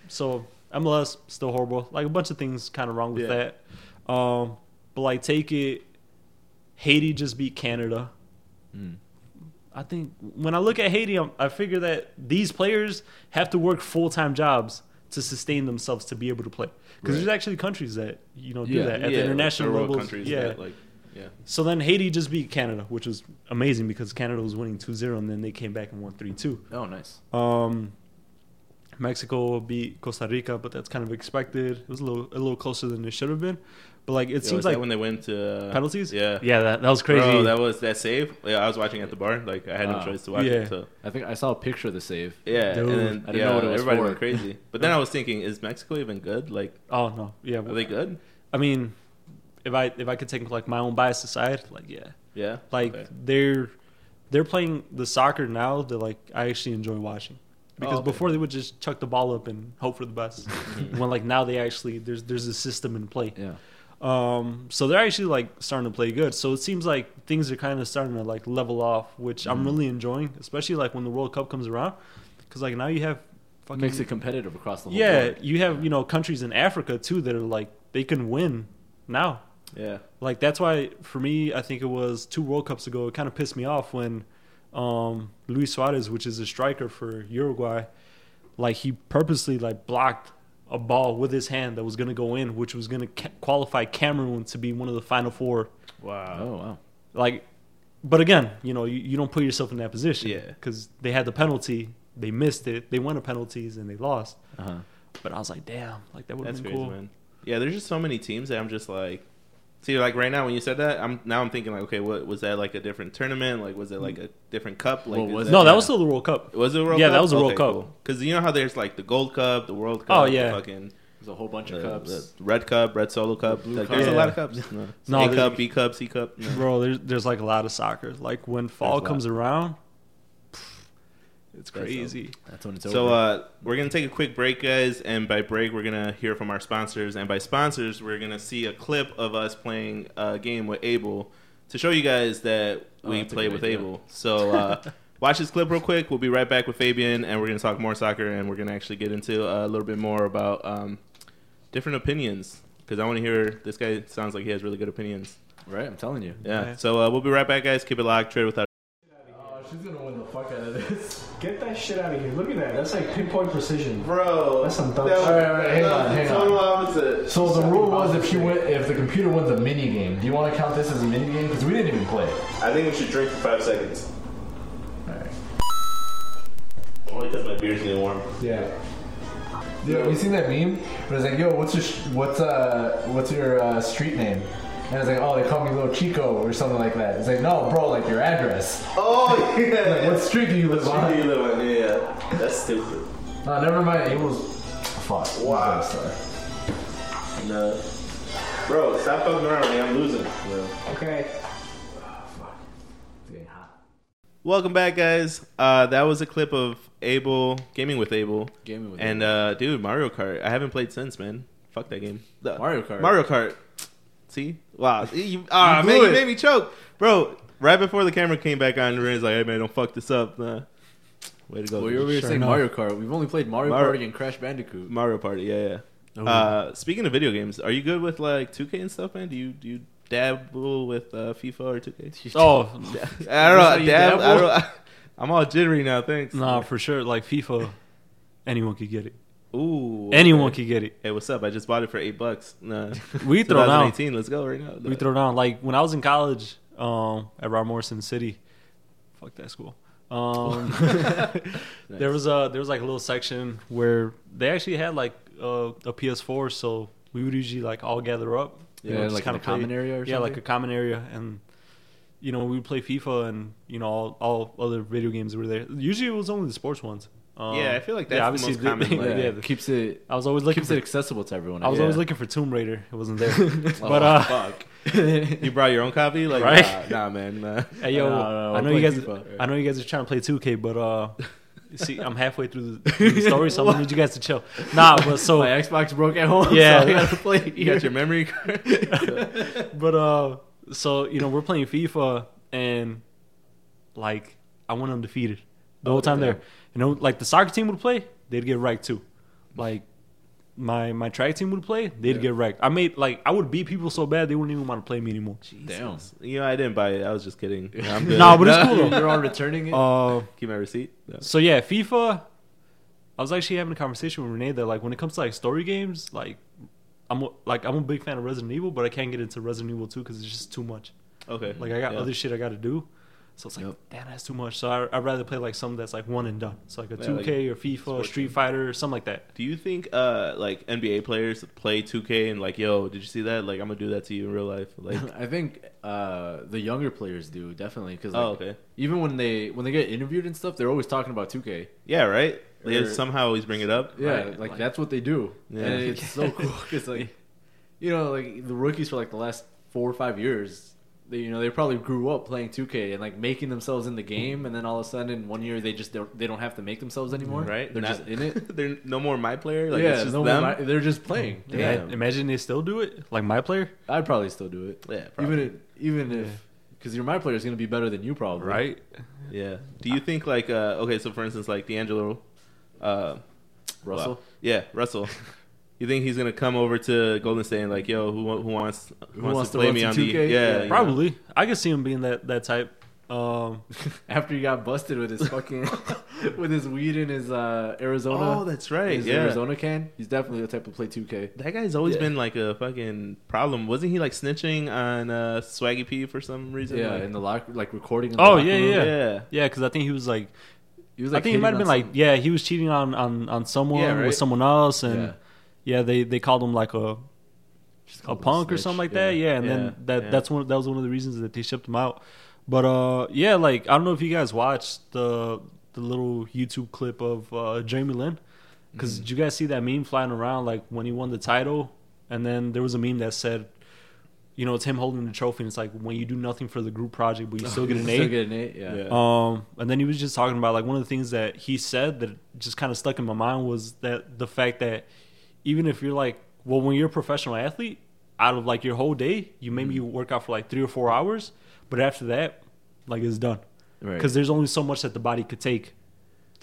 Speaker 3: so MLS still horrible. Like a bunch of things kind of wrong with
Speaker 1: Yeah.
Speaker 3: that. Um, but like take it. Haiti just beat Canada.
Speaker 2: Mm.
Speaker 3: I think when I look at Haiti, I'm, I figure that these players have to work full time jobs to sustain themselves to be able to play. Because
Speaker 2: Right.
Speaker 3: there's actually countries that you know do
Speaker 2: Yeah.
Speaker 3: that at
Speaker 1: Yeah,
Speaker 3: the
Speaker 1: like,
Speaker 3: international
Speaker 1: third world
Speaker 3: levels.
Speaker 1: countries
Speaker 3: yeah,
Speaker 1: that, like, yeah.
Speaker 3: So then Haiti just beat Canada, which was amazing because Canada was winning 2-0 and then they came back and won 3-2.
Speaker 2: Oh, nice.
Speaker 3: Um, Mexico beat Costa Rica, but that's kind of expected. It was a little a little closer than it should have been. But like it
Speaker 1: Yo, is
Speaker 3: seems
Speaker 1: that
Speaker 3: like
Speaker 1: when they went to uh,
Speaker 3: penalties?
Speaker 1: Yeah,
Speaker 3: Yeah, that, that was crazy. Ah.
Speaker 1: Bro, that was that save. Yeah, I was watching at the bar. Like I had no
Speaker 2: Wow.
Speaker 1: choice to watch
Speaker 3: Yeah.
Speaker 1: it. So
Speaker 2: I think I saw a picture of the save.
Speaker 1: yeah, and
Speaker 3: Dude. I
Speaker 1: then
Speaker 2: didn't
Speaker 1: yeah,
Speaker 2: know what it was
Speaker 1: everybody
Speaker 2: for.
Speaker 1: went crazy. But then I was thinking, is Mexico even good? Like,
Speaker 3: oh no. Yeah.
Speaker 1: are they good?
Speaker 3: I mean, if I if I could take like my own bias aside, like yeah.
Speaker 1: Yeah,
Speaker 3: Like
Speaker 1: Okay.
Speaker 3: they're they're playing the soccer now that like I actually enjoy watching. Because
Speaker 1: Oh, okay.
Speaker 3: before they would just chuck the ball up and hope for the best. when like now they actually there's there's a system in play.
Speaker 2: Yeah.
Speaker 3: Um, so they're actually like starting to play good. So it seems like things are kind of starting to like level off, which I'm really enjoying, especially like when the World Cup comes around, because like now you have fucking
Speaker 2: Makes it competitive across the whole
Speaker 3: yeah,
Speaker 2: board.
Speaker 3: you have you know countries in Africa too that are like they can win now.
Speaker 1: yeah,
Speaker 3: Like that's why for me, I think it was two World Cups ago. It kind of pissed me off when um, Luis Suarez, which is a striker for Uruguay, like he purposely like blocked a ball with his hand that was going to go in, which was going to ca- qualify Cameroon to be one of the final four.
Speaker 1: wow.
Speaker 2: Oh, wow.
Speaker 3: Like, but again, you know, you, you don't put yourself in that position.
Speaker 1: Yeah.
Speaker 3: because they had the penalty, they missed it, they won the penalties, and they lost.
Speaker 2: Uh-huh.
Speaker 3: But I was like, damn, like that would have
Speaker 1: That's
Speaker 3: been
Speaker 1: crazy,
Speaker 3: cool.
Speaker 1: man. Yeah, there's just so many teams that I'm just like. See, like right now when you said that, I'm now I'm thinking like, okay, what was that like a different tournament? Like, was it like a different cup? Like,
Speaker 2: What
Speaker 1: is
Speaker 2: was
Speaker 3: No, that
Speaker 2: Yeah.
Speaker 3: was still the World Cup.
Speaker 1: Was it a World
Speaker 3: Yeah,
Speaker 1: Cup?
Speaker 3: that was a World Cup.
Speaker 1: Because you know how there's like the Gold Cup, the World Cup,
Speaker 3: Oh,
Speaker 1: the
Speaker 3: yeah.
Speaker 1: fucking
Speaker 2: There's a whole bunch
Speaker 1: uh,
Speaker 2: of cups.
Speaker 1: the red cup, red solo cup.
Speaker 2: blue
Speaker 1: Like,
Speaker 2: cup.
Speaker 1: there's a lot of
Speaker 3: Yeah.
Speaker 1: cups. No,
Speaker 3: No,
Speaker 1: A
Speaker 3: there's-
Speaker 1: cup, B cup, C cup. No.
Speaker 3: Bro, there's there's like a lot of soccer. Like when fall
Speaker 2: There's a lot.
Speaker 3: comes around, it's
Speaker 1: That's
Speaker 3: crazy.
Speaker 2: That's when it's over.
Speaker 1: So uh, we're gonna take a quick break, guys, and by break we're gonna hear from our sponsors, and by sponsors we're gonna see a clip of us playing a game with Abel to show you guys that
Speaker 2: Oh,
Speaker 1: we
Speaker 2: that's a
Speaker 1: play
Speaker 2: good
Speaker 1: with
Speaker 2: idea.
Speaker 1: Abel. So uh, watch this clip real quick. We'll be right back with Fabian, and we're gonna talk more soccer, and we're gonna actually get into a little bit more about um, different opinions because I want to hear. This guy sounds like he has really good opinions.
Speaker 2: right, I'm telling you.
Speaker 1: Yeah.
Speaker 3: Okay.
Speaker 1: So uh, we'll be right back, guys. Keep it locked. Trade without.
Speaker 2: Uh, she's going to win the fuck out of this.
Speaker 4: Get that shit out of here. Look at that. That's like pinpoint precision.
Speaker 1: Bro,
Speaker 4: That's some dumb
Speaker 1: that
Speaker 4: shit.
Speaker 1: was-
Speaker 2: All right, all right, hang
Speaker 1: that
Speaker 2: on,
Speaker 1: was the
Speaker 2: hang
Speaker 1: total opposite.
Speaker 2: So the rule was if you win, if the computer wins a mini game, do you want to count this as a mini game? Because we didn't even play it.
Speaker 1: I think we should drink for five seconds.
Speaker 2: Alright.
Speaker 1: Only because my beer's getting warm.
Speaker 2: Yeah. Yo, have you seen that meme? Where it's like, yo, what's your sh- what's uh what's your uh, street name? And it's like, oh, they call me Little Chico or something like that. It's like, no, bro, like your address.
Speaker 1: Oh yeah.
Speaker 2: What street do you live on?
Speaker 1: one? Yeah, that's stupid.
Speaker 2: Oh, never mind. It was fuck.
Speaker 1: Wow.
Speaker 2: Sorry.
Speaker 1: No, bro, stop fucking around, man. I'm losing.
Speaker 4: Okay.
Speaker 2: It's getting hot.
Speaker 1: Welcome back, guys. Uh, that was a clip of Abel gaming with Abel.
Speaker 2: Gaming with
Speaker 1: and uh, dude, Mario Kart. I haven't played since, man. Fuck that game. The-
Speaker 2: Mario Kart.
Speaker 1: Mario Kart. See, wow. You, ah,
Speaker 2: You
Speaker 1: man,
Speaker 2: blew
Speaker 1: you
Speaker 2: it.
Speaker 1: made me choke, bro. Right before the camera came back on, Ren's like, "Hey, man, don't fuck this up." Nah. Way to go,
Speaker 2: Well, you were we were
Speaker 3: Sure
Speaker 2: saying
Speaker 3: enough.
Speaker 2: Mario Kart. We've only played Mario
Speaker 1: Mario-
Speaker 2: Party and Crash Bandicoot.
Speaker 1: Mario Party. Yeah, yeah. Uh, speaking of video games, are you good with like 2K and stuff, man? Do you do you dabble with uh, FIFA or 2K?
Speaker 3: Oh,
Speaker 1: I don't know.
Speaker 2: how
Speaker 1: I
Speaker 2: you
Speaker 1: dab, I
Speaker 2: dabble?
Speaker 1: don't, I'm all jittery now. Thanks.
Speaker 3: nah, for sure. Like FIFA, anyone could get it.
Speaker 1: Ooh.
Speaker 3: Anyone
Speaker 1: okay.
Speaker 3: could get it.
Speaker 1: Hey, what's up? I just bought it for eight bucks. Nah.
Speaker 3: We throw down.
Speaker 1: 2018. Let's go right now.
Speaker 3: We throw down. Like when I was in college um, at Rob Morrison City, fuck that school. Um, There was a there was like a little section where they actually had like uh, a PS4, so we would usually like all gather up.
Speaker 2: Yeah,
Speaker 3: just
Speaker 2: like in
Speaker 3: kinda
Speaker 2: the common area or
Speaker 3: yeah, like a
Speaker 2: something?
Speaker 3: common area, and you know we would play FIFA, and you know all, all other video games were there. Usually it was only the sports ones. Um,
Speaker 1: Yeah, I feel like that's the most common,
Speaker 2: Like,
Speaker 3: yeah, the-
Speaker 2: keeps it
Speaker 3: I was always looking
Speaker 2: keeps it
Speaker 3: for
Speaker 2: accessible to everyone.
Speaker 3: I was
Speaker 2: guess.
Speaker 3: always looking for Tomb Raider. It wasn't there.
Speaker 2: Oh,
Speaker 3: but uh,
Speaker 1: Fuck. You brought your own copy? Like,
Speaker 3: Right?
Speaker 1: nah, nah, man. Nah.
Speaker 3: Hey yo,
Speaker 2: No, no, no,
Speaker 3: I know
Speaker 2: play
Speaker 3: you guys.
Speaker 2: FIFA.
Speaker 3: I know you guys are trying to play 2K, but uh, see, I'm halfway through the, through the story, so I'm gonna need you guys to chill. Nah, but so
Speaker 2: my Xbox broke at home.
Speaker 3: Yeah.
Speaker 2: so I gotta play. it
Speaker 1: You
Speaker 2: here.
Speaker 1: got your memory card?
Speaker 3: but uh, so you know we're playing FIFA and like I went undefeated the whole time there. You know, like the soccer team would play, they'd get wrecked too. Like my my track team would play, they'd
Speaker 2: Yeah.
Speaker 3: get wrecked. I made like I would beat people so bad they wouldn't even want to play me anymore.
Speaker 2: Damn.
Speaker 1: You know, I didn't buy it. I was just kidding. Nah, I'm good.
Speaker 3: Nah, but it's cool though.
Speaker 2: You're all returning it.
Speaker 3: Uh,
Speaker 1: Keep my receipt? No.
Speaker 3: So yeah, FIFA. I was actually having a conversation with Renee that like when it comes to like story games, like I'm a, like I'm a big fan of Resident Evil, but I can't get into Resident Evil 2 because it's just too much.
Speaker 1: Okay.
Speaker 3: Like I got
Speaker 1: Yeah.
Speaker 3: other shit I got to do, so it's like
Speaker 2: Yep.
Speaker 3: damn that's too much. So I, I'd rather play like something that's like one and done, so like a
Speaker 1: Yeah,
Speaker 3: 2K or FIFA,
Speaker 1: sports
Speaker 3: Street
Speaker 1: games.
Speaker 3: Fighter, or something like that.
Speaker 1: Do you think uh like NBA players play 2K and like, yo, did you see that? Like, I'm gonna do that to you in real life. Like,
Speaker 2: I think uh, the younger players do definitely because
Speaker 1: oh, okay,
Speaker 2: even when they when they get interviewed and stuff, they're always talking about 2K.
Speaker 1: yeah, right. They
Speaker 2: Or-
Speaker 1: somehow always bring it up.
Speaker 2: Yeah,
Speaker 3: Right,
Speaker 2: like,
Speaker 3: like-
Speaker 2: that's what they do,
Speaker 1: Yeah.
Speaker 2: and it's so cool because like, you know, like the rookies for like the last four or five years, they you know they probably grew up playing 2K and like making themselves in the game, and then all of a sudden in one year they just don't, they don't have to make themselves anymore,
Speaker 1: Right?
Speaker 2: They're
Speaker 1: Not-
Speaker 2: just in it.
Speaker 1: They're no more my player. Like,
Speaker 2: yeah,
Speaker 1: it's just
Speaker 2: no one
Speaker 1: them.
Speaker 2: mi- they're just playing.
Speaker 1: Damn.
Speaker 3: Ima- Imagine they still do it, like my player,
Speaker 2: I'd probably still do it,
Speaker 1: Yeah, probably.
Speaker 2: even if, even if because your my player is gonna be better than you probably,
Speaker 3: right?
Speaker 1: yeah. Do you think like uh okay, so for instance, like D'Angelo, uh,
Speaker 2: Russell?
Speaker 1: well, yeah, Russell. You think he's gonna come over to Golden State and like, yo, who wa- who wants who, wants, to play
Speaker 2: run
Speaker 1: me
Speaker 2: some
Speaker 1: on
Speaker 2: 2K?
Speaker 1: the yeah,
Speaker 2: Yeah,
Speaker 1: you know.
Speaker 3: Probably. I could see him being that that type. Um,
Speaker 2: After he got busted with his fucking with his weed in his uh, Arizona.
Speaker 1: Oh, that's right.
Speaker 2: His
Speaker 1: yeah.
Speaker 2: Arizona can. He's definitely the type to play 2K.
Speaker 1: That guy's always
Speaker 2: Yeah.
Speaker 1: been like a fucking problem. Wasn't he like snitching on uh, Swaggy P for some reason?
Speaker 2: Yeah,
Speaker 1: Like-
Speaker 2: in the lock, like recording. In the
Speaker 3: oh
Speaker 2: locker
Speaker 3: yeah,
Speaker 2: room.
Speaker 3: yeah,
Speaker 1: Yeah.
Speaker 3: yeah, yeah. Because I think he was like
Speaker 2: He was
Speaker 3: I think he
Speaker 2: hitting
Speaker 3: might have
Speaker 2: on
Speaker 3: been like,
Speaker 2: some-
Speaker 3: yeah, he was cheating on on on someone
Speaker 1: Yeah, right.
Speaker 3: with someone else, and
Speaker 2: Yeah.
Speaker 3: yeah, they they called him like a
Speaker 2: Just
Speaker 3: a
Speaker 2: called him
Speaker 3: punk or
Speaker 2: snitch.
Speaker 3: something like that. Yeah, and
Speaker 1: Yeah,
Speaker 3: then that
Speaker 1: yeah.
Speaker 3: that's one that was one of the reasons that they shipped him out. But uh, yeah, like I don't know if you guys watched the the little YouTube clip of uh, Jeremy Lin, because did you guys see that meme flying around like when he won the title, and then there was a meme that said. You know, it's him holding the trophy, and it's like when you do nothing for the group project, but you still get an A.
Speaker 2: Still get an eight. Yeah.
Speaker 1: Yeah.
Speaker 3: Um, and then he was just talking about like one of the things that he said that just kind of stuck in my mind was that the fact that even if you're like, well, when you're a professional athlete, out of like your whole day, you maybe
Speaker 2: Mm-hmm.
Speaker 3: you work out for like three or four hours, but after that, like it's done
Speaker 2: Right.
Speaker 3: because there's only so much that the body could take.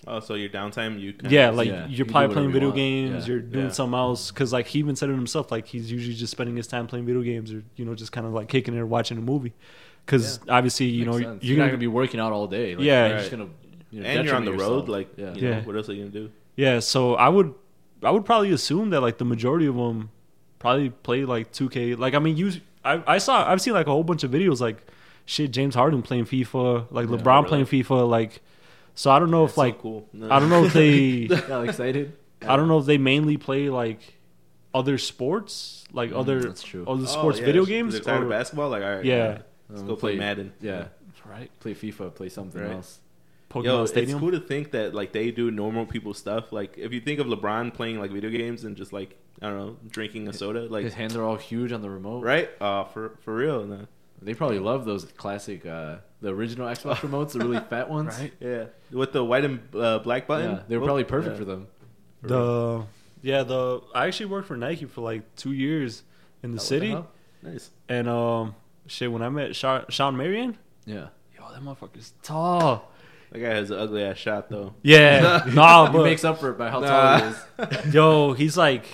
Speaker 1: Oh, so your downtime, you kind
Speaker 3: yeah,
Speaker 1: of-
Speaker 3: like
Speaker 2: yeah, you
Speaker 3: you're
Speaker 2: do
Speaker 3: probably
Speaker 2: whatever
Speaker 3: playing
Speaker 2: you
Speaker 3: video
Speaker 2: want.
Speaker 3: games,
Speaker 2: Yeah.
Speaker 3: you're doing
Speaker 1: Yeah.
Speaker 3: something else because like he even said it himself, like he's usually just spending his time playing video games or you know just kind of like kicking it or watching a movie because obviously you
Speaker 2: Makes
Speaker 3: know
Speaker 2: sense.
Speaker 3: you're
Speaker 2: not
Speaker 3: gonna
Speaker 2: gonna be working out all day. Like,
Speaker 3: Yeah.
Speaker 2: You're just gonna. You know,
Speaker 1: and you're on the
Speaker 2: detriment
Speaker 1: road,
Speaker 2: yourself.
Speaker 1: like,
Speaker 2: yeah.
Speaker 1: you know,
Speaker 3: Yeah.
Speaker 1: what else are you gonna do?
Speaker 3: Yeah, so I would, I would probably assume that like the majority of them probably play like 2K. Like I mean, you, I, I saw, I've seen like a whole bunch of videos like shit, James Harden playing FIFA, like
Speaker 2: Yeah,
Speaker 3: LeBron
Speaker 1: really.
Speaker 3: playing FIFA, like. So I don't know if
Speaker 1: That's so
Speaker 3: like
Speaker 1: cool.
Speaker 3: I don't know if they
Speaker 2: Got all excited.
Speaker 3: I don't know if they mainly play like other sports, like other
Speaker 2: that's true.
Speaker 3: other
Speaker 1: Oh,
Speaker 3: sports
Speaker 1: yeah,
Speaker 3: video
Speaker 1: they're
Speaker 3: games,
Speaker 1: tired
Speaker 3: or-
Speaker 1: of basketball. Like, all right,
Speaker 3: Yeah.
Speaker 1: all right, let's
Speaker 2: Um,
Speaker 1: go play Madden.
Speaker 2: Yeah.
Speaker 3: right?
Speaker 2: Play FIFA. Play something
Speaker 1: Right.
Speaker 2: else.
Speaker 3: Pokemon
Speaker 1: Yo,
Speaker 3: Stadium.
Speaker 1: it's cool to think that like they do normal people stuff. Like, if you think of LeBron playing like video games and just like I don't know, drinking a soda,
Speaker 2: His
Speaker 1: like
Speaker 2: hands are all huge on the remote.
Speaker 1: right? Uh, for for real, no.
Speaker 2: They probably love those classic, uh, the original Xbox remotes, the really fat ones.
Speaker 3: Right?
Speaker 1: Yeah, with the white and uh, black button.
Speaker 2: Yeah, they were
Speaker 1: Whoop.
Speaker 2: probably perfect
Speaker 1: Yeah.
Speaker 2: for them.
Speaker 3: The yeah, the I actually worked for Nike for like two years in the
Speaker 2: What
Speaker 3: city,
Speaker 2: hell?
Speaker 1: Nice.
Speaker 3: and um, shit. When I met Sha- Sean Marion,
Speaker 2: Yeah.
Speaker 3: yo, that motherfucker's tall.
Speaker 1: That guy has an ugly ass shot though.
Speaker 3: Yeah, nah,
Speaker 2: He
Speaker 3: Oh, but
Speaker 2: makes up for it by how tall he
Speaker 1: Nah.
Speaker 2: is.
Speaker 3: yo, he's like,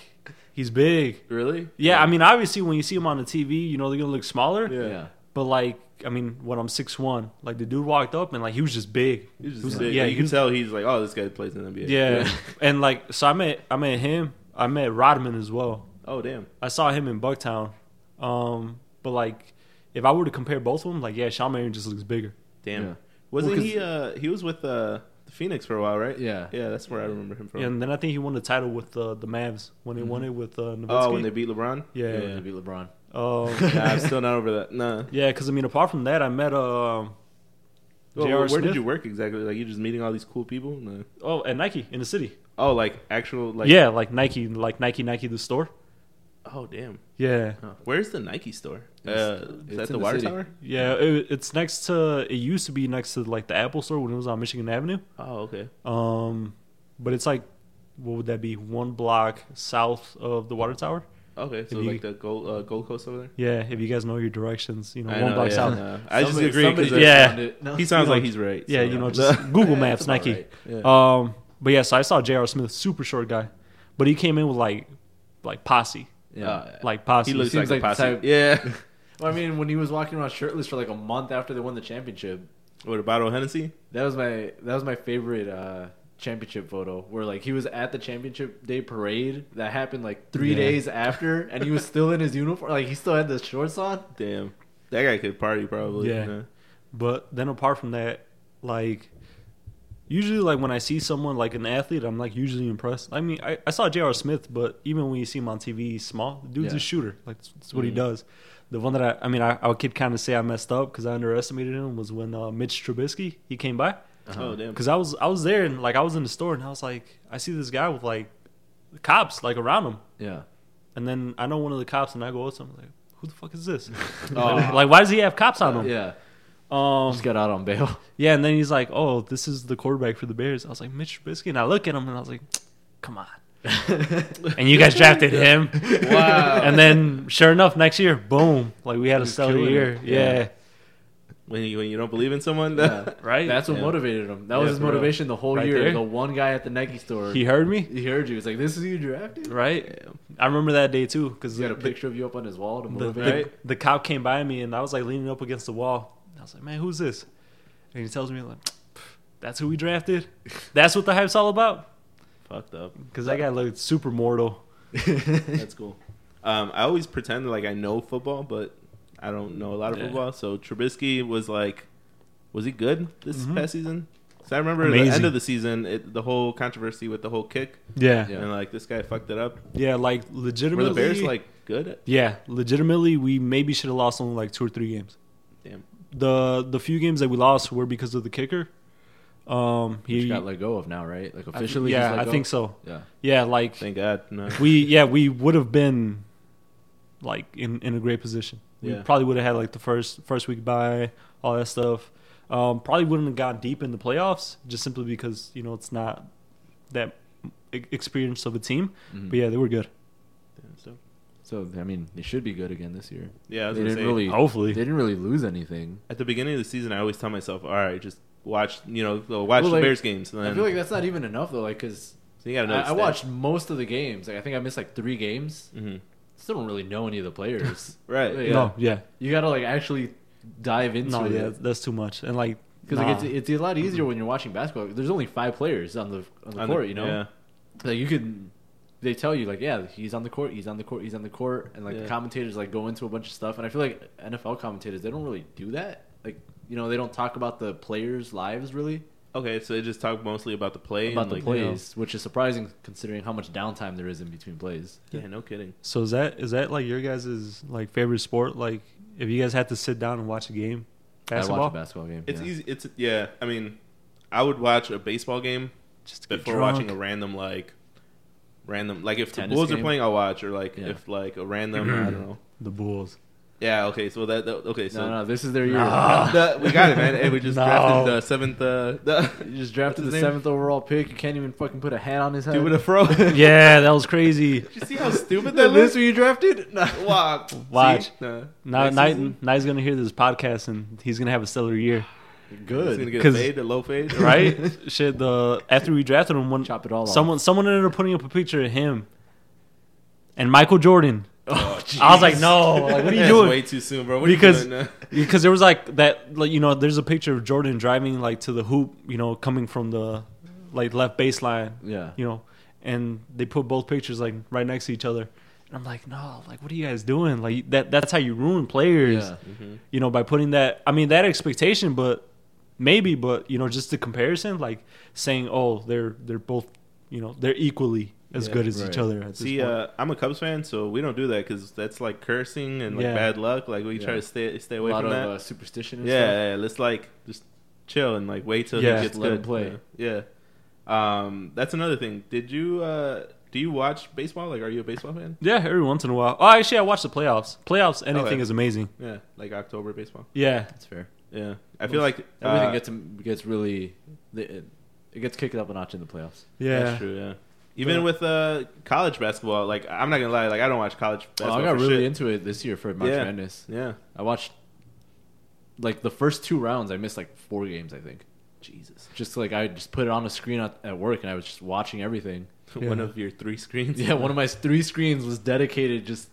Speaker 3: he's big.
Speaker 2: Really?
Speaker 3: Yeah, I mean, obviously, when you see him on the TV, you know they're gonna look smaller.
Speaker 2: Yeah.
Speaker 3: But like, I mean, when I'm six one, like the dude walked up and like he was just big.
Speaker 1: He was
Speaker 3: He was
Speaker 1: just
Speaker 3: like-
Speaker 1: big.
Speaker 3: yeah,
Speaker 1: Yeah, you
Speaker 3: he
Speaker 1: can
Speaker 3: was-
Speaker 1: tell he's like, oh, this guy plays in the NBA.
Speaker 3: Yeah. and like, so I met I met him. I met Rodman as well.
Speaker 1: Oh damn.
Speaker 3: I saw him in Bucktown. Um, but like, if I were to compare both of them, like, yeah, Sean Marion just looks bigger.
Speaker 1: Damn.
Speaker 2: Yeah.
Speaker 1: Wasn't
Speaker 2: Well, 'cause-
Speaker 1: he? Uh, he was with uh, the Phoenix for a while, right?
Speaker 2: Yeah.
Speaker 1: Yeah, that's where I remember him from.
Speaker 3: And then I think he won the title with uh, the Mavs when they won it with uh, Nowitzki.
Speaker 1: Mm-hmm. oh, when they beat LeBron.
Speaker 2: Yeah,
Speaker 3: yeah.
Speaker 2: to beat LeBron.
Speaker 3: Um,
Speaker 1: nah, I'm still not over that. Nah.
Speaker 3: yeah, because I mean, apart from that, I met um
Speaker 1: Well,
Speaker 3: J.R.
Speaker 1: where
Speaker 3: Smith.
Speaker 1: did you work exactly? Like you just meeting all these cool people? No.
Speaker 3: Oh, at Nike in the city.
Speaker 1: Oh, like actual like.
Speaker 3: yeah, like Nike, like Nike, Nike the store.
Speaker 1: Oh damn.
Speaker 3: Yeah,
Speaker 1: Huh. Where's the Nike store?
Speaker 2: It's-
Speaker 1: uh,
Speaker 2: it's
Speaker 1: is that
Speaker 2: in
Speaker 1: the
Speaker 2: the
Speaker 1: water
Speaker 2: city.
Speaker 1: tower?
Speaker 3: yeah. It, it's next to. It used to be next to like the Apple store when it was on Michigan Avenue.
Speaker 1: Oh, okay.
Speaker 3: Um, but it's like, what would that be? One block south of the water tower.
Speaker 1: Okay, so
Speaker 3: you-
Speaker 1: like the Gold uh, Gold Coast over there.
Speaker 3: Yeah, if you guys know your directions, you know,
Speaker 1: I
Speaker 3: one
Speaker 1: know,
Speaker 3: block
Speaker 1: yeah,
Speaker 3: south.
Speaker 1: no. I just
Speaker 2: Somebody-
Speaker 1: agree
Speaker 2: somebody
Speaker 1: because
Speaker 3: just Yeah.
Speaker 2: found it. No.
Speaker 1: he sounds
Speaker 3: You know,
Speaker 1: like he's right.
Speaker 3: Yeah,
Speaker 1: so-
Speaker 3: you know, just Google
Speaker 2: Yeah,
Speaker 3: Maps
Speaker 2: that's about
Speaker 3: Nike.
Speaker 2: right.
Speaker 1: Yeah.
Speaker 3: Um, but yeah, so I saw J.R. Smith, super short guy, but he came in with like, like posse,
Speaker 2: Yeah.
Speaker 1: Uh,
Speaker 3: like posse.
Speaker 1: he looks
Speaker 2: seems
Speaker 1: like, a
Speaker 2: like the
Speaker 1: posse.
Speaker 2: type-
Speaker 1: Yeah,
Speaker 2: Well, I mean, when he was walking around shirtless for like a month after they won the championship,
Speaker 1: with a bottle of Hennessy.
Speaker 2: that was my that was my favorite uh, championship photo. Where like he was at the championship day parade that happened like three
Speaker 3: Yeah.
Speaker 2: days after, and he was still in his uniform. Like he still had the shorts on.
Speaker 1: Damn, that guy could party probably.
Speaker 3: Yeah. But then apart from that, like usually like when I see someone like an athlete, I'm like usually impressed. I mean, I, I saw J.R. Smith, but even when you see him on TV, he's small. The dude's
Speaker 2: Yeah.
Speaker 3: a shooter. Like that's, that's what he
Speaker 1: Mhm.
Speaker 3: does. The one that I, I mean, I, I could kind of say I messed up because I underestimated him was when uh, Mitch Trubisky he came by
Speaker 1: Oh damn.
Speaker 3: because I was I was there and like I was in the store and I was like I see this guy with like cops like around him
Speaker 2: Yeah,
Speaker 3: and then I know one of the cops and I go up to him like who the fuck is this
Speaker 1: Oh.
Speaker 3: like why does he have cops on him
Speaker 2: yeah.
Speaker 3: um
Speaker 2: Just got out on bail.
Speaker 3: yeah, and then he's like, "Oh, this is the quarterback for the Bears." I was like, "Mitch Trubisky," and I look at him and I was like, "Come on!" And you guys drafted him,
Speaker 1: Wow.
Speaker 3: and then sure enough, next year, boom! Like we had a
Speaker 2: He's
Speaker 3: stellar
Speaker 2: killing
Speaker 3: year.
Speaker 2: it.
Speaker 3: Yeah.
Speaker 2: Yeah.
Speaker 1: when you when you don't believe in someone,
Speaker 2: Yeah.
Speaker 3: right.
Speaker 2: That's what
Speaker 1: Yeah.
Speaker 2: motivated him. That
Speaker 1: Yeah,
Speaker 2: was his
Speaker 1: for real.
Speaker 2: motivation the whole
Speaker 3: Right
Speaker 2: year.
Speaker 3: there.
Speaker 2: The one guy at the Nike store,
Speaker 3: he
Speaker 2: he,
Speaker 3: heard me,
Speaker 2: heard you. It's like, "This is who you drafted."
Speaker 3: right? I remember that day too because
Speaker 2: He's got a picture of you up on his wall to
Speaker 3: the,
Speaker 2: motivate.
Speaker 3: the-
Speaker 1: Right.
Speaker 3: the cop came by me and I was like leaning up against the wall. I was like, man, who's this? And he tells me like, that's who we drafted. That's what the hype's all about.
Speaker 1: fucked up.
Speaker 3: Because that guy looked super mortal.
Speaker 1: That's cool. Um, I always pretend like I know football, but I don't know a lot of
Speaker 3: Yeah.
Speaker 1: football. So Trubisky was like, was he good this
Speaker 2: Mm-hmm.
Speaker 3: Mhm.
Speaker 1: past season? Because I remember the
Speaker 3: Amazing.
Speaker 1: end of the season, it, the whole controversy with the whole kick,
Speaker 3: Yeah,
Speaker 2: Yeah.
Speaker 3: yeah,
Speaker 1: and like this guy fucked it up.
Speaker 3: like
Speaker 1: Were
Speaker 3: legitimately.
Speaker 1: the Bears like good? at-
Speaker 3: Yeah, legitimately, we maybe should have lost only like two or three games.
Speaker 1: Damn.
Speaker 3: The the few games that we lost were because of the kicker. Um,
Speaker 2: He
Speaker 3: he
Speaker 2: got let go of now, right? Like oh.
Speaker 3: I-
Speaker 2: officially. he's
Speaker 3: yeah,
Speaker 2: let
Speaker 3: I
Speaker 2: go?
Speaker 3: think so.
Speaker 2: Yeah.
Speaker 3: Yeah, like
Speaker 1: Thank God. No.
Speaker 3: we yeah we would have been like in in a great position. We
Speaker 1: Yeah.
Speaker 3: probably would have had like the first first week bye, all that stuff. Um, probably wouldn't have gotten deep in the playoffs just simply because you know it's not that e- experience of a team.
Speaker 1: Mm-hmm.
Speaker 2: Mhm.
Speaker 3: But yeah, they were good.
Speaker 1: Damn, so-
Speaker 2: So I mean, they should be good again this year.
Speaker 1: yeah, I was
Speaker 2: they
Speaker 1: gonna
Speaker 2: didn't
Speaker 1: say.
Speaker 2: really.
Speaker 3: Hopefully.
Speaker 2: they didn't really lose anything.
Speaker 1: At the beginning of the season, I always tell myself, "All right, just watch, you know, go watch
Speaker 2: Well,
Speaker 1: the
Speaker 2: like,
Speaker 1: Bears games." And then
Speaker 2: I feel like that's not even enough though, like because
Speaker 1: so you got
Speaker 2: I,
Speaker 1: to know.
Speaker 2: I watched most of the games. Like I think I missed like three games.
Speaker 1: hmm
Speaker 2: Still don't really know any of the players.
Speaker 1: Right.
Speaker 2: Yeah.
Speaker 3: Mm. No, yeah,
Speaker 2: you gotta like actually dive into
Speaker 3: no, yeah,
Speaker 2: it
Speaker 3: that's too much. And like
Speaker 2: because
Speaker 3: nah.
Speaker 2: like, it's, it's a lot easier when you're watching basketball. There's only five players on the on the
Speaker 1: On the-
Speaker 2: court, you know.
Speaker 1: yeah.
Speaker 2: Like you could, they tell you like, yeah, he's on the court, he's on the court, he's on the court, and like
Speaker 1: Yeah.
Speaker 2: the commentators like go into a bunch of stuff. And I feel like NFL commentators they don't really do that. Like you know they don't talk about the players' lives really
Speaker 1: Okay, so they just talk mostly about the play.
Speaker 2: about
Speaker 1: and,
Speaker 2: the
Speaker 1: like,
Speaker 2: plays, which is surprising considering how much downtime there is in between plays.
Speaker 1: Yeah, no kidding.
Speaker 3: So is that is that like your guys' like favorite sport? Like if you guys had to sit down and watch a game,
Speaker 2: I
Speaker 3: basketball,
Speaker 2: watch a basketball game.
Speaker 1: It's
Speaker 2: yeah.
Speaker 1: easy. It's yeah. I mean, I would watch a baseball game
Speaker 3: just to get
Speaker 1: before
Speaker 3: drunk.
Speaker 1: watching a random like random like if
Speaker 2: Tennis
Speaker 1: the Bulls are
Speaker 2: game?
Speaker 1: playing, I'll watch or like
Speaker 2: Yeah.
Speaker 3: Mm-hmm.
Speaker 1: if like a random I don't know
Speaker 3: the Bulls.
Speaker 1: Yeah. Okay. So that. that- okay. So
Speaker 2: No, no, this is their year.
Speaker 3: Nah.
Speaker 1: The- we got it, man. Hey, we just
Speaker 3: No.
Speaker 1: drafted the seventh. Uh, the,
Speaker 2: You just drafted
Speaker 1: What's his
Speaker 2: the
Speaker 1: name?
Speaker 2: seventh overall pick. You can't even fucking put a hat on his head.
Speaker 1: dude with a fro. Did
Speaker 3: Yeah, that was crazy.
Speaker 1: you see how stupid
Speaker 2: the
Speaker 1: that
Speaker 2: list
Speaker 1: list?
Speaker 2: who you drafted? No.
Speaker 1: Wow.
Speaker 3: Watch.
Speaker 1: See? No.
Speaker 3: Now,
Speaker 1: Next
Speaker 3: now,
Speaker 1: season,
Speaker 3: now he's gonna hear this podcast and he's gonna have a stellar year,
Speaker 1: He's gonna
Speaker 2: Good.
Speaker 1: get a
Speaker 3: 'Cause-
Speaker 1: fade, a low fade,
Speaker 3: right? Shit, the after we drafted him, one
Speaker 2: Chop it all off.
Speaker 3: someone someone ended up putting up a picture of him and Michael Jordan.
Speaker 2: Oh,
Speaker 3: I was like, no, like, what are you
Speaker 1: That's
Speaker 3: doing?
Speaker 1: Way too soon, bro. What
Speaker 3: Because-
Speaker 1: are you doing?
Speaker 3: Because there was like that, like, you know, there's a picture of Jordan driving like to the hoop, you know, coming from the like left baseline,
Speaker 2: yeah.
Speaker 3: you know, and they put both pictures like right next to each other. And I'm like, no, like, what are you guys doing? Like that, that's how you ruin players.
Speaker 2: Yeah.
Speaker 1: Mm-hmm.
Speaker 3: you know, by putting that, I mean, that expectation, but maybe, but, you know, just the comparison, like saying, oh, they're, they're both, you know, they're equally as
Speaker 1: Yeah,
Speaker 3: good as
Speaker 2: right.
Speaker 3: each other. At this
Speaker 1: See,
Speaker 3: point.
Speaker 1: uh, I'm a Cubs fan, so we don't do that because that's like cursing and like
Speaker 3: Yeah.
Speaker 1: bad luck. Like we try
Speaker 2: Yeah.
Speaker 1: to stay stay
Speaker 2: A
Speaker 1: away
Speaker 2: lot
Speaker 1: from
Speaker 2: of
Speaker 1: that.
Speaker 2: uh, superstition. And stuff.
Speaker 1: yeah, yeah, let's like just chill and like wait till
Speaker 3: Yeah.
Speaker 1: it
Speaker 2: Just
Speaker 1: gets
Speaker 2: let 'em
Speaker 1: good.
Speaker 2: play.
Speaker 1: Yeah. Yeah. Um, that's another thing. Did you uh, do you watch baseball? Like, are you a baseball fan?
Speaker 3: yeah, every once in a while. Oh, actually, I watch the playoffs. Playoffs, anything
Speaker 1: Okay.
Speaker 3: is amazing.
Speaker 1: Yeah, like October baseball.
Speaker 3: Yeah.
Speaker 2: That's fair.
Speaker 1: Yeah, I feel like
Speaker 2: Everything
Speaker 1: uh,
Speaker 2: gets gets really it, it gets kicked up a notch in the playoffs.
Speaker 3: Yeah.
Speaker 1: That's true. Yeah. Even
Speaker 3: Yeah.
Speaker 1: with uh, college basketball, like I'm not gonna lie, like I don't watch college
Speaker 2: Oh,
Speaker 1: basketball.
Speaker 2: I got
Speaker 1: for
Speaker 2: really
Speaker 1: shit.
Speaker 2: into it this year for March
Speaker 1: Yeah.
Speaker 2: Madness.
Speaker 1: Yeah.
Speaker 2: I watched like the first two rounds. I missed like four games. I think.
Speaker 1: Jesus.
Speaker 2: Just like I just put it on a screen at, at work, and I was just watching everything.
Speaker 3: Yeah.
Speaker 1: One of your three screens.
Speaker 2: Yeah, one of my three screens was dedicated just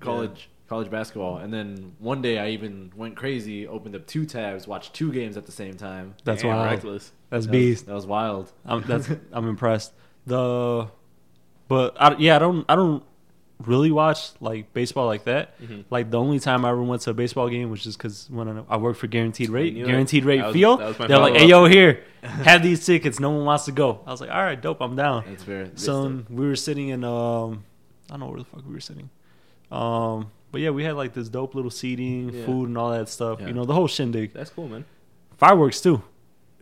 Speaker 2: college college basketball, and then one day I even went crazy, opened up two tabs, watched two games at the same time.
Speaker 3: That's
Speaker 1: Damn,
Speaker 3: wild.
Speaker 1: reckless.
Speaker 3: That's
Speaker 2: That was-
Speaker 3: beast.
Speaker 2: that was wild.
Speaker 3: I'm, that's, I'm impressed. The, but I, yeah, I don't, I don't really watch like baseball like that.
Speaker 1: Mhm.
Speaker 3: Like the only time I ever went to a baseball game was just because when I, I worked for Guaranteed Rate,
Speaker 1: knew it.
Speaker 3: Guaranteed Rate
Speaker 1: That was-
Speaker 3: Field,
Speaker 1: that was my
Speaker 3: they're like,
Speaker 1: follow-up.
Speaker 3: "Hey, yo, here, have these tickets. No one wants to go." I was like, "All right, dope, I'm down."
Speaker 2: That's fair.
Speaker 3: So and we were sitting in, um, I don't know where the fuck we were sitting, um, but yeah, we had like this dope little seating,
Speaker 1: Yeah.
Speaker 3: food, and all that stuff.
Speaker 2: Yeah.
Speaker 3: You know, the whole shindig,
Speaker 1: That's cool, man.
Speaker 3: fireworks too.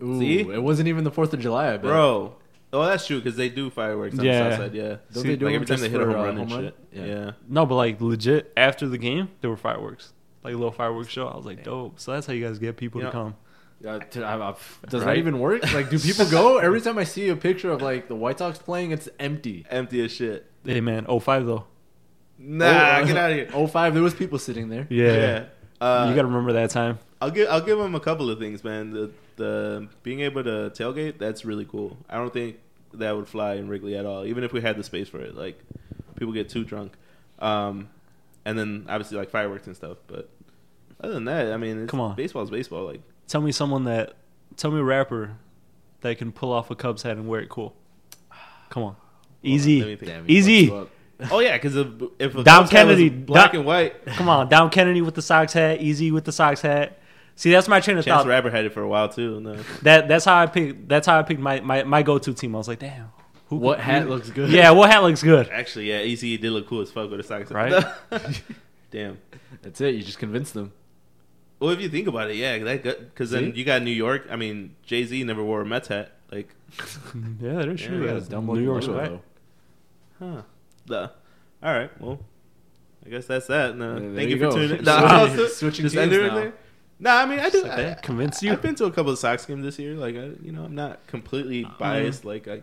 Speaker 2: Ooh,
Speaker 1: See?
Speaker 2: it wasn't even the Fourth of July, I bet.
Speaker 1: Bro. Oh, that's true because they do fireworks on
Speaker 3: Yeah.
Speaker 1: the south side. Yeah.
Speaker 2: Don't
Speaker 3: See,
Speaker 2: they do
Speaker 1: like
Speaker 2: it
Speaker 1: every time
Speaker 2: just
Speaker 1: they hit a
Speaker 2: for,
Speaker 1: home
Speaker 2: uh,
Speaker 1: run and
Speaker 2: home
Speaker 1: shit. Yeah.
Speaker 2: Yeah.
Speaker 3: No, but like legit, after the game, there were fireworks, like a little fireworks show. I was like, dope. So that's how you guys get people
Speaker 1: Yeah.
Speaker 3: to come.
Speaker 2: Yeah, t- I- I- does
Speaker 1: Right?
Speaker 2: that even work? Like, do people go? Every time I see a picture of like the White Sox playing, it's empty.
Speaker 1: Empty as shit.
Speaker 3: Hey man, 05 though.
Speaker 1: Nah,
Speaker 2: Oh, uh,
Speaker 1: get out of here.
Speaker 2: Oh five, there was people sitting there.
Speaker 1: Uh,
Speaker 3: uh-huh. you gotta remember that time.
Speaker 1: I'll give I'll give them a couple of things, man. The the being able to tailgate that's really cool. I don't think that would fly in Wrigley at all, even if we had the space for it. Like people get too drunk, um, and then obviously like fireworks and stuff. But other than that, I mean, it's,
Speaker 3: Come on.
Speaker 1: baseball's baseball. Like
Speaker 3: Tell me someone that, tell me a rapper that can pull off a Cubs hat and wear it cool. Come on,
Speaker 1: let me
Speaker 3: easy.
Speaker 1: think.
Speaker 2: Damn, he
Speaker 3: Easy.
Speaker 2: fucked you up.
Speaker 1: Oh yeah, because if, if a
Speaker 3: Dom
Speaker 1: Cubs hat was
Speaker 3: Kennedy,
Speaker 1: black
Speaker 3: Dom-
Speaker 1: and white,
Speaker 3: Come on, down Kennedy with the socks hat. Easy with the socks hat. See, that's my train of
Speaker 1: Chance
Speaker 3: thought.
Speaker 1: Rapper had it for a while too. uh, No,
Speaker 3: That that's how I picked. That's how I picked my my, my go to team. I was like, damn. Who
Speaker 2: What
Speaker 3: could-
Speaker 2: hat looks good?
Speaker 3: Yeah, what hat looks good?
Speaker 1: actually, yeah, ECE did look cool as fuck with a socks. on.
Speaker 3: Right?
Speaker 1: Damn.
Speaker 2: that's it. You just convinced them.
Speaker 1: Well, if you think about it, yeah, that because then
Speaker 2: See?
Speaker 1: you got New York. I mean, Jay Z never wore a Mets hat. Like,
Speaker 3: Yeah, that is
Speaker 1: Yeah,
Speaker 3: true.
Speaker 1: yeah,
Speaker 3: That's
Speaker 2: It's dumb
Speaker 3: New
Speaker 2: looking
Speaker 3: York's
Speaker 2: logo,
Speaker 3: way.
Speaker 2: though.
Speaker 1: huh? The, all right, well, I guess that's that. No,
Speaker 2: Yeah, there
Speaker 1: thank
Speaker 2: you
Speaker 1: you,
Speaker 2: go.
Speaker 1: for tuning. in.
Speaker 2: Switching- switching
Speaker 1: just end
Speaker 2: teams
Speaker 1: it in
Speaker 2: now.
Speaker 1: there? Nah, I mean, I do.
Speaker 3: Like
Speaker 1: I-
Speaker 3: that convince
Speaker 1: I,
Speaker 3: you?
Speaker 1: have been to a couple of Sox games this year. Like, I, you know, I'm not completely
Speaker 3: Mm.
Speaker 1: biased. Like, I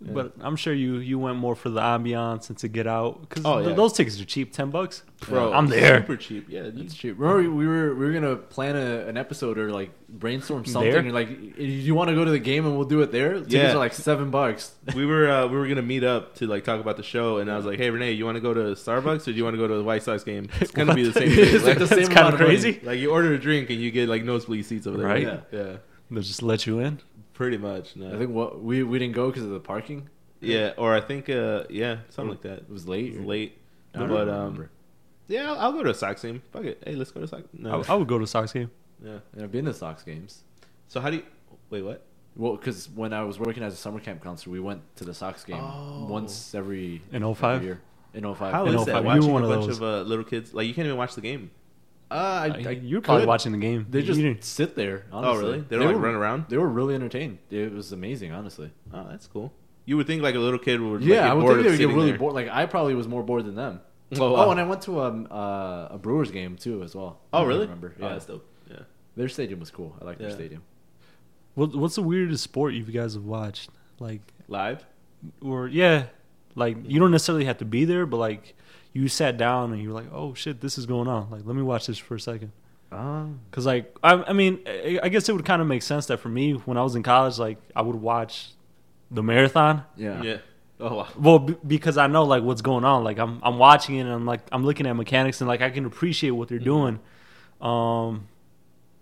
Speaker 1: Yeah.
Speaker 3: But I'm sure you you went more for the ambiance and to get out because
Speaker 1: Oh, yeah.
Speaker 3: those tickets are cheap, ten bucks.
Speaker 1: bro,
Speaker 3: I'm there.
Speaker 1: Super cheap. Yeah, you-
Speaker 2: That's true. Remember, we were we were gonna plan a, an episode or like brainstorm something.
Speaker 3: There?
Speaker 2: And like, "Y- you want to go to the game and we'll do it there. Tickets
Speaker 1: Yeah.
Speaker 2: are like seven bucks.
Speaker 1: we were uh, we were gonna meet up to like talk about the show, and I was like, hey, Renee, you want to go to Starbucks or do you want to go to the White Sox game? It's gonna be the same thing.
Speaker 2: It's like the
Speaker 1: Like-
Speaker 2: same
Speaker 3: That's kinda
Speaker 2: amount of money.
Speaker 3: crazy.
Speaker 1: Like you order a drink and you get like nosebleed seats over there,
Speaker 3: Right?
Speaker 1: Yeah, yeah.
Speaker 3: They'll just let you in.
Speaker 1: pretty much. No.
Speaker 2: I think what we we didn't go because of the parking.
Speaker 1: yeah, or I think uh, yeah, something like that.
Speaker 2: It was late.
Speaker 1: It's
Speaker 2: or-
Speaker 1: late,
Speaker 2: I don't
Speaker 1: but um,
Speaker 2: remember.
Speaker 1: yeah, I'll, I'll go to a Sox game. Fuck it, hey, let's go to Sox. No,
Speaker 3: I, I would go to a Sox game.
Speaker 1: yeah.
Speaker 2: And I've been to Sox games.
Speaker 1: So how do you? Wait, what?
Speaker 2: Well, because when I was working as a summer camp counselor, we went to the Sox game
Speaker 1: Oh.
Speaker 2: once every
Speaker 3: In
Speaker 2: every
Speaker 3: 05?
Speaker 2: year. In 05.
Speaker 1: How
Speaker 3: In
Speaker 1: is
Speaker 3: all
Speaker 1: that?
Speaker 3: five- you
Speaker 1: Watching
Speaker 3: were one
Speaker 1: a
Speaker 3: of
Speaker 1: bunch
Speaker 3: those.
Speaker 1: of uh, little kids, like you can't even watch the game.
Speaker 2: Uh, I, I,
Speaker 3: You're probably
Speaker 2: could.
Speaker 3: watching the game.
Speaker 2: They just
Speaker 3: You didn't-
Speaker 2: sit there. Honestly.
Speaker 1: Oh, really? They don't like
Speaker 2: were,
Speaker 1: run around.
Speaker 2: They were really entertained. It was amazing, honestly.
Speaker 1: Oh, that's cool. You would think like a little kid would. like,
Speaker 2: Yeah,
Speaker 1: get
Speaker 2: I would
Speaker 1: bored
Speaker 2: think
Speaker 1: of
Speaker 2: they would get
Speaker 1: sitting
Speaker 2: really
Speaker 1: there.
Speaker 2: bored. Like I probably was more bored than them.
Speaker 1: Oh,
Speaker 2: Oh,
Speaker 1: wow.
Speaker 2: and I went to um, uh, a Brewers game too as well.
Speaker 1: Oh,
Speaker 2: I
Speaker 1: really?
Speaker 2: Remember?
Speaker 1: Oh,
Speaker 2: Yeah.
Speaker 1: that's dope. Yeah.
Speaker 2: their stadium was cool. I like their
Speaker 1: Yeah.
Speaker 2: stadium.
Speaker 3: What, what's the weirdest sport you guys have watched? Like,
Speaker 1: Live?
Speaker 3: or yeah, like you don't necessarily have to be there, but like you sat down and you were like, oh shit, this is going on. Like, let me watch this for a second.
Speaker 2: Um,
Speaker 3: Cause like I, I mean, I I guess it would kind of make sense that for me, when I was in college, like I would watch the marathon.
Speaker 2: yeah.
Speaker 1: Oh, wow.
Speaker 3: Well, b- because I know like what's going on. Like I'm I'm watching it and I'm like I'm looking at mechanics and like I can appreciate what they're doing. Um,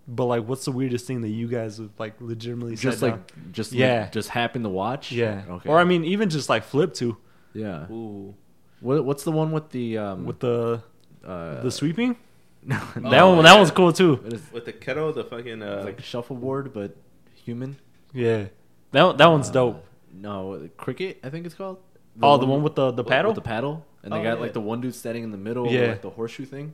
Speaker 3: but like, what's the weirdest thing that you guys have like legitimately
Speaker 2: Just
Speaker 3: sat
Speaker 2: like,
Speaker 3: down?
Speaker 2: just
Speaker 3: Yeah.
Speaker 2: just happened to watch.
Speaker 3: yeah,
Speaker 2: Okay.
Speaker 3: or I mean, even just like flip to
Speaker 2: yeah.
Speaker 1: Ooh.
Speaker 2: What, what's the one with the um
Speaker 3: with the
Speaker 2: uh,
Speaker 3: the sweeping.
Speaker 2: no,
Speaker 1: Oh,
Speaker 3: that one that
Speaker 1: yeah.
Speaker 3: one's cool too.
Speaker 2: what is-
Speaker 1: With the kettle, the fucking. Uh,
Speaker 2: it's like shuffleboard but human.
Speaker 3: Yeah, that one- that one's
Speaker 2: Uh,
Speaker 3: dope.
Speaker 2: No, cricket. I think it's called.
Speaker 3: oh, the one with the the
Speaker 2: with-
Speaker 3: paddle.
Speaker 2: With the paddle, and
Speaker 1: Oh,
Speaker 2: they got
Speaker 1: yeah.
Speaker 2: like the one dude standing in the middle,
Speaker 3: Yeah.
Speaker 2: yeah. like the horseshoe thing.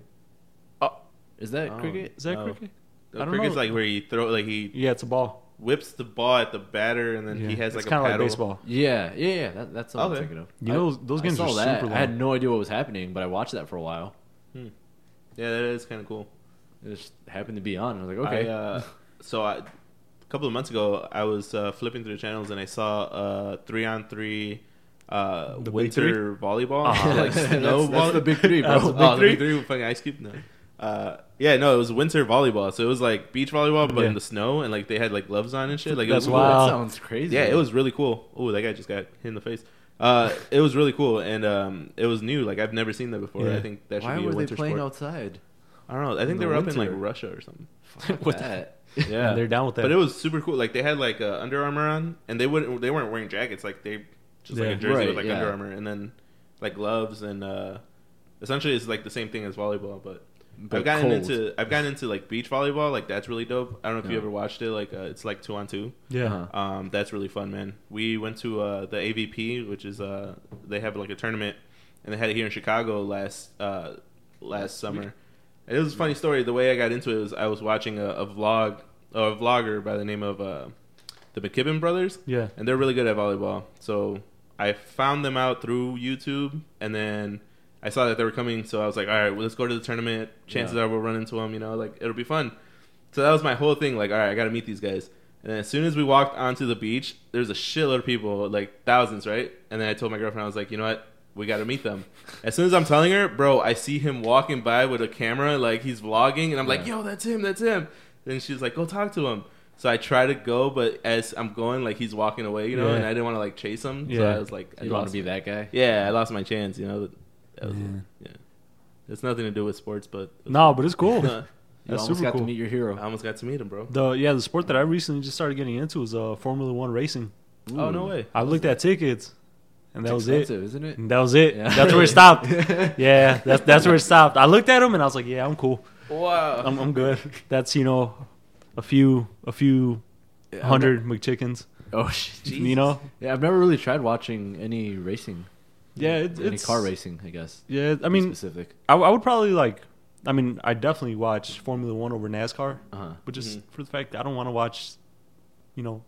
Speaker 3: Oh.
Speaker 2: is that
Speaker 1: Uh, Oh.
Speaker 2: cricket?
Speaker 3: is that
Speaker 1: No.
Speaker 3: cricket? I
Speaker 1: the
Speaker 3: don't
Speaker 1: cricket's
Speaker 3: know.
Speaker 1: like where he throw, like he
Speaker 3: Yeah, it's a ball.
Speaker 1: whips the ball at the batter, and then he has like
Speaker 3: it's
Speaker 1: a
Speaker 3: kind
Speaker 1: paddle.
Speaker 3: of like baseball.
Speaker 2: Yeah, yeah, yeah. That, that's what
Speaker 1: Okay.
Speaker 2: I'm thinking of.
Speaker 3: You
Speaker 2: I-
Speaker 3: know, those
Speaker 2: I
Speaker 3: games
Speaker 2: saw
Speaker 3: were
Speaker 2: that.
Speaker 3: super
Speaker 2: I had
Speaker 3: long.
Speaker 2: no idea what was happening, but I watched that for a while.
Speaker 1: Yeah, that is kind of cool.
Speaker 2: It just happened to be on. and I was like, okay,
Speaker 1: I, uh, so I, a couple of months ago, I was uh, flipping through the channels and I saw uh, three on three uh,
Speaker 3: The big
Speaker 1: winter volleyball.
Speaker 3: Ah.
Speaker 1: like
Speaker 2: That's-
Speaker 1: snow
Speaker 2: that's
Speaker 1: volley-
Speaker 2: the big three, bro.
Speaker 1: That's the
Speaker 2: Oh,
Speaker 1: big three. with fucking ice cube. No. Uh, yeah, no, it was winter volleyball. So it was like beach volleyball, but
Speaker 3: Yeah.
Speaker 1: in the snow, and like they had like gloves on and shit. Like it
Speaker 3: That's
Speaker 1: was cool.
Speaker 3: wild.
Speaker 2: that
Speaker 3: Wow.
Speaker 2: sounds crazy.
Speaker 1: Yeah, it was really cool. Oh, that guy just got hit in the face. Uh, it was really cool, and um, it was new. Like I've never seen that before.
Speaker 3: Yeah.
Speaker 1: I think that should
Speaker 2: Why
Speaker 1: be a
Speaker 2: were they
Speaker 1: winter
Speaker 2: playing
Speaker 1: sport.
Speaker 2: outside?
Speaker 1: I don't know. I think
Speaker 2: in
Speaker 1: they
Speaker 2: the
Speaker 1: were up in like
Speaker 2: winter?
Speaker 1: Russia or something.
Speaker 3: What the-
Speaker 2: that?
Speaker 1: Yeah,
Speaker 3: They're down with that.
Speaker 1: But it was super cool. Like they had like uh, Under Armour on, and they wouldn't. They weren't wearing jackets. Like they just
Speaker 3: Yeah.
Speaker 1: like a jersey
Speaker 2: Right,
Speaker 1: with like
Speaker 2: yeah.
Speaker 1: Under Armour, and then like gloves, and uh, essentially it's like the same thing as volleyball. But,
Speaker 2: But
Speaker 1: I've gotten
Speaker 2: cold.
Speaker 1: into I've gotten into like beach volleyball. Like that's really dope. I don't know if you
Speaker 2: Yeah.
Speaker 1: ever watched it. Like uh, it's like two on two.
Speaker 3: yeah.
Speaker 2: Uh-huh.
Speaker 1: Um, that's really fun, man. We went to uh, the AVP, which is uh, they have like a tournament, and they had it here in Chicago last uh, last summer. And it was a funny story. The way I got into it was I was watching a, a vlog, uh, a vlogger by the name of uh, the McKibben brothers,
Speaker 3: Yeah.
Speaker 1: and they're really good at volleyball. So I found them out through YouTube, and then I saw that they were coming. So I was like, all right, well, let's go to the tournament. Chances
Speaker 2: Yeah.
Speaker 1: are we'll run into them. You know, like it'll be fun. So that was my whole thing. Like, all right, I got to meet these guys. And then as soon as we walked onto the beach, there's a shitload of people, like thousands, right? And then I told my girlfriend, I was like, you know what? We got to meet them. As soon as I'm telling her, bro, I see him walking by with a camera, like he's vlogging, and I'm like,
Speaker 2: Yeah.
Speaker 1: yo, that's him, that's him. Then she's like, go talk to him. So I try to go, but as I'm going, like he's walking away, you know,
Speaker 3: Yeah.
Speaker 1: and I didn't want to like chase him. So
Speaker 3: Yeah.
Speaker 1: I was like, I
Speaker 2: You want to
Speaker 1: lost-
Speaker 2: be that guy?
Speaker 1: Yeah, I lost my chance, you know. That was,
Speaker 3: Man.
Speaker 1: yeah. It's nothing to do with sports, but
Speaker 3: No, but it's cool.
Speaker 1: I
Speaker 2: You
Speaker 3: That's
Speaker 2: almost
Speaker 3: super
Speaker 2: got to
Speaker 3: cool.
Speaker 2: meet your hero.
Speaker 1: almost got to meet him, bro.
Speaker 3: The yeah, the sport that I recently just started getting into was uh Formula One racing.
Speaker 1: Oh no way.
Speaker 3: I looked at tickets, and that was it.
Speaker 2: expensive, isn't it?
Speaker 3: And that was it.
Speaker 2: Yeah.
Speaker 3: That's where it stopped. yeah, that's that's where it stopped. I looked at them and I was like, yeah, I'm cool.
Speaker 1: Wow.
Speaker 3: I'm, I'm good. That's you know, a few a few
Speaker 2: Yeah,
Speaker 3: hundred McChickens.
Speaker 2: Oh shit.
Speaker 3: You know,
Speaker 2: Yeah, I've never really tried watching any racing,
Speaker 3: yeah, it,
Speaker 2: any
Speaker 3: it's
Speaker 2: car racing. I guess.
Speaker 3: Yeah, I
Speaker 2: Be
Speaker 3: mean,
Speaker 2: specific.
Speaker 3: I, I would probably like. I mean, I definitely watch Formula One over NASCAR.
Speaker 2: Uh huh.
Speaker 3: but just
Speaker 1: Mhm.
Speaker 3: for the fact that I don't want to watch, you know,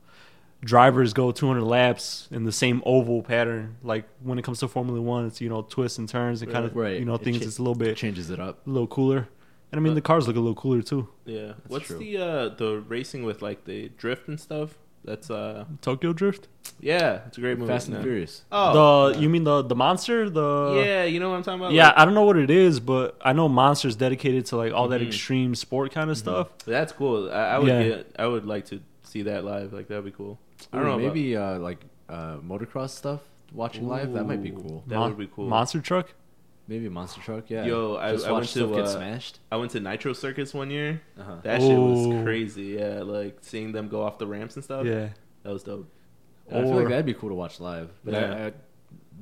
Speaker 3: drivers go 200 laps in the same oval pattern. Like when it comes to Formula One, it's you know twists and turns and kind of
Speaker 2: Right.
Speaker 3: you know
Speaker 2: It
Speaker 3: things.
Speaker 2: cha-
Speaker 3: it's a little
Speaker 2: It
Speaker 3: bit a
Speaker 2: changes it up.
Speaker 3: little cooler, and I mean
Speaker 1: Uh,
Speaker 3: the cars look a little cooler too.
Speaker 1: Yeah. What's
Speaker 2: true.
Speaker 1: the uh the racing with like the drift and stuff? That's uh
Speaker 3: Tokyo Drift.
Speaker 1: yeah, it's a great movie.
Speaker 2: Fast and
Speaker 1: No.
Speaker 2: Furious.
Speaker 1: Oh,
Speaker 3: the
Speaker 1: yeah.
Speaker 3: you mean the the monster the
Speaker 1: yeah, you know what I'm talking about?
Speaker 3: Yeah,
Speaker 1: Like,
Speaker 3: I don't know what it is, but I know Monster's dedicated to like all that
Speaker 1: Mhm.
Speaker 3: extreme sport kind
Speaker 1: Mm-hmm.
Speaker 3: of stuff.
Speaker 1: that's cool. I, I would
Speaker 3: Yeah.
Speaker 1: get, I would like to see that live. Like that'd be cool. I
Speaker 2: Ooh,
Speaker 1: don't know. about-
Speaker 2: Maybe uh, like uh, motocross stuff. Watching live, that might be cool.
Speaker 1: That
Speaker 3: Mon-
Speaker 1: would be cool.
Speaker 3: Monster truck.
Speaker 2: Maybe monster truck. Yeah.
Speaker 1: Yo, I-
Speaker 2: just
Speaker 1: I
Speaker 2: watch
Speaker 1: went to,
Speaker 2: stuff get
Speaker 1: uh,
Speaker 2: smashed.
Speaker 1: I went to Nitro Circus one year.
Speaker 2: Uh-huh.
Speaker 1: That shit was
Speaker 3: Ooh.
Speaker 1: crazy. Yeah, like seeing them go off the ramps and stuff.
Speaker 3: Yeah,
Speaker 1: that was dope.
Speaker 2: I feel like
Speaker 3: or-
Speaker 2: that'd be cool to watch live, but I-
Speaker 1: Yeah.
Speaker 2: I,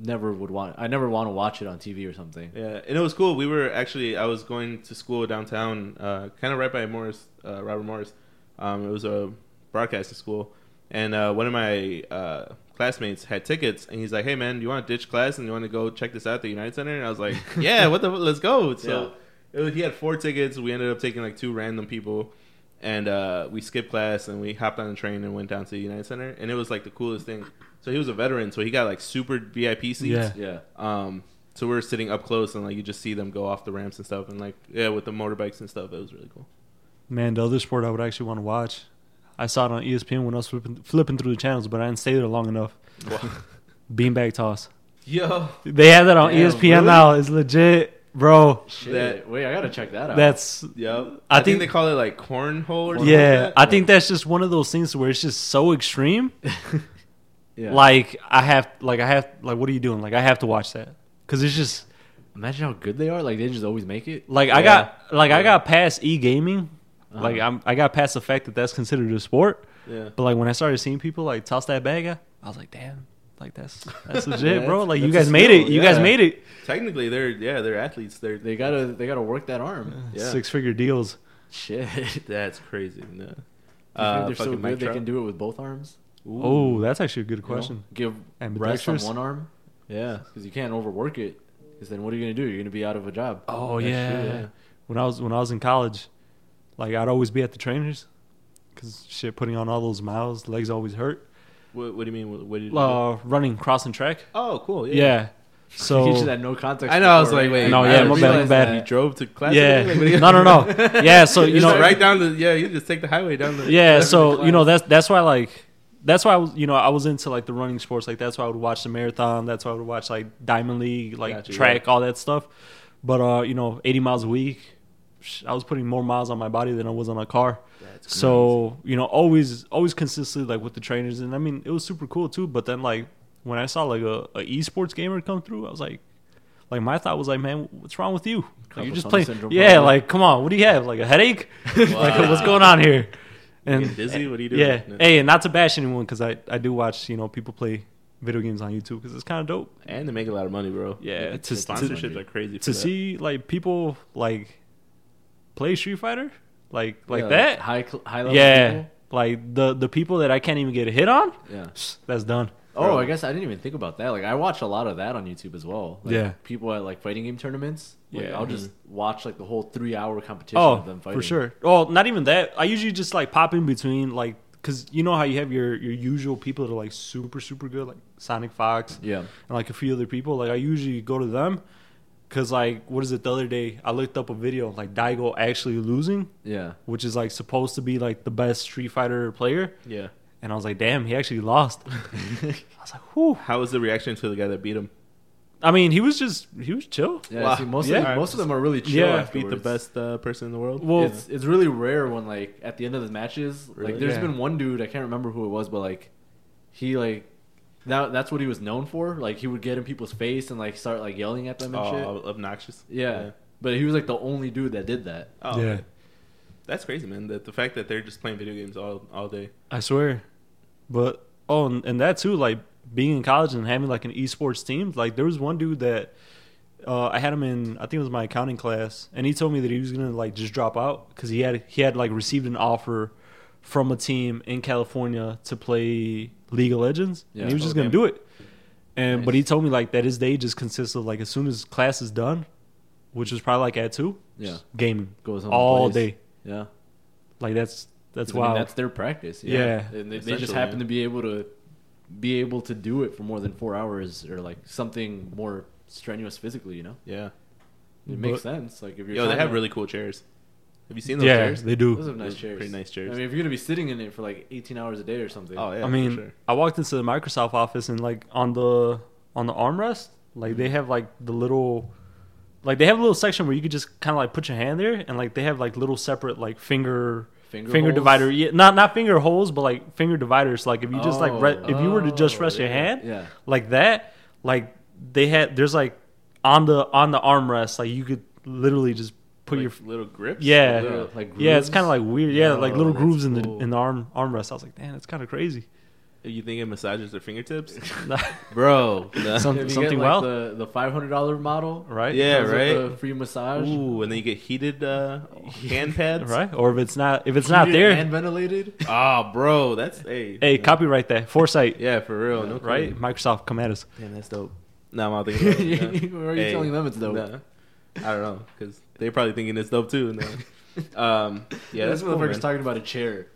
Speaker 2: never would want. I never want to watch it on TV or something.
Speaker 1: Yeah, and it was cool. We were actually I was going to school downtown, uh, kind of right by Morris, uh, Robert Morris. Um, it was a broadcasting school, and uh, one of my uh, classmates had tickets, and he's like, "Hey man, you want to ditch class and you want to go check this out at the United Center?" And I was like, "Yeah, what the? fu- Let's go!" So it was, he had four tickets. We ended up taking like two random people. And uh, we skipped class and we hopped on the train and went down to the United Center, and it was like the coolest thing. So he was a veteran, so he got like super VIP seats.
Speaker 3: Yeah.
Speaker 2: Yeah.
Speaker 1: Um, So we were sitting up close and like you just see them go off the ramps and stuff and like yeah with the motorbikes and stuff. It was really cool.
Speaker 5: Man, the other sport I would actually want to watch. I saw it on E ESPN when I was flipping, flipping through the channels, but I didn't stay there long enough. Beanbag toss.
Speaker 1: Yo,
Speaker 5: They have that on E
Speaker 2: Damn,
Speaker 5: ESPN
Speaker 2: really?
Speaker 5: now. It's legit, bro.
Speaker 2: Shit.
Speaker 1: That-
Speaker 2: Wait, I gotta check that out.
Speaker 5: That's
Speaker 1: yep. I,
Speaker 5: I
Speaker 1: think,
Speaker 5: think-
Speaker 1: they call it like cornhole or something.
Speaker 5: yeah.
Speaker 1: like that.
Speaker 5: I think that's just one of those things where it's just so extreme.
Speaker 2: yeah.
Speaker 5: Like I have, like I have, like what are you doing? Like I have to watch that because it's just
Speaker 2: imagine how good they are. Like they just always make it.
Speaker 5: like I
Speaker 1: Yeah.
Speaker 5: got, like I got past e gaming. Like
Speaker 2: Uh-huh.
Speaker 5: I'm, I got past the fact that that's considered a sport.
Speaker 1: yeah.
Speaker 5: But like when I started seeing people like toss that bag, out, I was like, damn, like that's that's legit, bro.
Speaker 2: that's-
Speaker 5: Like you
Speaker 2: that's a
Speaker 5: guys made it.
Speaker 2: skill,
Speaker 5: You
Speaker 2: yeah.
Speaker 5: guys made it.
Speaker 1: Technically, they're yeah they're athletes. They're
Speaker 2: They gotta they gotta work that arm. Yeah.
Speaker 5: Six figure deals.
Speaker 2: Shit. You think
Speaker 1: that's crazy. No.
Speaker 2: they're so
Speaker 1: Uh, fucking
Speaker 2: good
Speaker 1: Mike
Speaker 2: they
Speaker 1: Trout.
Speaker 2: can do it with both arms. Ooh.
Speaker 5: Oh, that's actually a good
Speaker 2: You know,
Speaker 5: question.
Speaker 2: Give rest on
Speaker 5: Ambidextrous?
Speaker 2: one arm. Yeah, because you can't overwork it. Because then what are you gonna do? You're gonna be out of a job.
Speaker 5: Oh
Speaker 2: That's
Speaker 5: yeah.
Speaker 2: true,
Speaker 5: When I was when I was in college, like I'd always be at the trainers, cause shit, putting on all those miles, legs always hurt.
Speaker 1: What, what do you mean? What, what do you do?
Speaker 5: Uh, running, crossing track.
Speaker 1: oh, cool.
Speaker 5: Yeah.
Speaker 1: Yeah.
Speaker 2: You
Speaker 5: So
Speaker 2: teach you that no context.
Speaker 1: I know. I was
Speaker 2: before,
Speaker 1: like,
Speaker 2: right?
Speaker 1: wait.
Speaker 5: No,
Speaker 1: I
Speaker 5: yeah,
Speaker 1: didn't
Speaker 5: my bad,
Speaker 1: realize
Speaker 5: my bad.
Speaker 1: that He drove to class.
Speaker 5: yeah.
Speaker 1: Like, what do you-
Speaker 5: no, no, no. Yeah. So you
Speaker 1: Just
Speaker 5: know,
Speaker 1: right down the yeah. You just take the highway down the
Speaker 5: yeah
Speaker 1: down the
Speaker 5: so
Speaker 1: class.
Speaker 5: you know that's that's why like that's why I was you know I was into like the running sports like that's why I would watch the marathon that's why I would watch like Diamond League like
Speaker 1: Gotcha,
Speaker 5: track all that stuff but uh you know 80 miles a week sh- I was putting more miles on my body than I was on a car
Speaker 1: That's
Speaker 5: so you know always always consistently like with the trainers and I mean it was super cool too but then like when I saw like a, a esports gamer come through I was like like my thought was like man what's wrong with you like, you're
Speaker 2: Carpal
Speaker 5: just
Speaker 2: tunnel
Speaker 5: playing
Speaker 2: syndrome,
Speaker 5: yeah
Speaker 2: probably.
Speaker 5: like come on what do you have like a headache like
Speaker 1: Wow.
Speaker 5: what's going on here and
Speaker 1: Getting dizzy? What are you doing?
Speaker 5: yeah.
Speaker 1: No.
Speaker 5: Hey, and not to bash anyone because I, I do watch you know people play video games on YouTube because it's kind of dope
Speaker 1: and they make a lot of money, bro.
Speaker 5: Yeah,
Speaker 1: Like,
Speaker 5: to-
Speaker 1: the sponsorships
Speaker 2: to-
Speaker 1: are crazy. For
Speaker 5: to
Speaker 1: that.
Speaker 5: see like people like play Street Fighter like like
Speaker 2: Yeah,
Speaker 5: that.
Speaker 2: high cl- high level.
Speaker 5: yeah,
Speaker 2: people?
Speaker 5: like the the people that I can't even get a hit on.
Speaker 2: Yeah.
Speaker 5: psh, That's done.
Speaker 2: Oh, I guess I didn't even think about that. Like I watch a lot of that on YouTube as well. Like,
Speaker 5: Yeah.
Speaker 2: People at like fighting game tournaments. Like,
Speaker 5: Yeah.
Speaker 2: I'll just watch like the whole three hour competition of
Speaker 5: Oh,
Speaker 2: them fighting.
Speaker 5: for sure. Well, not even that. I usually just like pop in between like because you know how you have your your usual people that are like super super good like Sonic Fox.
Speaker 2: Yeah.
Speaker 5: and like a few other people. Like I usually go to them because like what is it? The other day I looked up a video of, like Daigo actually losing,
Speaker 2: Yeah.
Speaker 5: which is like supposed to be like the best Street Fighter player,
Speaker 1: yeah.
Speaker 5: and I was like, damn, he actually lost. I was like, whew.
Speaker 1: How was the reaction to the guy that beat him?
Speaker 5: I mean, he was just he was chill.
Speaker 2: Yeah.
Speaker 1: Wow.
Speaker 2: See, most of
Speaker 1: Yeah.
Speaker 2: them, most of them are really chill.
Speaker 5: Yeah.
Speaker 1: Beat the
Speaker 2: afterwards.
Speaker 1: best uh, person in the world.
Speaker 5: Well,
Speaker 2: it's it's really rare when like at the end of the matches,
Speaker 1: Really?
Speaker 2: like there's
Speaker 5: Yeah.
Speaker 2: been one dude I can't remember who it was, but like he like that that's what he was known for. Like he would get in people's face and like start like yelling at them and shit.
Speaker 1: oh, obnoxious.
Speaker 2: Yeah. but he was like the only dude that did that.
Speaker 1: Oh,
Speaker 5: yeah,
Speaker 1: okay. That's crazy, man. That the fact that they're just playing video games all all day.
Speaker 5: I swear. But oh, and, and that too, like being in college and having like an esports team. Like there was one dude that. Uh, I had him in, I think it was my accounting class, and he told me that he was gonna like just drop out because he had he had like received an offer from a team in California to play League of Legends,
Speaker 2: Yeah. Oh,
Speaker 5: and he was just
Speaker 1: Okay.
Speaker 5: gonna do it. And but
Speaker 2: Nice.
Speaker 5: he told me like that his day just consists of like as soon as class is done, which was probably like at two,
Speaker 2: Yeah.
Speaker 5: just gaming
Speaker 2: Goes home and
Speaker 5: all
Speaker 2: plays.
Speaker 5: day.
Speaker 2: Yeah,
Speaker 5: Like that's that's
Speaker 2: I mean,
Speaker 5: wild.
Speaker 2: that's their practice.
Speaker 5: Yeah.
Speaker 2: Yeah, and they, they just
Speaker 1: Essentially,
Speaker 2: happen
Speaker 1: yeah.
Speaker 2: to be able to be able to do it for more than four hours or like something more strenuous physically. You know,
Speaker 1: Yeah.
Speaker 2: it makes
Speaker 5: But-
Speaker 2: sense. Like if you're
Speaker 1: Yo, they
Speaker 2: trying
Speaker 1: have
Speaker 2: to-
Speaker 1: really cool chairs. Have you seen those
Speaker 5: yeah,
Speaker 1: chairs?
Speaker 5: they do.
Speaker 2: those are nice
Speaker 1: Those are
Speaker 2: chairs,
Speaker 1: pretty nice chairs.
Speaker 2: I mean, if you're gonna be sitting in it for like 18 hours a day or something,
Speaker 1: Oh yeah.
Speaker 5: I
Speaker 1: for
Speaker 5: mean,
Speaker 1: sure.
Speaker 5: I walked into the Microsoft office and like on the on the armrest, like
Speaker 1: Mm-hmm.
Speaker 5: they have like the little like they have a little section where you could just kind of like put your hand there and like they have like little separate like finger
Speaker 2: Finger
Speaker 5: finger,
Speaker 2: holes?
Speaker 5: divider yeah, not not finger holes but like finger dividers like if you just like re-
Speaker 2: Oh.
Speaker 5: if you were to just
Speaker 1: Oh,
Speaker 5: rest your
Speaker 1: yeah.
Speaker 5: hand
Speaker 2: Yeah.
Speaker 5: like that like they had there's like on the on the armrest like you could literally just put your
Speaker 1: Like little grips.
Speaker 5: yeah
Speaker 1: Little-
Speaker 2: like
Speaker 5: yeah it's
Speaker 2: grooves?
Speaker 5: kind of like weird yeah
Speaker 1: Oh,
Speaker 5: like little
Speaker 1: that's
Speaker 5: grooves in
Speaker 1: cool.
Speaker 5: the in the arm armrest I was like damn that's kind of crazy
Speaker 1: You think it massages their fingertips, bro?
Speaker 5: Some-
Speaker 2: If you
Speaker 5: something
Speaker 2: get,
Speaker 5: well.
Speaker 2: like, the the five hundred dollar model,
Speaker 5: right
Speaker 1: Yeah,
Speaker 2: comes with
Speaker 1: right.
Speaker 2: the free massage,
Speaker 1: Ooh, and then you get heated uh, hand pads.
Speaker 5: right? Or if it's not, if it's not
Speaker 2: heated
Speaker 5: there,
Speaker 2: and ventilated.
Speaker 1: Oh, bro, that's hey.
Speaker 5: hey, copyright that foresight,
Speaker 1: Yeah, for real. No
Speaker 5: right? Microsost, come at us.
Speaker 1: Damn, that's dope. No, I'm not thinking. About it, no.
Speaker 2: Why are you telling them it's dope?
Speaker 1: nah. I don't know, cause they're probably thinking it's dope too. No. Um, yeah, that's
Speaker 2: this
Speaker 1: cool,
Speaker 2: motherfucker's
Speaker 1: man.
Speaker 2: talking about a chair.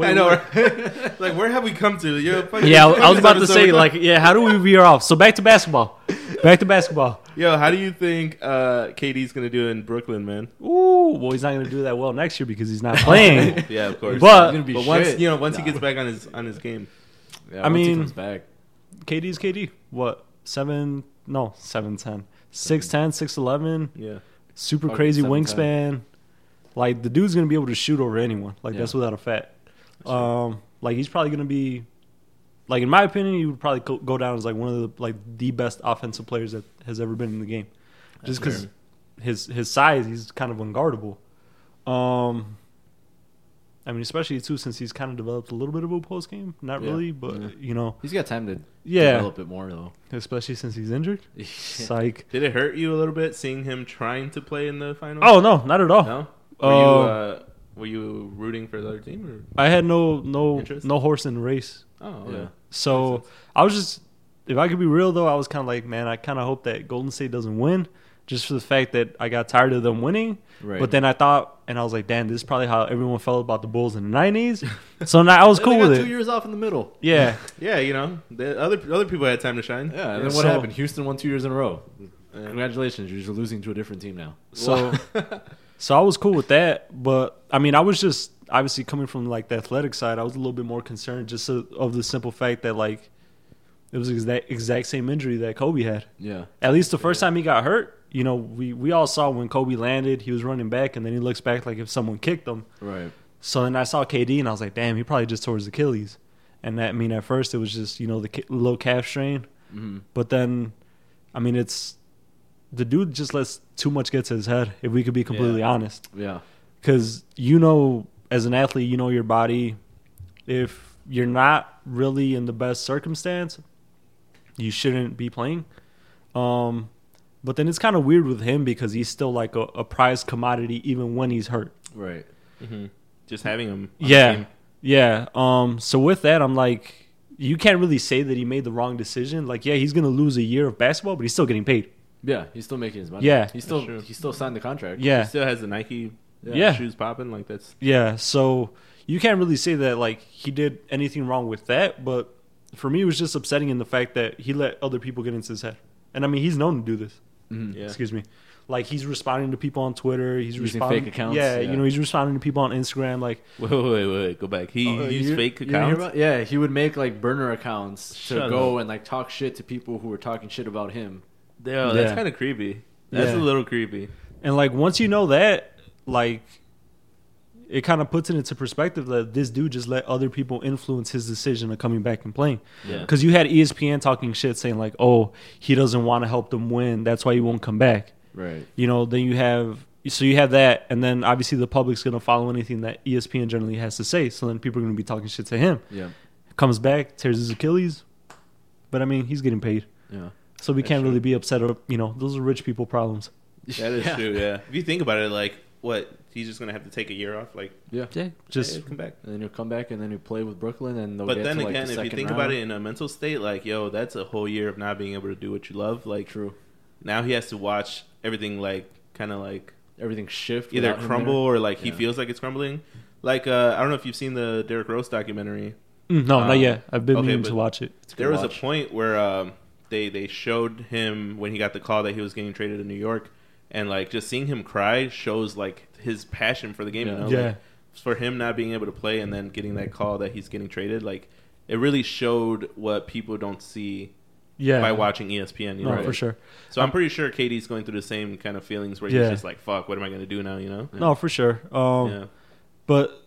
Speaker 1: I know. right? like, where have we come to? Yo, fucking-
Speaker 5: Yeah, I was about to
Speaker 1: episode
Speaker 5: say
Speaker 1: we're
Speaker 5: like, yeah, how do we veer off? So back to basketball. Back to basketball.
Speaker 1: Yo, how do you think uh, KD's gonna do in Brooklyn, man?
Speaker 5: Ooh, well, he's not going to do that well next year because he's not playing.
Speaker 1: Yeah, of course.
Speaker 5: But-
Speaker 2: gonna be
Speaker 1: But once
Speaker 2: shit.
Speaker 1: you know, once he gets back on his on his game,
Speaker 2: Yeah,
Speaker 5: I
Speaker 2: once he
Speaker 5: mean-
Speaker 2: comes back.
Speaker 5: KD's KD. What seven? No, seven ten. Six ten, six eleven.
Speaker 1: yeah,
Speaker 5: Super
Speaker 2: Fucking
Speaker 5: crazy
Speaker 2: 7'10".
Speaker 5: wingspan. Like the dude's gonna be able to shoot over anyone. Like
Speaker 2: Yeah.
Speaker 5: that's without a fact. Um, like he's probably gonna be, like in my opinion, he would probably co- go down as like one of the like the best offensive players that has ever been in the game, just because his his size, he's kind of unguardable. Um, I mean, especially too since he's kind of developed a little bit of a post game. Not
Speaker 2: Yeah.
Speaker 5: really, but
Speaker 2: Yeah.
Speaker 5: you know,
Speaker 2: He's got time to
Speaker 5: Yeah.
Speaker 2: develop it more though.
Speaker 5: especially since he's injured. Psych.
Speaker 1: did it hurt you a little bit seeing him trying to play in the final?
Speaker 5: Oh no, not at all.
Speaker 1: no. Were
Speaker 5: Oh.
Speaker 1: you uh, were you rooting for the other team?
Speaker 5: I had no no
Speaker 1: Interest?
Speaker 5: no horse in the race.
Speaker 1: Or? Oh,
Speaker 2: Yeah.
Speaker 1: okay.
Speaker 5: So I was just, if I could be real though, I was kind of like, man, I kind of hope that Golden State doesn't win, just for the fact that I got tired of them winning.
Speaker 2: Right.
Speaker 5: But then I thought, and I was like, damn, this is probably how everyone felt about the Bulls in the nineties. so now I was
Speaker 2: They
Speaker 5: cool
Speaker 2: got
Speaker 5: with
Speaker 2: two
Speaker 5: it.
Speaker 2: years off in the middle.
Speaker 5: yeah,
Speaker 1: yeah. you know, the other other people had time to shine.
Speaker 2: Yeah, and
Speaker 5: Yeah,
Speaker 2: then what
Speaker 5: so-
Speaker 2: happened? Houston won two years in a row.
Speaker 1: Yeah.
Speaker 2: Congratulations, you're just losing to a different team now.
Speaker 5: So, so I was cool with that, but I mean, I was just obviously coming from like the athletic side. I was a little bit more concerned just of, of the simple fact that like it was exact exact same injury that Kobe had.
Speaker 2: Yeah,
Speaker 5: At least the first time he got hurt, you know, we we all saw when Kobe landed, he was running back, and then he looks back like if someone kicked him.
Speaker 2: right.
Speaker 5: So then I saw KD, and I was like, damn, he probably just tore his Achilles. And that I mean, at first it was just you know the ki- low calf strain,
Speaker 2: Mhm.
Speaker 5: but then, I mean, it's the dude just lets too much get to his head. If we could be completely
Speaker 1: Yeah.
Speaker 5: honest,
Speaker 2: Yeah,
Speaker 5: because you know, as an athlete, you know your body. If you're not really in the best circumstance, you shouldn't be playing. Um, but then it's kind of weird with him because he's still like a, a prized commodity even when he's hurt.
Speaker 2: right.
Speaker 1: hmm Just having him. on the
Speaker 5: Yeah.
Speaker 1: team.
Speaker 5: Yeah. Um so with that I'm like you can't really say that he made the wrong decision. Like yeah, he's going to lose a year of basketball, but he's still getting paid.
Speaker 2: Yeah, he's still making his money.
Speaker 5: Yeah.
Speaker 2: he still
Speaker 1: That's true.
Speaker 2: he still signed the contract.
Speaker 1: He
Speaker 5: Yeah.
Speaker 1: still has the Nike uh,
Speaker 5: Yeah.
Speaker 1: shoes popping. Like that's
Speaker 5: Yeah. So you can't really say that like he did anything wrong with that, but for me it was just upsetting in the fact that he let other people get into his head. And I mean, he's known to do this.
Speaker 1: yeah.
Speaker 5: Excuse me. Like he's responding to people on Twitter, he's
Speaker 2: Using
Speaker 5: responding
Speaker 2: fake accounts,
Speaker 5: Yeah,
Speaker 2: yeah.
Speaker 5: you know, he's responding to people on Instagram like
Speaker 1: Wait, wait, wait, wait, go back. He
Speaker 2: Oh,
Speaker 1: used
Speaker 2: you-
Speaker 1: fake
Speaker 2: you didn't hear
Speaker 1: accounts.
Speaker 2: about- yeah, he would make like burner accounts to
Speaker 1: Shut
Speaker 2: go and like talk shit to people who were talking shit about him.
Speaker 1: Yo, that's
Speaker 5: Yeah.
Speaker 1: kind of creepy. That's
Speaker 5: Yeah.
Speaker 1: a little creepy.
Speaker 5: And like once you know that, like it kind of puts it into perspective that this dude just let other people influence his decision of coming back and playing.
Speaker 1: Yeah.
Speaker 5: Because you had E ESPN talking shit saying like, "Oh, he doesn't want to help them win. That's why he won't come back."
Speaker 2: Right.
Speaker 5: You know. Then you have so you have that, and then obviously the public's gonna follow anything that E ESPN generally has to say. So then people are gonna be talking shit to him.
Speaker 2: Yeah.
Speaker 5: Comes back, tears his Achilles, but I mean he's getting paid,
Speaker 2: Yeah.
Speaker 5: so we
Speaker 1: That's
Speaker 5: can't
Speaker 1: true.
Speaker 5: really be upset. Or, you know, those are rich people problems.
Speaker 1: That is true. Yeah. If you think about it, like what he's just gonna have to take a year off. Like
Speaker 2: Yeah.
Speaker 5: Yeah.
Speaker 1: just
Speaker 5: Just
Speaker 1: come back.
Speaker 2: And then he'll come back and then he'll play with Brooklyn and they'll
Speaker 1: But
Speaker 2: get
Speaker 1: then
Speaker 2: to, like,
Speaker 1: again,
Speaker 2: the
Speaker 1: if you
Speaker 2: second
Speaker 1: think about
Speaker 2: round.
Speaker 1: it in a mental state, like yo, that's a whole year of not being able to do what you love. Like
Speaker 2: true.
Speaker 1: now he has to watch everything like kind of like
Speaker 2: Everything shift
Speaker 1: either
Speaker 2: without him
Speaker 1: crumble or like he
Speaker 2: Yeah.
Speaker 1: feels like it's crumbling. Like uh, I don't know if you've seen the Derrick Rose documentary.
Speaker 5: Mm, no,
Speaker 1: Um,
Speaker 5: not yet. I've been
Speaker 1: okay,
Speaker 5: meaning
Speaker 1: but-
Speaker 5: to watch it.
Speaker 2: good
Speaker 1: there was
Speaker 2: watch.
Speaker 1: a point where um, they they showed him when he got the call that he was getting traded to New York, and like just seeing him cry shows like his passion for the game.
Speaker 2: Yeah.
Speaker 1: You know?
Speaker 5: Yeah.
Speaker 1: Like, for him not being able to play and then getting that call that he's getting traded, like it really showed what people don't see
Speaker 5: Yeah.
Speaker 1: by watching E ESPN. You
Speaker 5: No,
Speaker 1: know?
Speaker 5: for sure.
Speaker 1: So I'm pretty sure Katie's going through the same kind of feelings where he's
Speaker 5: Yeah.
Speaker 1: just like, "Fuck, what am I going to do now?" You know?
Speaker 5: No, for sure. Um,
Speaker 1: yeah.
Speaker 5: But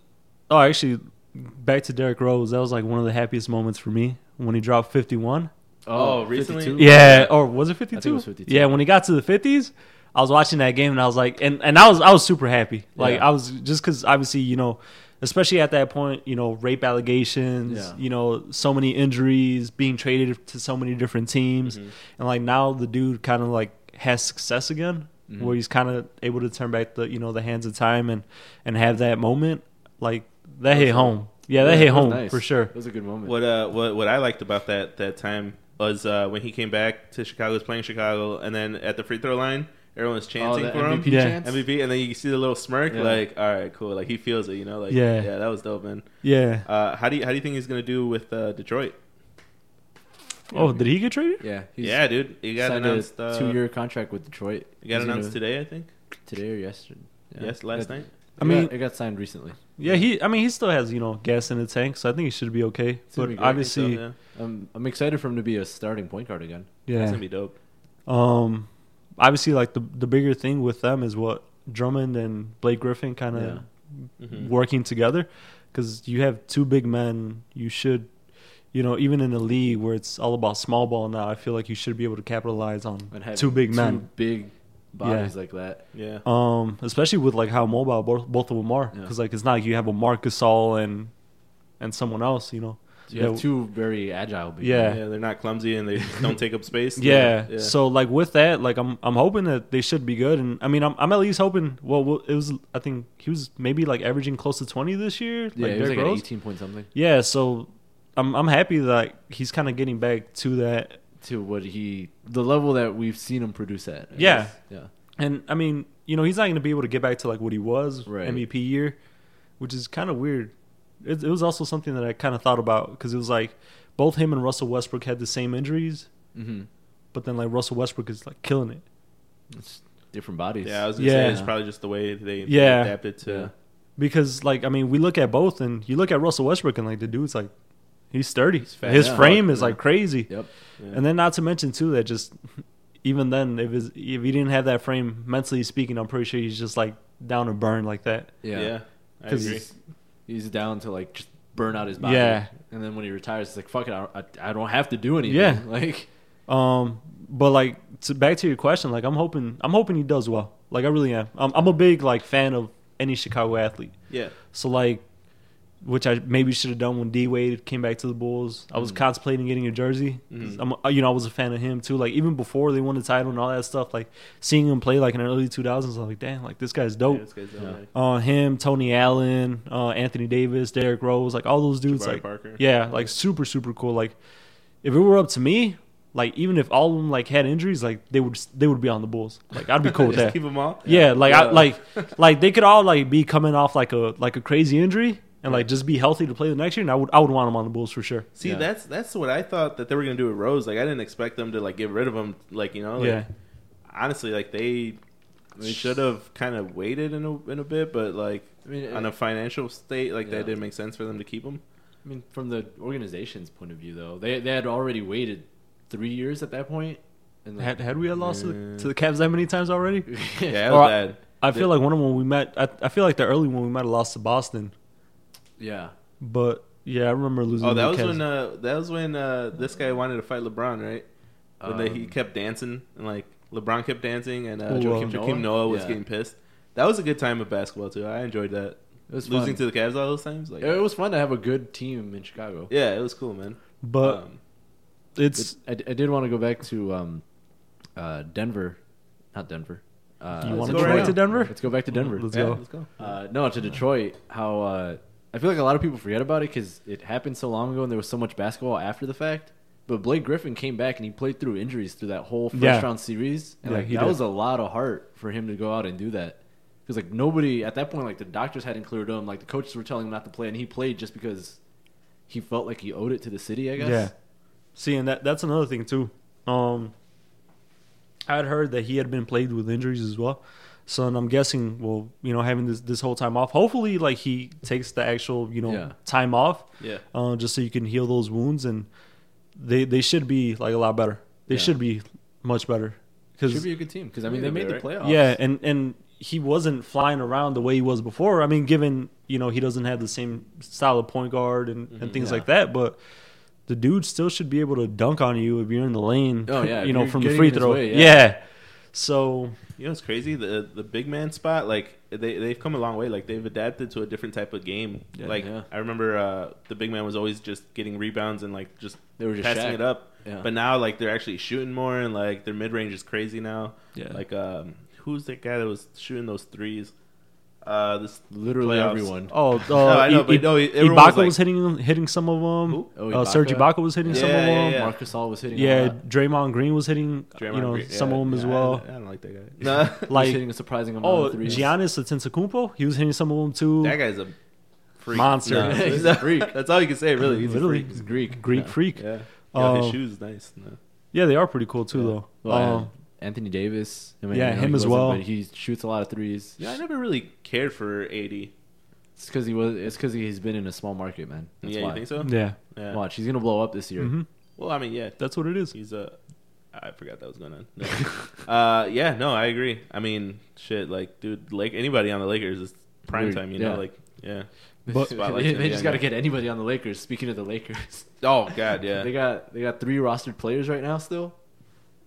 Speaker 5: oh, actually, back to Derrick Rose. That was like one of the happiest moments for me when he dropped fifty-one.
Speaker 1: Oh, recently?
Speaker 2: 52.
Speaker 5: Yeah, or was it fifty-two?
Speaker 2: I think it was 52.
Speaker 5: Yeah, when he got to the fifties, I was watching that game and I was like, and and I was I was super happy. Like
Speaker 2: Yeah.
Speaker 5: I was just because obviously you know. Especially at that point, you know, rape allegations,
Speaker 2: Yeah.
Speaker 5: you know, so many injuries, being traded to so many different teams.
Speaker 2: Mm-hmm.
Speaker 5: And like now the dude kind of like has success again
Speaker 2: Mm-hmm.
Speaker 5: where he's kind of able to turn back the, you know, the hands of time and and have that moment. Like that hit home. Yeah, that hit
Speaker 2: was
Speaker 5: home
Speaker 2: nice.
Speaker 5: for sure.
Speaker 2: That was a good moment.
Speaker 1: What uh, what what I liked about that that time was uh, when he came back to Chicago, was playing Chicago, and then at the free throw line, everyone's
Speaker 2: Oh,
Speaker 1: chanting
Speaker 2: the
Speaker 1: for
Speaker 2: MVP
Speaker 1: him.
Speaker 5: Yeah.
Speaker 2: chance?
Speaker 1: MVP, and then you see the little smirk,
Speaker 2: Yeah.
Speaker 1: like, all right, cool, like he feels it, you know, like,
Speaker 5: Yeah.
Speaker 1: yeah, that was dope, man.
Speaker 5: Yeah.
Speaker 1: Uh, how do you how do you think he's gonna do with uh, Detroit?
Speaker 5: Oh, did he get traded?
Speaker 2: Yeah, he's
Speaker 1: yeah, dude, he got
Speaker 2: signed
Speaker 1: announced.
Speaker 2: a
Speaker 1: Uh,
Speaker 2: two-year contract with Detroit.
Speaker 1: He got
Speaker 2: He's
Speaker 1: announced
Speaker 2: gonna-
Speaker 1: today, I think.
Speaker 2: today or yesterday. Yeah.
Speaker 1: Yes, last
Speaker 2: It-
Speaker 1: night.
Speaker 5: I
Speaker 2: it
Speaker 5: mean-
Speaker 2: got- it got signed recently.
Speaker 5: Yeah, he. I mean, he still has you know gas in the tank, so I think he should be okay.
Speaker 2: It's gonna
Speaker 5: But
Speaker 2: be great.
Speaker 1: I think so,
Speaker 5: obviously,
Speaker 1: yeah.
Speaker 2: Um, I'm excited for him to be a starting point guard again.
Speaker 1: that's
Speaker 5: yeah.
Speaker 1: gonna be dope.
Speaker 5: Um, obviously, like the the bigger thing with them is what Drummond and Blake Griffin kind of
Speaker 2: Mm-hmm.
Speaker 1: Mhm.
Speaker 5: working together, because you have two big men. You should, you know, even in a league where it's all about small ball now, I feel like you should be able to capitalize on
Speaker 2: And have
Speaker 5: two big men.
Speaker 2: big bodies like that.
Speaker 1: Yeah,
Speaker 5: Um, especially with like how mobile both, both of them are,
Speaker 2: Yeah.
Speaker 5: because like it's not like you have a Marcus All and and someone else, you know.
Speaker 2: You have
Speaker 5: Yeah.
Speaker 2: two very agile. Big
Speaker 5: Yeah.
Speaker 1: yeah, they're not clumsy and they don't take up space.
Speaker 5: Yeah.
Speaker 1: yeah.
Speaker 5: So like with that, like I'm I'm hoping that they should be good, and I mean I'm I'm at least hoping. Well, well it was I think he was maybe like averaging close to twenty this
Speaker 2: yeah,
Speaker 5: year. like
Speaker 2: he was
Speaker 5: Derrick
Speaker 2: like an
Speaker 5: Rose.
Speaker 2: 18 point something
Speaker 5: Yeah. So I'm I'm happy that like, he's kind of getting back to that,
Speaker 2: to what he the level that we've seen him produce at. I
Speaker 5: Yeah.
Speaker 2: guess. yeah.
Speaker 5: and I mean you know he's not going to be able to get back to like what he was
Speaker 2: Right.
Speaker 5: MVP year, which is kind of weird. It, it was also something that I kind of thought about because it was like both him and Russell Westbrook had the same injuries,
Speaker 2: Mm-hmm.
Speaker 5: but then like Russell Westbrook is like killing it.
Speaker 2: It's different bodies.
Speaker 1: yeah, I was gonna say
Speaker 5: Yeah.
Speaker 1: it's probably just the way they they
Speaker 5: Yeah.
Speaker 1: adapted to.
Speaker 2: Yeah.
Speaker 5: because like I mean we look at both and you look at Russell Westbrook and like the dude's like he's sturdy.
Speaker 1: fast.
Speaker 5: His
Speaker 2: Yeah.
Speaker 5: frame is
Speaker 2: Yeah.
Speaker 5: like crazy.
Speaker 2: Yep.
Speaker 1: Yeah.
Speaker 5: And then not to mention too that just even then if his, if he didn't have that frame mentally speaking I'm pretty sure he's just like down and burn like that.
Speaker 1: yeah,
Speaker 2: Yeah.
Speaker 1: I
Speaker 5: 'Cause
Speaker 1: agree.
Speaker 2: He's, he's down to like just burn out his body.
Speaker 5: Yeah.
Speaker 2: And then when he retires, it's like fuck it, I don't, I, I don't have to do anything.
Speaker 5: Yeah.
Speaker 2: Like
Speaker 5: Um but like to, back to your question like I'm hoping I'm hoping he does well. Like I really am. I'm, I'm a big like fan of any Chicago athlete.
Speaker 1: Yeah,
Speaker 5: So like, which I maybe should have done when D Wade came back to the Bulls. I
Speaker 1: Mm.
Speaker 5: was contemplating getting a jersey. 'cause
Speaker 1: Mhm.
Speaker 5: I'm, you know, I was a fan of him too. Like even before they won the title and all that stuff, like seeing him play like in the early 2000s, I'm like, damn, like this guy's
Speaker 1: yeah,
Speaker 5: dope.
Speaker 1: this guy's dope,
Speaker 2: Yeah.
Speaker 1: man.
Speaker 5: uh, him, Tony Allen, uh, Anthony Davis, Derrick Rose, like all those dudes,
Speaker 1: Jabari
Speaker 5: like
Speaker 1: Parker.
Speaker 5: yeah, like super super cool. Like if it were up to me. Like even if all of them like had injuries, like they would they would be on the Bulls. Like I'd be cool with
Speaker 1: Just
Speaker 5: that.
Speaker 1: keep them all.
Speaker 5: Yeah, like
Speaker 1: Yeah.
Speaker 5: I like like they could all like be coming off like a like a crazy injury and like just be healthy to play the next year. And I would I would want them on the Bulls for sure.
Speaker 1: See,
Speaker 2: Yeah.
Speaker 1: that's that's what I thought that they were gonna do with Rose. Like, I didn't expect them to like get rid of him. Like, you know, like,
Speaker 5: Yeah.
Speaker 1: Honestly, like they they should have kind of waited in a in a bit, but like
Speaker 2: I mean, eh,
Speaker 1: on a financial state, like
Speaker 2: Yeah.
Speaker 1: that didn't make sense for them to keep him.
Speaker 2: I mean, from the organization's point of view, though, they they had already waited three years at that point, and like,
Speaker 5: Had had we had lost to,
Speaker 1: Yeah.
Speaker 5: the, to the Cavs that many times already?
Speaker 1: Yeah, that
Speaker 5: Or
Speaker 1: was
Speaker 5: I-
Speaker 1: bad.
Speaker 5: I feel like one of them when we met. I, I feel like the early one we might have lost to Boston,
Speaker 2: yeah,
Speaker 5: but yeah, I remember losing.
Speaker 1: Oh,
Speaker 5: to
Speaker 1: that
Speaker 5: the
Speaker 1: was
Speaker 5: Cavs.
Speaker 1: when uh, that was when uh, this guy wanted to fight LeBron, right? When they, he
Speaker 2: Um,
Speaker 1: kept dancing and like LeBron kept dancing and uh,
Speaker 5: Ooh,
Speaker 1: Joakim,
Speaker 2: uh,
Speaker 1: Joakim Noah was
Speaker 2: Yeah.
Speaker 1: getting pissed. That was a good time of basketball too. I enjoyed that.
Speaker 2: it was
Speaker 1: Losing
Speaker 2: losing
Speaker 1: to the Cavs all those times, like
Speaker 2: to. It was fun to have a good team in Chicago.
Speaker 1: yeah, it was cool, man.
Speaker 5: but
Speaker 1: um,
Speaker 5: it's
Speaker 2: I, I did want to go back to um, uh, Denver, not Denver. Uh,
Speaker 5: you
Speaker 1: let's
Speaker 5: want
Speaker 1: go
Speaker 5: to go
Speaker 1: right
Speaker 5: back to
Speaker 1: now.
Speaker 5: Denver?
Speaker 2: Let's go back to Denver.
Speaker 5: Let's
Speaker 1: yeah,
Speaker 5: go.
Speaker 1: let's go.
Speaker 2: Uh, no, to Detroit. How uh, I feel like a lot of people forget about it because it happened so long ago, and there was so much basketball after the fact. But Blake Griffin came back and he played through injuries through that whole first
Speaker 5: Yeah.
Speaker 2: round series, and
Speaker 5: Yeah,
Speaker 2: like
Speaker 5: he
Speaker 2: that
Speaker 5: did.
Speaker 2: was a lot of heart for him to go out and do that. Because like nobody at that point, like the doctors hadn't cleared him, like the coaches were telling him not to play, and he played just because he felt like he owed it to the city. I guess.
Speaker 5: Yeah. See, and that that's another thing too. Um, I had heard that he had been plagued with injuries as well. So, and I'm guessing, well, you know, having this this whole time off, hopefully, like he takes the actual, you know,
Speaker 2: Yeah.
Speaker 5: time off,
Speaker 1: Yeah.
Speaker 5: uh, just so you can heal those wounds, and they they should be like a lot better. They
Speaker 2: Yeah.
Speaker 5: should be much better
Speaker 2: Should
Speaker 5: because
Speaker 2: be a good team because I mean
Speaker 1: Yeah,
Speaker 2: they made the
Speaker 1: they'll be
Speaker 2: playoffs.
Speaker 5: yeah, and and he wasn't flying around the way he was before. I mean, given you know he doesn't have the same style of point guard and, and things
Speaker 2: Yeah.
Speaker 5: like that, but the dude still should be able to dunk on you if you're in the lane.
Speaker 2: Oh, yeah,
Speaker 5: you
Speaker 2: if
Speaker 5: know
Speaker 2: you're
Speaker 5: from the
Speaker 2: getting
Speaker 5: free
Speaker 2: in his
Speaker 5: throw.
Speaker 2: way,
Speaker 5: yeah.
Speaker 2: yeah.
Speaker 5: So
Speaker 1: You know, it's crazy the the big man spot. Like they they've come a long way. Like they've adapted to a different type of game.
Speaker 5: Yeah.
Speaker 1: like
Speaker 2: Yeah.
Speaker 1: I remember uh, the big man was always just getting rebounds and like just
Speaker 2: They were just
Speaker 1: passing
Speaker 2: Shaq.
Speaker 1: it up.
Speaker 2: Yeah.
Speaker 1: But now like they're actually shooting more and like their mid range is crazy now.
Speaker 5: Yeah.
Speaker 1: Like um, who's that guy that was shooting those threes? Uh, this
Speaker 2: Literally
Speaker 1: Playoffs.
Speaker 2: everyone.
Speaker 5: Oh, uh,
Speaker 1: No, I know,
Speaker 5: I,
Speaker 1: but no, everyone was
Speaker 5: Ibaka was,
Speaker 1: like-
Speaker 5: hitting them- hitting some of them.
Speaker 1: Who?
Speaker 2: Oh,
Speaker 5: uh, Serge
Speaker 2: Ibaka.
Speaker 5: Ibaka was hitting
Speaker 1: Yeah,
Speaker 5: some of
Speaker 1: yeah,
Speaker 5: them.
Speaker 1: yeah.
Speaker 2: Marcus Marcus All was hitting. a
Speaker 5: Yeah,
Speaker 2: lot.
Speaker 5: Draymond Green was hitting
Speaker 1: Draymond
Speaker 5: you know
Speaker 1: Green-
Speaker 5: some
Speaker 1: yeah,
Speaker 5: of them as
Speaker 1: yeah,
Speaker 5: well.
Speaker 1: I, I don't like that guy. No,
Speaker 2: He was
Speaker 5: Like
Speaker 2: hitting a surprising amount
Speaker 5: oh,
Speaker 2: of threes.
Speaker 5: Giannis Antetokounmpo, he was hitting some of them too.
Speaker 1: that guy's a freak.
Speaker 5: Monster.
Speaker 1: No,
Speaker 2: He's a freak.
Speaker 1: That's all you can say, really. He's
Speaker 5: Literally.
Speaker 1: a freak.
Speaker 2: He's Greek.
Speaker 5: Greek
Speaker 2: Yeah.
Speaker 5: freak.
Speaker 1: Yeah.
Speaker 5: Uh,
Speaker 1: Yeah, his shoes nice. No.
Speaker 5: Yeah, they are pretty cool too
Speaker 2: Yeah.
Speaker 5: though.
Speaker 2: Well, I had
Speaker 5: Um,
Speaker 2: Anthony Davis. I
Speaker 5: yeah,
Speaker 2: you
Speaker 5: him
Speaker 2: he
Speaker 5: as
Speaker 2: wasn't,
Speaker 5: well.
Speaker 2: But he shoots a lot of threes.
Speaker 1: Yeah, I never really cared for eighty.
Speaker 2: It's because he was. It's because he's been in a small market, man. That's
Speaker 1: yeah,
Speaker 2: why.
Speaker 1: you think so?
Speaker 5: Um, yeah,
Speaker 1: Yeah.
Speaker 2: Watch, he's gonna blow up this year.
Speaker 5: hmm
Speaker 1: Well, I mean, yeah,
Speaker 5: that's what it is.
Speaker 1: he's a. I forgot that was going on. No. uh, yeah, no, I agree. I mean, shit, like, dude, like anybody on the Lakers is prime
Speaker 2: Weird.
Speaker 1: time. You
Speaker 2: Yeah.
Speaker 1: know, like, yeah. Spotlight's
Speaker 2: But they,
Speaker 1: gonna
Speaker 2: they
Speaker 1: be
Speaker 2: just
Speaker 1: on
Speaker 2: got to
Speaker 1: you.
Speaker 2: get anybody on the Lakers. Speaking of the Lakers,
Speaker 1: Oh God, yeah.
Speaker 2: they got they got three rostered players right now. Still,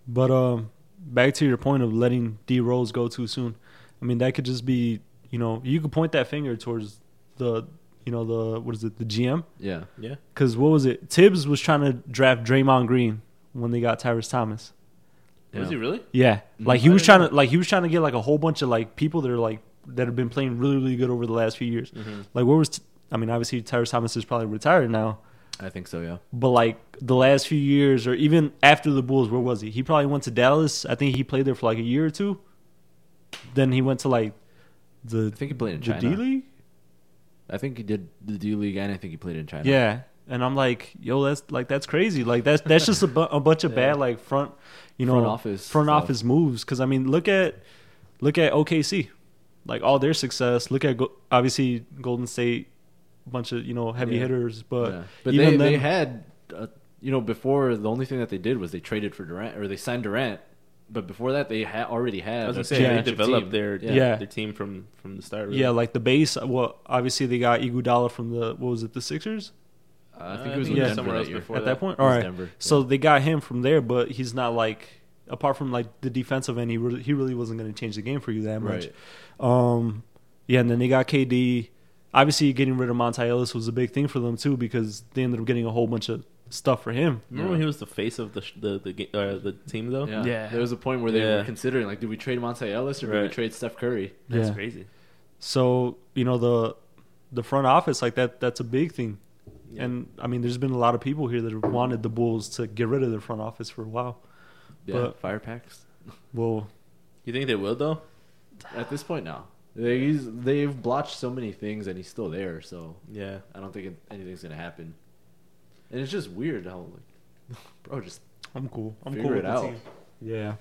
Speaker 5: But um, back to your point of letting D Rose go too soon. I mean, that could just be you know you could point that finger towards the you know the what is it the GM
Speaker 2: yeah,
Speaker 1: yeah.
Speaker 5: because what was it Tibbs was trying to draft Draymond Green when they got Tyrese Thomas.
Speaker 1: Was he really?
Speaker 5: Yeah, like
Speaker 1: Mm-hmm.
Speaker 5: he
Speaker 1: I
Speaker 5: was
Speaker 1: didn't
Speaker 5: trying
Speaker 1: know.
Speaker 5: to like he was trying to get like a whole bunch of like people that are like that have been playing really really good over the last few years.
Speaker 1: Mm-hmm.
Speaker 5: Like where was t- I mean obviously Tyrese Thomas is probably retired now,
Speaker 2: I think so. Yeah,
Speaker 5: but like the last few years or even after the Bulls, where was he? He probably went to Dallas. I think he played there for like a year or two. Then he went to like the
Speaker 2: I think he played in
Speaker 5: the
Speaker 2: China.
Speaker 5: D League.
Speaker 2: I think he did the D League, and I think he played in China.
Speaker 5: Yeah, and I'm like, yo, that's like that's crazy. Like that's that's just a, bu- a bunch of bad like front, you know,
Speaker 2: Front office
Speaker 5: front
Speaker 2: stuff.
Speaker 5: office moves. Because I mean, look at look at OKC, like all their success. Look at go- obviously Golden State, bunch of you know heavy
Speaker 2: Yeah.
Speaker 5: hitters, but
Speaker 2: Yeah. but
Speaker 5: even
Speaker 2: they,
Speaker 5: then,
Speaker 2: they had, uh, you know, before the only thing that they did was they traded for Durant or they signed Durant. But before that, they ha- already had.
Speaker 1: I was
Speaker 2: a
Speaker 1: gonna say they
Speaker 2: championship
Speaker 1: developed
Speaker 2: team.
Speaker 1: their
Speaker 2: yeah.
Speaker 5: Yeah.
Speaker 1: their team from from the start. Really.
Speaker 5: yeah, like the base. Well, obviously they got Iguodala from the what was it, the Sixers
Speaker 2: I
Speaker 1: Uh,
Speaker 2: think
Speaker 1: I think
Speaker 2: it was with
Speaker 5: it was
Speaker 2: Denver
Speaker 1: somewhere
Speaker 2: that
Speaker 1: else
Speaker 2: year.
Speaker 1: before. For
Speaker 5: at
Speaker 1: that.
Speaker 5: that point.
Speaker 2: It
Speaker 5: All
Speaker 2: was
Speaker 5: right,
Speaker 2: Denver,
Speaker 5: so
Speaker 2: yeah.
Speaker 5: they got him from there, but he's not like apart from like the defensive end, he really, he really wasn't going to change the game for you that much.
Speaker 2: Right.
Speaker 5: Um, yeah, and then they got KD. Obviously, getting rid of Monty Ellis was a big thing for them too because they ended up getting a whole bunch of stuff for him.
Speaker 1: Remember when he was the face of the sh- the the, ga- uh, the team though?
Speaker 2: Yeah.
Speaker 5: Yeah.
Speaker 2: There was a point where they were
Speaker 1: Yeah.
Speaker 2: considering like, do we trade Monte Ellis or do we
Speaker 1: Right.
Speaker 2: trade Steph Curry?
Speaker 1: That's
Speaker 5: Yeah.
Speaker 1: crazy.
Speaker 5: So you know the the front office like that that's a big thing.
Speaker 1: Yeah.
Speaker 5: And I mean, there's been a lot of people here that have wanted the Bulls to get rid of their front office for a while.
Speaker 2: Yeah.
Speaker 5: But-
Speaker 2: fire packs.
Speaker 5: Well,
Speaker 1: You think they will though?
Speaker 2: At this point, now they he's, they've blotched so many things, and he's still there. So
Speaker 1: Yeah.
Speaker 2: I don't think it, anything's gonna happen. And it's just weird how, like, bro, just
Speaker 5: I'm cool. I'm
Speaker 2: Figure
Speaker 5: cool
Speaker 2: it
Speaker 5: with the
Speaker 2: out.
Speaker 5: team. Yeah,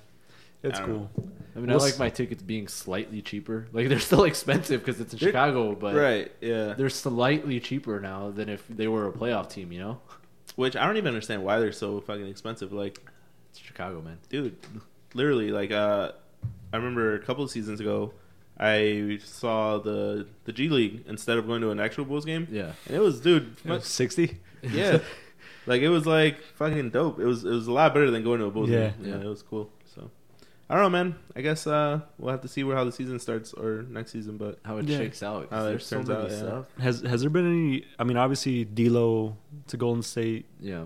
Speaker 5: it's
Speaker 1: I
Speaker 5: cool.
Speaker 1: don't know.
Speaker 2: I mean,
Speaker 5: We'll
Speaker 2: I like
Speaker 5: s-
Speaker 2: my tickets being slightly cheaper. Like they're still expensive because it's in
Speaker 1: They're-
Speaker 2: Chicago, but
Speaker 1: right. Yeah.
Speaker 2: they're slightly cheaper now than if they were a playoff team. You know,
Speaker 1: Which I don't even understand why they're so fucking expensive. Like,
Speaker 2: it's Chicago, man.
Speaker 1: dude, literally, like, uh, I remember a couple of seasons ago, I saw the the G League instead of going to an actual Bulls game.
Speaker 2: Yeah,
Speaker 1: And it was, dude, fu-
Speaker 5: Sixty.
Speaker 1: yeah, like it was like fucking dope. It was it was a lot better than going to a Bulls
Speaker 5: Yeah.
Speaker 1: game. Yeah,
Speaker 2: Yeah.
Speaker 1: it was cool. So. I don't know, man. I guess uh, we'll have to see where how the season starts or next season, but
Speaker 2: how it
Speaker 5: Yeah.
Speaker 2: shakes out. 'cause
Speaker 1: How it
Speaker 2: there's so
Speaker 1: turns
Speaker 2: many
Speaker 1: out, yeah.
Speaker 2: stuff.
Speaker 5: Has has there been any? I mean, obviously D'Lo to Golden State,
Speaker 2: Yeah,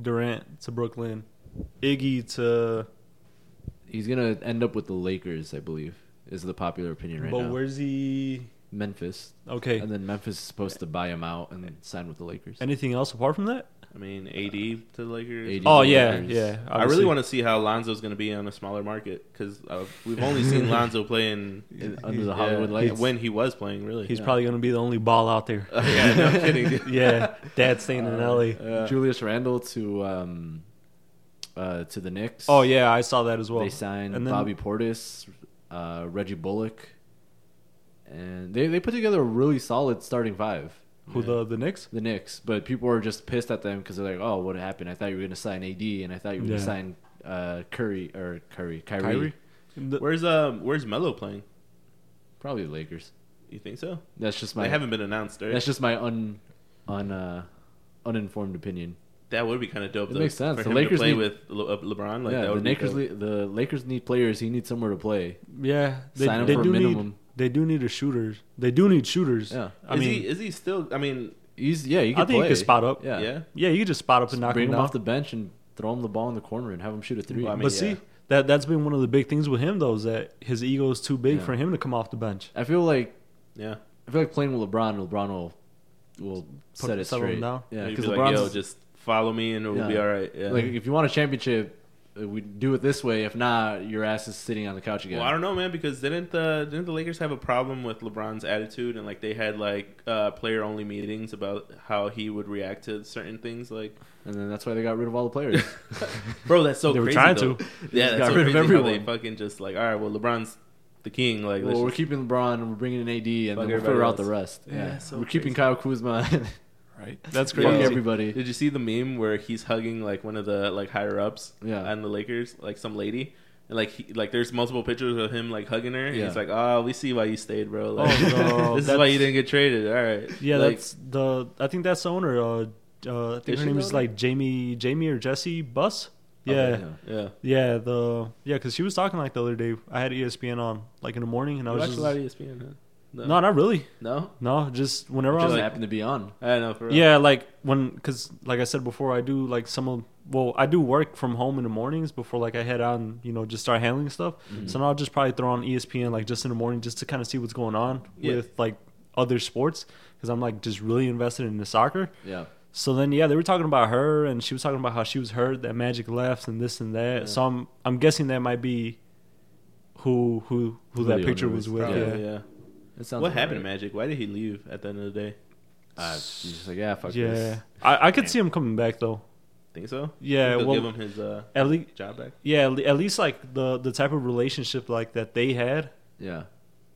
Speaker 5: Durant to Brooklyn, Iggy to.
Speaker 2: he's gonna end up with the Lakers, I believe, is the popular opinion right
Speaker 5: but
Speaker 2: now.
Speaker 5: where's he?
Speaker 2: Memphis,
Speaker 5: Okay.
Speaker 2: and then Memphis is supposed to buy him out and then sign with the Lakers.
Speaker 5: Anything else apart from that?
Speaker 1: I mean, AD to the Lakers.
Speaker 2: AD.
Speaker 5: Oh
Speaker 2: the
Speaker 5: yeah,
Speaker 2: Lakers.
Speaker 5: yeah.
Speaker 1: I really want to see how Lonzo's going to be on a smaller market because uh, we've only seen Lonzo play in,
Speaker 2: In- under the Hollywood
Speaker 1: yeah,
Speaker 2: lights.
Speaker 1: when he was playing. Really,
Speaker 5: He's
Speaker 2: Yeah.
Speaker 5: probably gonna be the only ball out there.
Speaker 1: yeah, no I'm kidding. dude.
Speaker 5: yeah, Dad's staying in LA.
Speaker 2: Uh,
Speaker 1: Yeah.
Speaker 2: Julius Randle to um, uh, to the Knicks.
Speaker 5: Oh yeah, I saw that as well.
Speaker 2: they signed
Speaker 5: and then-
Speaker 2: Bobby Portis, uh, Reggie Bullock, and they they put together a really solid starting five.
Speaker 5: Who the the Knicks?
Speaker 2: The Knicks, but people are just pissed at them because they're like, "Oh, what happened? I thought you were going to sign AD, and I thought you were going
Speaker 5: Yeah.
Speaker 2: to sign uh, Curry or Curry, Kyrie,
Speaker 5: Kyrie? The-
Speaker 1: Where's um Where's Melo playing?
Speaker 2: probably the Lakers."
Speaker 1: You think so?
Speaker 2: That's just my
Speaker 1: they haven't been announced. Right?
Speaker 2: that's just my un un uh, uninformed opinion.
Speaker 1: that would be kind of dope.
Speaker 2: It
Speaker 1: though,
Speaker 2: makes sense.
Speaker 1: for
Speaker 2: The
Speaker 1: him to
Speaker 2: Lakers
Speaker 1: play
Speaker 2: need-
Speaker 1: with Le- uh, LeBron. Like
Speaker 2: yeah,
Speaker 1: that
Speaker 2: the
Speaker 1: would be
Speaker 2: Lakers
Speaker 1: dope.
Speaker 2: le- the Lakers need players. He needs somewhere to play.
Speaker 5: yeah, they,
Speaker 2: Sign him
Speaker 5: they
Speaker 2: for a
Speaker 5: do need
Speaker 2: minimum.
Speaker 5: they do need a shooter. They do need shooters.
Speaker 2: Yeah.
Speaker 5: I
Speaker 1: is
Speaker 5: mean,
Speaker 1: he is he still? I mean,
Speaker 2: He's yeah, you
Speaker 5: I
Speaker 2: can
Speaker 5: think
Speaker 2: play.
Speaker 5: he could spot up.
Speaker 1: yeah.
Speaker 2: Yeah.
Speaker 5: yeah, you could just spot up and knock
Speaker 2: bring
Speaker 5: him
Speaker 2: him
Speaker 5: down.
Speaker 2: off the bench and throw him the ball in the corner and have him shoot a three.
Speaker 1: Well, I mean,
Speaker 5: but
Speaker 1: yeah.
Speaker 5: see, that that's been one of the big things with him though is that his ego is too big
Speaker 2: Yeah.
Speaker 5: for him to come off the bench.
Speaker 2: I feel like
Speaker 1: Yeah.
Speaker 2: I feel like playing with LeBron, LeBron will will set it
Speaker 5: settle him
Speaker 2: straight.
Speaker 5: down?
Speaker 2: Yeah,
Speaker 1: You'd
Speaker 2: because
Speaker 1: be like,
Speaker 2: LeBron's
Speaker 1: yo, just follow me and it'll
Speaker 2: Yeah.
Speaker 1: be all right. Yeah.
Speaker 2: like if you want a championship, uh, we do it this way. If not, your ass is sitting on the couch again.
Speaker 1: Well, I don't know, man, because didn't the didn't the Lakers have a problem with LeBron's attitude and like they had like uh, player only meetings about how he would react to certain things? Like,
Speaker 2: and then that's why they got rid of all the players.
Speaker 1: bro, that's so
Speaker 5: They were
Speaker 1: crazy.
Speaker 5: trying
Speaker 1: though.
Speaker 5: to.
Speaker 1: yeah, that's
Speaker 2: got
Speaker 1: so
Speaker 2: rid of
Speaker 1: crazy how they
Speaker 2: everyone.
Speaker 1: fucking just like, all right, well, LeBron's the king. Like, let's
Speaker 2: well, we're
Speaker 1: just-
Speaker 2: keeping LeBron, and we're bringing in
Speaker 1: Fuck
Speaker 2: AD, and then we'll
Speaker 1: everybody
Speaker 2: figure out
Speaker 1: else.
Speaker 2: the rest.
Speaker 1: Yeah,
Speaker 2: Yeah,
Speaker 1: it's so
Speaker 2: we're keeping
Speaker 1: crazy.
Speaker 2: Kyle Kuzma. and
Speaker 5: Right. That's
Speaker 1: Yeah.
Speaker 2: Fuck
Speaker 5: crazy.
Speaker 2: everybody.
Speaker 1: did you see the meme where he's hugging like one of the like higher ups
Speaker 2: Yeah.
Speaker 1: on the Lakers, like some lady? And like he, like there's multiple pictures of him like hugging her. And
Speaker 2: Yeah.
Speaker 1: he's like, "Oh, we see why you stayed, bro. Like,
Speaker 5: Oh, no,
Speaker 1: this is why you
Speaker 5: that's-
Speaker 1: didn't get traded. All right.
Speaker 5: Yeah,
Speaker 1: Like,
Speaker 5: that's the. I think that's the owner. Uh, uh, I think
Speaker 1: Is
Speaker 5: her
Speaker 1: she
Speaker 5: name
Speaker 1: the
Speaker 5: is
Speaker 1: owner? Oh,
Speaker 5: like Jamie, Jamie or Jesse Bus. Yeah,
Speaker 2: Okay,
Speaker 1: yeah.
Speaker 5: yeah, the yeah, because she was talking like the other day. I had E ESPN on like in the morning, and I
Speaker 1: You
Speaker 5: was
Speaker 1: watch
Speaker 5: just
Speaker 1: a lot of E ESPN, huh? No,
Speaker 5: no, not really.
Speaker 1: no.
Speaker 5: No, just whenever I
Speaker 2: Just
Speaker 5: was
Speaker 1: like-
Speaker 2: happened to be on.
Speaker 1: I don't know. For real.
Speaker 5: yeah, like when because like I said before, I do like some of well, I do work from home in the mornings before like I head out and you know just start handling stuff. So now I'll just probably throw on E ESPN like just in the morning just to kind of see what's going on
Speaker 1: Yeah.
Speaker 5: with like other sports because I'm like just really invested in the soccer.
Speaker 2: Yeah,
Speaker 5: So then, yeah, they were talking about her, and she was talking about how she was hurt that Magic left and this and that.
Speaker 1: Yeah.
Speaker 5: So I'm I'm guessing that might be who who who
Speaker 2: Who
Speaker 5: that
Speaker 2: the
Speaker 5: picture
Speaker 2: owner
Speaker 5: was
Speaker 2: was.
Speaker 5: with.
Speaker 1: Probably,
Speaker 5: Yeah.
Speaker 1: Oh, yeah.
Speaker 2: that sounds.
Speaker 1: What
Speaker 2: about
Speaker 1: happened to
Speaker 2: right.
Speaker 1: Magic? Why did he leave at the end of the day?
Speaker 2: Uh, he's just like, yeah, fuck
Speaker 5: yeah,
Speaker 2: this.
Speaker 5: I, I could see him coming back though.
Speaker 1: Think so?
Speaker 5: Yeah,
Speaker 1: Think they'll
Speaker 5: well-
Speaker 1: give him his uh,
Speaker 5: At least,
Speaker 1: job back.
Speaker 5: yeah, at le- at least like the the type of relationship like that they had.
Speaker 2: Yeah,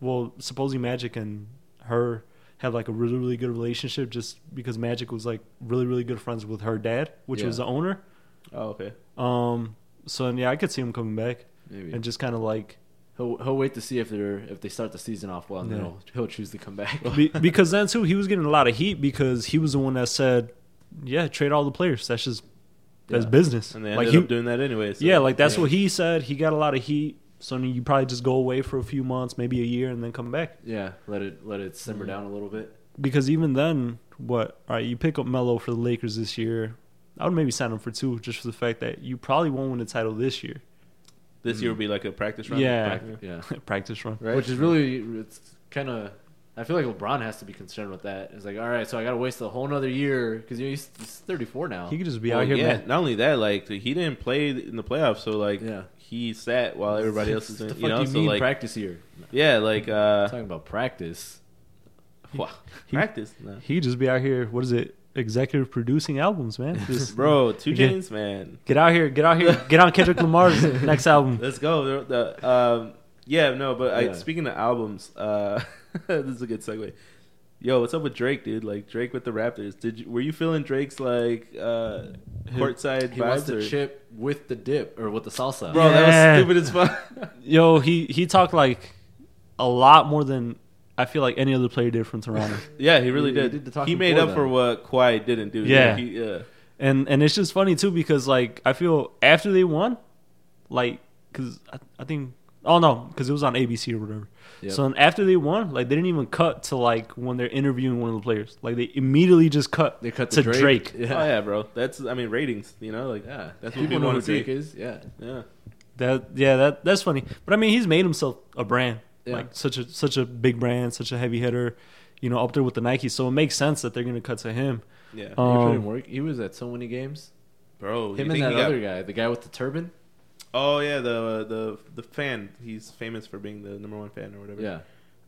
Speaker 5: Well, supposedly Magic and her had like a really really good relationship, just because Magic was like really really good friends with her dad, which was
Speaker 2: Yeah.
Speaker 5: the owner.
Speaker 1: Oh, okay.
Speaker 5: Um, so and yeah, I could see him coming back
Speaker 2: maybe.
Speaker 5: and just kind of like
Speaker 2: He'll, he'll wait to see if they're if they start the season off well, and then
Speaker 5: Yeah.
Speaker 2: he'll, he'll choose to come back.
Speaker 5: Be- because then too, he was getting a lot of heat because he was the one that said, "Yeah, trade all the players. That's just that's
Speaker 2: Yeah.
Speaker 5: business."
Speaker 1: And they ended
Speaker 5: like
Speaker 1: up doing that anyway. So.
Speaker 5: yeah, like that's what he said. He got a lot of heat, so then you probably just go away for a few months, maybe a year, and then come back.
Speaker 2: yeah, let it let it simmer
Speaker 1: Mm.
Speaker 2: down a little bit.
Speaker 5: Because even then, what? All right, you pick up Melo for the Lakers this year. I would maybe sign him for two, just for the fact that you probably won't win the title this year.
Speaker 1: This year will be like a practice run.
Speaker 5: Yeah.
Speaker 1: Practice-
Speaker 2: Yeah,
Speaker 5: Practice run.
Speaker 1: Right.
Speaker 2: which is really it's kind of. I feel like LeBron has to be concerned with that. It's like, all right, so I got to waste a whole another year because he's, he's 34 now.
Speaker 5: He could just be
Speaker 1: Well,
Speaker 5: out here,
Speaker 1: yeah,
Speaker 5: man.
Speaker 1: Not only that, like he didn't play in the playoffs, so like
Speaker 2: Yeah.
Speaker 1: he sat while everybody else is doing.
Speaker 2: What the fuck
Speaker 1: you know,
Speaker 2: do you
Speaker 1: so
Speaker 2: mean
Speaker 1: like
Speaker 2: practice here?
Speaker 1: yeah, like uh,
Speaker 2: talking about practice.
Speaker 1: wow. practice, no.
Speaker 5: He could just be out here. What is it? Executive producing albums, man. Just
Speaker 1: bro. Two
Speaker 5: Yeah.
Speaker 1: chains, man.
Speaker 5: Get out here, get out here, get on Kendrick Lamar's next album.
Speaker 1: Let's go. The, the, um, yeah, no, but I,
Speaker 2: Yeah.
Speaker 1: speaking of albums, uh, this is a good segue. Yo, what's up with Drake, dude? Like Drake with the Raptors. Did you, were you feeling Drake's like uh, courtside
Speaker 2: He wants
Speaker 1: vibes?
Speaker 2: the
Speaker 1: or-
Speaker 2: chip with the dip or with the salsa.
Speaker 1: Bro,
Speaker 5: Yeah.
Speaker 1: that was stupid as fuck.
Speaker 5: Yo, he he talked like a lot more than I feel like any other player did from Toronto,
Speaker 1: yeah, he really
Speaker 2: He- he
Speaker 1: did. He,
Speaker 2: did the talking
Speaker 1: made
Speaker 2: for
Speaker 1: up
Speaker 2: them.
Speaker 1: for what Kawhi didn't do.
Speaker 5: Yeah.
Speaker 1: He- yeah.
Speaker 5: and and it's just funny too because like I feel after they won, like because I, I think oh no because it was on ABC or whatever.
Speaker 2: Yep.
Speaker 5: So then after they won, like they didn't even cut to like when they're interviewing one of the players. Like they immediately just cut.
Speaker 2: They cut
Speaker 5: to
Speaker 2: the
Speaker 5: Drake.
Speaker 2: Yeah.
Speaker 1: Oh yeah, bro. That's I mean ratings. You know, like
Speaker 2: Yeah.
Speaker 1: that's what
Speaker 2: People
Speaker 1: people
Speaker 2: know who
Speaker 1: want to
Speaker 2: Drake
Speaker 1: see.
Speaker 2: is. Yeah.
Speaker 1: Yeah.
Speaker 5: That yeah that that's funny. But I mean he's made himself a brand.
Speaker 2: Yeah.
Speaker 5: Like such a such a big brand, such a heavy hitter, you know, up there with the Nike. So it makes sense that they're gonna cut to him.
Speaker 1: Yeah.
Speaker 5: Um,
Speaker 2: he put in work. He was at so many games.
Speaker 1: bro, you
Speaker 2: Him
Speaker 1: think
Speaker 2: and that
Speaker 1: he got-
Speaker 2: other guy, the guy with the turban.
Speaker 1: Oh yeah, the the the fan. He's famous for being the number one fan or whatever.
Speaker 2: Yeah.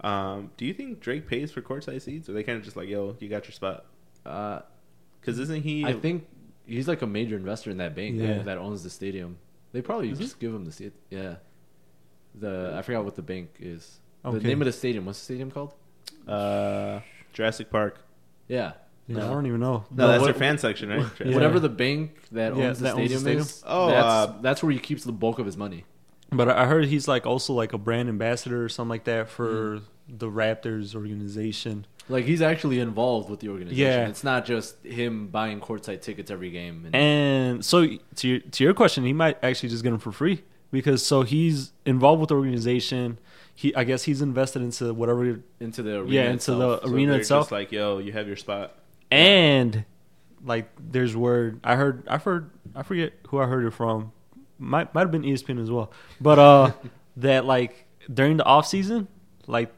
Speaker 1: Um, do you think Drake pays for courtside seats, or they kind of just like, yo, you got your spot?
Speaker 2: Uh,
Speaker 1: Because isn't he?
Speaker 2: I think he's like a major investor in that bank
Speaker 5: Yeah.
Speaker 2: that owns the stadium. They probably just give him the seat. Yeah. The I forgot what the bank is. The
Speaker 5: Okay.
Speaker 2: name of the stadium. What's the stadium called?
Speaker 1: uh, Jurassic Park.
Speaker 2: Yeah.
Speaker 5: Yeah, I don't even know.
Speaker 1: No, that's
Speaker 2: what-
Speaker 1: their fan section, right? Jurassic
Speaker 5: Yeah.
Speaker 2: Whatever the bank that owns,
Speaker 5: Yeah,
Speaker 2: the,
Speaker 5: that owns
Speaker 2: stadium
Speaker 5: the
Speaker 2: is,
Speaker 1: stadium. Oh,
Speaker 2: that's,
Speaker 1: uh,
Speaker 2: that's where he keeps the bulk of his money.
Speaker 5: But I I heard he's like also like a brand ambassador or something like that for the Raptors organization.
Speaker 2: Like he's actually involved with the organization.
Speaker 5: Yeah.
Speaker 2: It's not just him buying courtside tickets every game. And,
Speaker 5: And so to your, to your question, he might actually just get him for free because so he's involved with the organization. He I guess he's invested into whatever
Speaker 2: into the arena
Speaker 5: yeah into
Speaker 2: itself.
Speaker 5: the
Speaker 1: So
Speaker 5: arena
Speaker 1: they're
Speaker 5: itself
Speaker 1: Just like, yo, you have your spot.
Speaker 5: and like there's word I heard I've heard I forget who I heard it from
Speaker 3: might might have been E ESPN as well, but uh, that like during the off season, like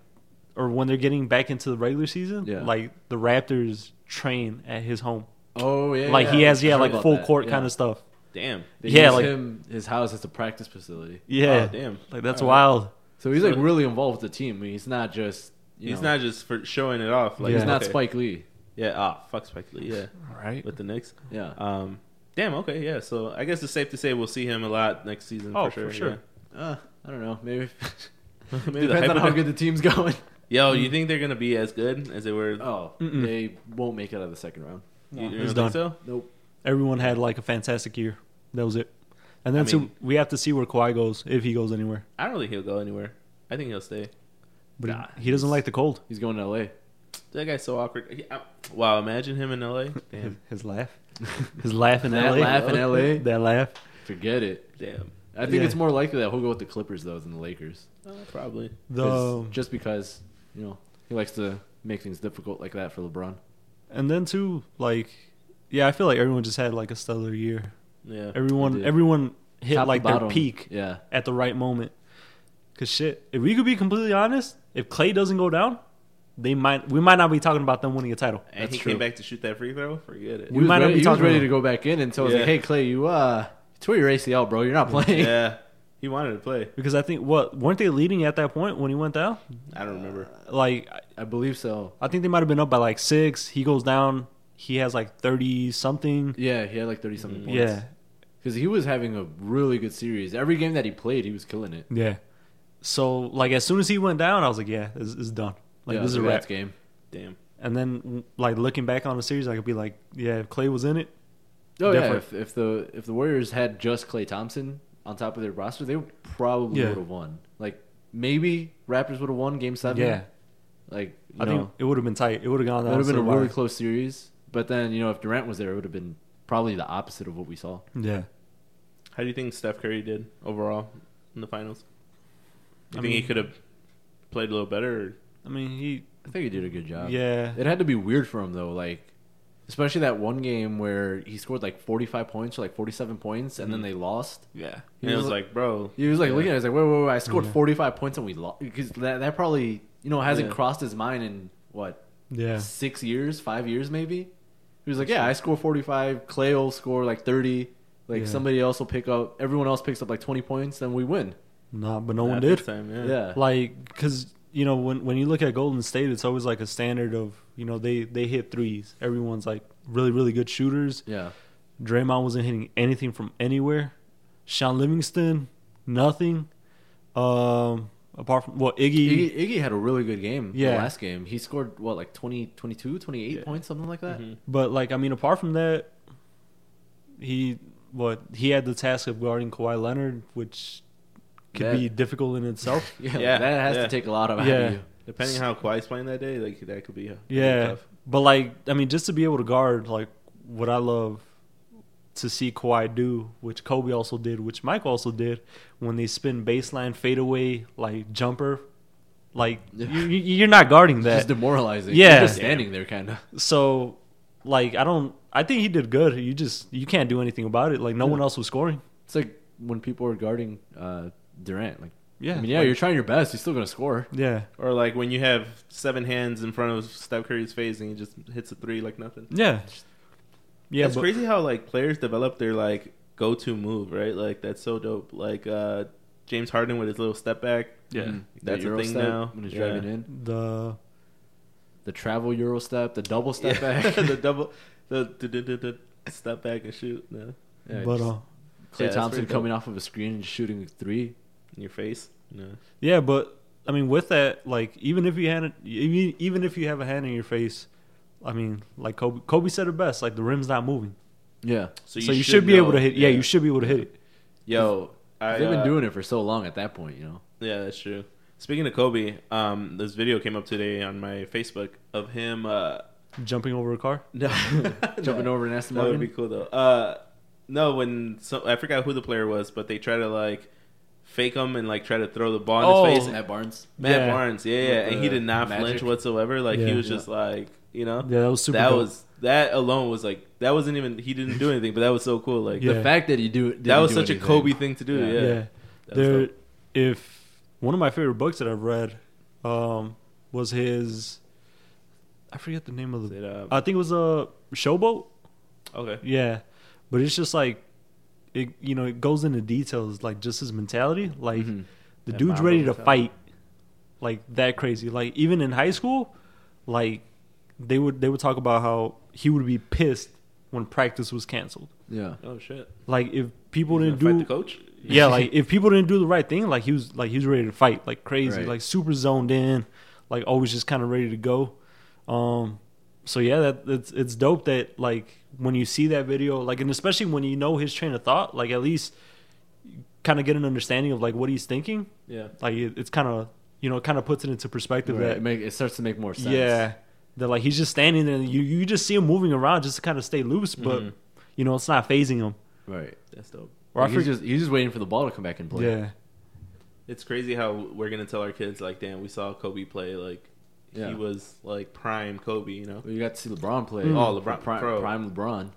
Speaker 3: or when they're getting back into the regular season,
Speaker 2: Yeah.
Speaker 3: like the Raptors train at his home,
Speaker 2: Oh yeah,
Speaker 3: like he
Speaker 2: yeah,
Speaker 3: has
Speaker 2: I
Speaker 3: yeah
Speaker 2: heard
Speaker 3: like
Speaker 2: about
Speaker 3: full
Speaker 2: that,
Speaker 3: court
Speaker 2: yeah. Oh,
Speaker 3: kind of stuff.
Speaker 1: Damn.
Speaker 2: They
Speaker 3: yeah,
Speaker 2: use
Speaker 3: like-
Speaker 2: him, his house as a practice facility.
Speaker 1: Oh,
Speaker 3: Yeah,
Speaker 1: damn.
Speaker 3: like that's
Speaker 1: All right.
Speaker 3: wild.
Speaker 2: So he's
Speaker 1: So-
Speaker 2: like really involved with the team. I mean, he's not just you
Speaker 1: He's
Speaker 2: know,
Speaker 1: not just for showing it off. Like
Speaker 3: Yeah.
Speaker 2: he's not
Speaker 1: okay.
Speaker 2: Spike Lee,
Speaker 1: Yeah. Ah, fuck Spike Lee. Yeah,
Speaker 2: right?
Speaker 1: with the Knicks.
Speaker 2: Yeah,
Speaker 3: Uh.
Speaker 1: Um. Damn. Okay. Yeah. So I guess it's safe to say we'll see him a lot next season.
Speaker 3: Oh,
Speaker 1: for sure.
Speaker 3: for sure.
Speaker 2: uh, I don't know. Maybe
Speaker 1: Yeah. Maybe the
Speaker 2: depends on
Speaker 1: hype-
Speaker 2: how good the team's going.
Speaker 1: Yo, you think they're gonna be as good as they were?
Speaker 2: Mm-hmm. Oh,
Speaker 3: Mm-mm.
Speaker 2: they won't make it out of the second round.
Speaker 1: you, you
Speaker 3: It's
Speaker 1: don't think
Speaker 3: done.
Speaker 1: so?
Speaker 2: Nope.
Speaker 3: everyone had like a fantastic year. That was it. And then
Speaker 1: I
Speaker 3: so
Speaker 1: mean-
Speaker 3: we have to see where Kawhi goes if he goes anywhere.
Speaker 1: I don't think he'll go anywhere. I think he'll stay.
Speaker 3: But he-
Speaker 2: Nah,
Speaker 3: he, doesn't like the cold.
Speaker 2: He's going to LA.
Speaker 1: That guy's so awkward. He- I- wow. Imagine him in L.A.
Speaker 3: His,
Speaker 1: Damn.
Speaker 3: his laugh, his laugh in
Speaker 2: That
Speaker 3: LA,
Speaker 2: laugh in LA?
Speaker 3: that laugh.
Speaker 2: Forget it.
Speaker 1: Damn.
Speaker 2: I think
Speaker 3: Yeah.
Speaker 2: it's more likely that he'll go with the Clippers though than the Lakers.
Speaker 1: Uh, probably.
Speaker 2: 'Cause-
Speaker 3: The
Speaker 2: just because you know he likes to make things difficult like that for LeBron.
Speaker 3: and then too like, yeah, I feel like everyone just had like a stellar year.
Speaker 1: Yeah.
Speaker 3: Everyone,
Speaker 2: did.
Speaker 3: everyone hit
Speaker 2: Top to
Speaker 3: like their
Speaker 2: bottom,
Speaker 3: peak
Speaker 2: Yeah,
Speaker 3: at the right moment. Cause shit, if we could be completely honest, if Clay doesn't go down, they might we might not be talking about them winning a title.
Speaker 1: And
Speaker 2: That's
Speaker 1: he
Speaker 2: true.
Speaker 1: came back to shoot that free throw. Forget it.
Speaker 2: we might ready, not
Speaker 3: might not be
Speaker 2: he was
Speaker 3: talking
Speaker 2: ready
Speaker 3: about-
Speaker 2: to go back in until I was
Speaker 1: Yeah.
Speaker 2: like, "Hey Clay, you uh tore your ACL, bro. You're not playing."
Speaker 1: yeah. He wanted to play.
Speaker 3: Because I think what weren't they leading at that point when he went down?
Speaker 1: I don't remember.
Speaker 2: Uh,
Speaker 3: Like
Speaker 2: I believe so.
Speaker 3: I think they might have been up by like six. He goes down. He has like thirty something.
Speaker 2: Yeah, he had like thirty
Speaker 1: Mm.
Speaker 2: something points.
Speaker 3: Yeah,
Speaker 2: because he was having a really good series. Every game that he played, he was killing it.
Speaker 3: yeah. So like as soon as he went down, I was like, yeah, it's, it's done. Like
Speaker 2: yeah,
Speaker 3: this is a
Speaker 2: the
Speaker 3: wrap.
Speaker 2: game.
Speaker 1: Damn.
Speaker 3: And then like looking back on the series, I could be like, yeah, if Clay was in it,
Speaker 2: Oh yeah,
Speaker 3: Different.
Speaker 2: if, if the if the Warriors had just Clay Thompson on top of their roster, they probably
Speaker 3: Yeah.
Speaker 2: would have won. Like maybe Raptors would have won Game Seven.
Speaker 3: Yeah.
Speaker 2: like you
Speaker 3: I
Speaker 2: know,
Speaker 3: think it would have been tight. It would have gone
Speaker 2: it
Speaker 3: down.
Speaker 2: would have been
Speaker 3: to
Speaker 2: a
Speaker 3: the
Speaker 2: really
Speaker 3: wire.
Speaker 2: close series. But then you know, if Durant was there, it would have been probably the opposite of what we saw.
Speaker 3: Yeah.
Speaker 1: How do you think Steph Curry did overall in the finals? You
Speaker 3: I
Speaker 1: think he
Speaker 3: mean-
Speaker 1: could have played a little better? Or,
Speaker 3: I mean, he.
Speaker 2: I think he did a good job.
Speaker 3: Yeah.
Speaker 2: it had to be weird for him though, like. Especially that one game where he scored like 45 points or like 47 points, and
Speaker 3: Mm-hmm.
Speaker 2: then they lost.
Speaker 1: yeah.
Speaker 2: He
Speaker 1: And it
Speaker 2: was
Speaker 1: was like, bro,
Speaker 2: He was like looking at it, he's like, wait, wait, wait, I scored
Speaker 3: Yeah.
Speaker 2: 45 points and we lost. Because that, that probably, you know, hasn't
Speaker 1: Yeah.
Speaker 2: crossed his mind in, what,
Speaker 3: Yeah.
Speaker 2: six years, five years maybe? He was like, yeah, I score 45, Clay will score like 30, like
Speaker 3: Yeah.
Speaker 2: somebody else will pick up, everyone else picks up like 20 points, then we win.
Speaker 3: Nah, but no
Speaker 1: not
Speaker 3: one
Speaker 1: this
Speaker 3: did.
Speaker 1: Time, yeah.
Speaker 2: Yeah.
Speaker 3: Like, because you know when when you look at Golden State, it's always like a standard of you know they they hit threes. Everyone's like really really good shooters.
Speaker 2: yeah.
Speaker 3: Draymond wasn't hitting anything from anywhere. Sean Livingston, nothing. Um, apart from well, Iggy,
Speaker 2: Iggy, Iggy had a really good game yeah.
Speaker 3: Yeah.
Speaker 2: last game. He scored, what, like 20, 22, 28
Speaker 3: Yeah. Mm-hmm.
Speaker 2: points, something like that?
Speaker 1: Mhm.
Speaker 3: but like I mean, apart from that, he what he had the task of guarding Kawhi Leonard, which could
Speaker 2: That-
Speaker 3: be difficult in itself.
Speaker 2: Yeah,
Speaker 1: Yeah,
Speaker 2: that has
Speaker 1: yeah.
Speaker 2: to take a lot of
Speaker 3: Yeah.
Speaker 2: out of you.
Speaker 1: Depending on how Kawhi's playing that day, like that could be uh,
Speaker 3: yeah,
Speaker 1: tough.
Speaker 3: but like I mean, just to be able to guard like what I love to see Kawhi do, which Kobe also did, which Mike also did, when they spin baseline fadeaway like jumper, like you,
Speaker 2: Yeah.
Speaker 3: you- you're not guarding
Speaker 2: It's
Speaker 3: that.
Speaker 2: just demoralizing.
Speaker 3: Yeah.
Speaker 2: You're just
Speaker 1: Damn.
Speaker 2: standing there, kind of.
Speaker 3: So, like, I don't. I think he did good. You just you can't do anything about it. Like, no
Speaker 2: Yeah.
Speaker 3: one else was scoring.
Speaker 2: It's like when people are guarding uh, Durant. Like,
Speaker 3: Yeah,
Speaker 2: I mean, yeah,
Speaker 3: like-
Speaker 2: you're trying your best. You're still gonna score.
Speaker 1: Mm-hmm.
Speaker 3: Yeah,
Speaker 1: Or like when you have seven hands in front of Steph Curry's face and he just hits a three like nothing.
Speaker 3: yeah, yeah.
Speaker 1: it's
Speaker 3: but
Speaker 1: crazy how like players develop their like go-to move, right? Like that's so dope. Like uh James Harden with his little step back.
Speaker 3: Yeah.
Speaker 2: Mhm.
Speaker 1: That's
Speaker 2: the
Speaker 1: a
Speaker 2: Euro
Speaker 1: thing
Speaker 2: step
Speaker 1: now.
Speaker 2: When he's
Speaker 1: Yeah.
Speaker 2: driving in,
Speaker 3: the
Speaker 2: the travel Euro step, the double step
Speaker 1: Yeah.
Speaker 2: back.
Speaker 1: the double, the, the, the, the, the step back and shoot yeah.
Speaker 2: Yeah,
Speaker 3: but
Speaker 2: just
Speaker 3: uh,
Speaker 2: Klay
Speaker 1: Yeah, that's
Speaker 2: Thompson
Speaker 1: pretty dope.
Speaker 2: coming off of a screen and shooting a three.
Speaker 1: in your face. No.
Speaker 3: yeah, but I mean, with that, like, even if you had it, even even if you have a hand in your face, I mean, like Kobe, Kobe said it best. Like, the rim's not moving,
Speaker 2: Yeah,
Speaker 3: so you, should, be able
Speaker 1: know-
Speaker 3: to hit. Yeah. you should be able to hit it.
Speaker 1: Yo, I,
Speaker 2: they've been
Speaker 1: uh,
Speaker 2: doing it for so long at that point, you know.
Speaker 1: Yeah, that's true. Speaking of Kobe, um, this video came up today on my Facebook of him. Uh,
Speaker 3: Jumping over a car.
Speaker 2: Jumping over and asking
Speaker 1: That would be
Speaker 2: Morgan.
Speaker 1: cool though. Uh, no, when so I forgot who the player was, but they try to like fake him and like try to throw the ball in his
Speaker 3: Oh.
Speaker 1: face.
Speaker 2: Matt Barnes.
Speaker 1: Matt
Speaker 5: Oh, Yeah.
Speaker 1: Barnes, yeah, yeah.
Speaker 2: With
Speaker 1: and he
Speaker 2: the
Speaker 1: did not
Speaker 2: magic.
Speaker 1: flinch whatsoever. Like
Speaker 5: Yeah.
Speaker 1: he was just like, you know,
Speaker 5: Yeah, that was super.
Speaker 1: that
Speaker 5: dope.
Speaker 1: was that alone was like that wasn't even he didn't do anything, but that was so cool. Like
Speaker 5: Yeah.
Speaker 2: The fact that he do
Speaker 1: that was such a Kobe thing to do.
Speaker 2: Yeah.
Speaker 1: Yeah,
Speaker 5: yeah.
Speaker 1: That was
Speaker 5: There,
Speaker 1: dope.
Speaker 5: if one of my favorite books that I've read um, was his, I forget the name of
Speaker 1: Is
Speaker 5: the.
Speaker 1: it, um,
Speaker 5: I think it was
Speaker 3: uh,
Speaker 5: a showboat.
Speaker 1: okay,
Speaker 5: Yeah, but it's just like it. You know, it goes into details like just his mentality. Like
Speaker 1: Mm-hmm.
Speaker 2: Mhm.
Speaker 5: the
Speaker 1: That
Speaker 5: dude's
Speaker 1: Mamba
Speaker 5: ready to
Speaker 1: mentality.
Speaker 5: fight, like that crazy. Like even in high school, like they would they would talk about how he would be pissed when practice was canceled.
Speaker 2: Yeah.
Speaker 1: oh shit,
Speaker 5: Like if people
Speaker 1: He's
Speaker 5: didn't
Speaker 1: gonna
Speaker 5: do
Speaker 1: fight the coach.
Speaker 5: yeah, like if people didn't do the right thing, like he was like he was ready to fight, like crazy,
Speaker 2: Right.
Speaker 5: like super zoned in, like always just kind of ready to go. Um, so yeah, that it's it's dope that like when you see that video, like and especially when you know his train of thought, like at least kind of get an understanding of like what he's thinking.
Speaker 1: Yeah,
Speaker 5: Like it, it's kind of uh, you know kind of puts it into perspective
Speaker 2: Right. It,
Speaker 5: that
Speaker 2: make, it starts to make more sense.
Speaker 5: yeah that like he's just standing there and you you just see him moving around just to kind of stay loose, but
Speaker 1: Mhm.
Speaker 5: you know it's not phasing him.
Speaker 2: Right.
Speaker 1: that's dope.
Speaker 5: Or I
Speaker 2: Like, he's
Speaker 5: forget-
Speaker 2: just he's just waiting for the ball to come back and play.
Speaker 5: yeah.
Speaker 1: It's crazy how we're gonna tell our kids like, damn, we saw Kobe play. Like
Speaker 2: Yeah.
Speaker 1: he was like prime Kobe. You know,
Speaker 2: Well, you got to see LeBron play.
Speaker 5: Mm.
Speaker 1: Oh, LeBron,
Speaker 2: Prime,
Speaker 1: pro.
Speaker 2: prime LeBron.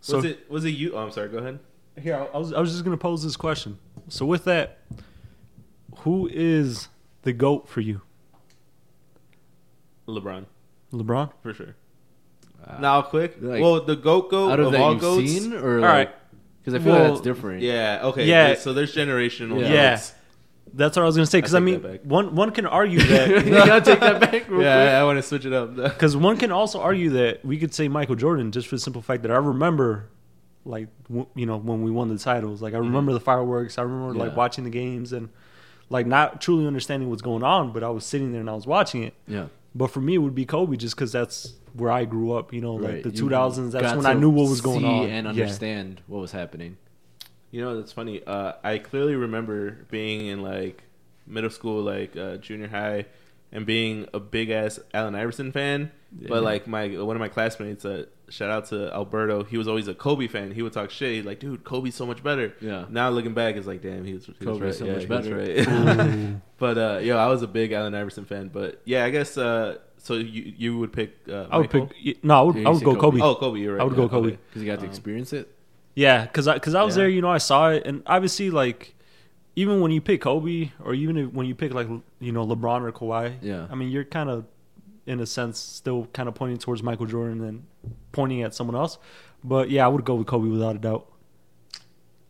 Speaker 5: So-
Speaker 1: was it was it you? Oh, I'm sorry. Go ahead.
Speaker 5: Here, I- I was I was just gonna pose this question. So with that, who is the goat for you,
Speaker 1: LeBron
Speaker 5: LeBron?
Speaker 1: for sure.
Speaker 2: Uh,
Speaker 1: now quick.
Speaker 2: like,
Speaker 1: well, the goat goat
Speaker 2: out
Speaker 1: Oh, of,
Speaker 2: of, that
Speaker 1: all
Speaker 2: you've
Speaker 1: goats.
Speaker 2: seen, or
Speaker 5: All
Speaker 2: like,
Speaker 5: right.
Speaker 2: because I feel
Speaker 5: Well,
Speaker 2: that's different.
Speaker 1: Yeah. Okay.
Speaker 5: Yeah.
Speaker 1: Yeah. So there's generational.
Speaker 2: Yeah.
Speaker 5: Yeah.
Speaker 1: goats.
Speaker 5: That's what I was gonna say. Because I,
Speaker 1: take that
Speaker 5: mean,
Speaker 1: back.
Speaker 5: one one can argue
Speaker 2: you
Speaker 5: that
Speaker 2: gotta take that back. Real
Speaker 1: Yeah,
Speaker 2: quick.
Speaker 1: I, want to switch it up.
Speaker 5: because one can also argue that we could say Michael Jordan just for the simple fact that I remember, like w- you know when we won the titles, like I remember the fireworks, I remember
Speaker 2: Mm-hmm. Yeah.
Speaker 5: like watching the games and like not truly understanding what's going on, but I was sitting there and I was watching it.
Speaker 2: Yeah.
Speaker 5: But for me, it would be Kobe just because that's where I grew up. You know,
Speaker 2: Right.
Speaker 5: like the
Speaker 2: You
Speaker 5: two thousands. That's
Speaker 2: got
Speaker 5: when I
Speaker 2: to
Speaker 5: knew what was going
Speaker 2: see
Speaker 5: on
Speaker 2: and
Speaker 5: Yeah.
Speaker 2: understand what was happening.
Speaker 1: You know, that's funny. Uh, I clearly remember being in like middle school, like uh, junior high, and being a big ass Allen Iverson fan.
Speaker 2: Yeah.
Speaker 1: But like my one of my classmates, uh, shout out to Alberto. He was always a Kobe fan. He would talk shit. He's like, dude, Kobe's so much better.
Speaker 2: Yeah.
Speaker 1: Now looking back, it's like, damn, he was, he was
Speaker 2: Kobe's
Speaker 1: right.
Speaker 2: so
Speaker 1: Yeah,
Speaker 2: much
Speaker 1: he was
Speaker 2: better.
Speaker 1: right. but uh, yo, I was a big Allen Iverson fan. But yeah, I guess uh, so. You you would pick? Uh,
Speaker 5: I would
Speaker 1: Michael?
Speaker 5: pick no. I would,
Speaker 2: Yeah,
Speaker 5: I
Speaker 2: you
Speaker 5: would
Speaker 2: said
Speaker 5: go
Speaker 2: Kobe.
Speaker 5: Kobe.
Speaker 1: Oh, Kobe. You're right.
Speaker 5: I would go Kobe.
Speaker 2: Because you got to
Speaker 1: Um,
Speaker 2: experience it.
Speaker 5: Yeah, because I because I was
Speaker 1: Yeah.
Speaker 5: there. You know, I saw it, and obviously, like even when you pick Kobe, or even if, when you pick like you know LeBron or Kawhi.
Speaker 2: Yeah.
Speaker 5: I mean, you're kind of in a sense still kind of pointing towards Michael Jordan and pointing at someone else. But yeah, I would go with Kobe without a doubt.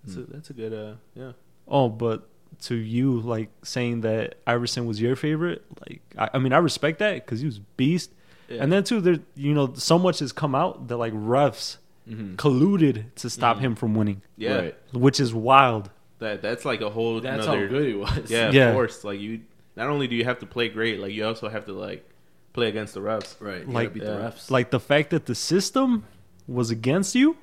Speaker 1: That's a, that's a good. Uh, yeah.
Speaker 5: Oh, but to you, like saying that Iverson was your favorite, like I, I mean, I respect that because he was beast.
Speaker 1: Yeah.
Speaker 5: And then too, there you know, so much has come out that like refs
Speaker 1: Mm-hmm.
Speaker 2: Mhm.
Speaker 5: colluded to stop him from winning,
Speaker 1: Yeah.
Speaker 2: Right.
Speaker 5: which is wild.
Speaker 1: That that's like a whole.
Speaker 2: That's
Speaker 1: another,
Speaker 2: how good he was.
Speaker 1: Yeah,
Speaker 5: Yeah.
Speaker 1: forced. Like you, not only do you have to play great, like you also have to like play against the refs.
Speaker 2: Right. You
Speaker 5: Like-
Speaker 2: gotta beat the
Speaker 1: yeah.
Speaker 2: refs.
Speaker 5: Like the fact that the system was against you,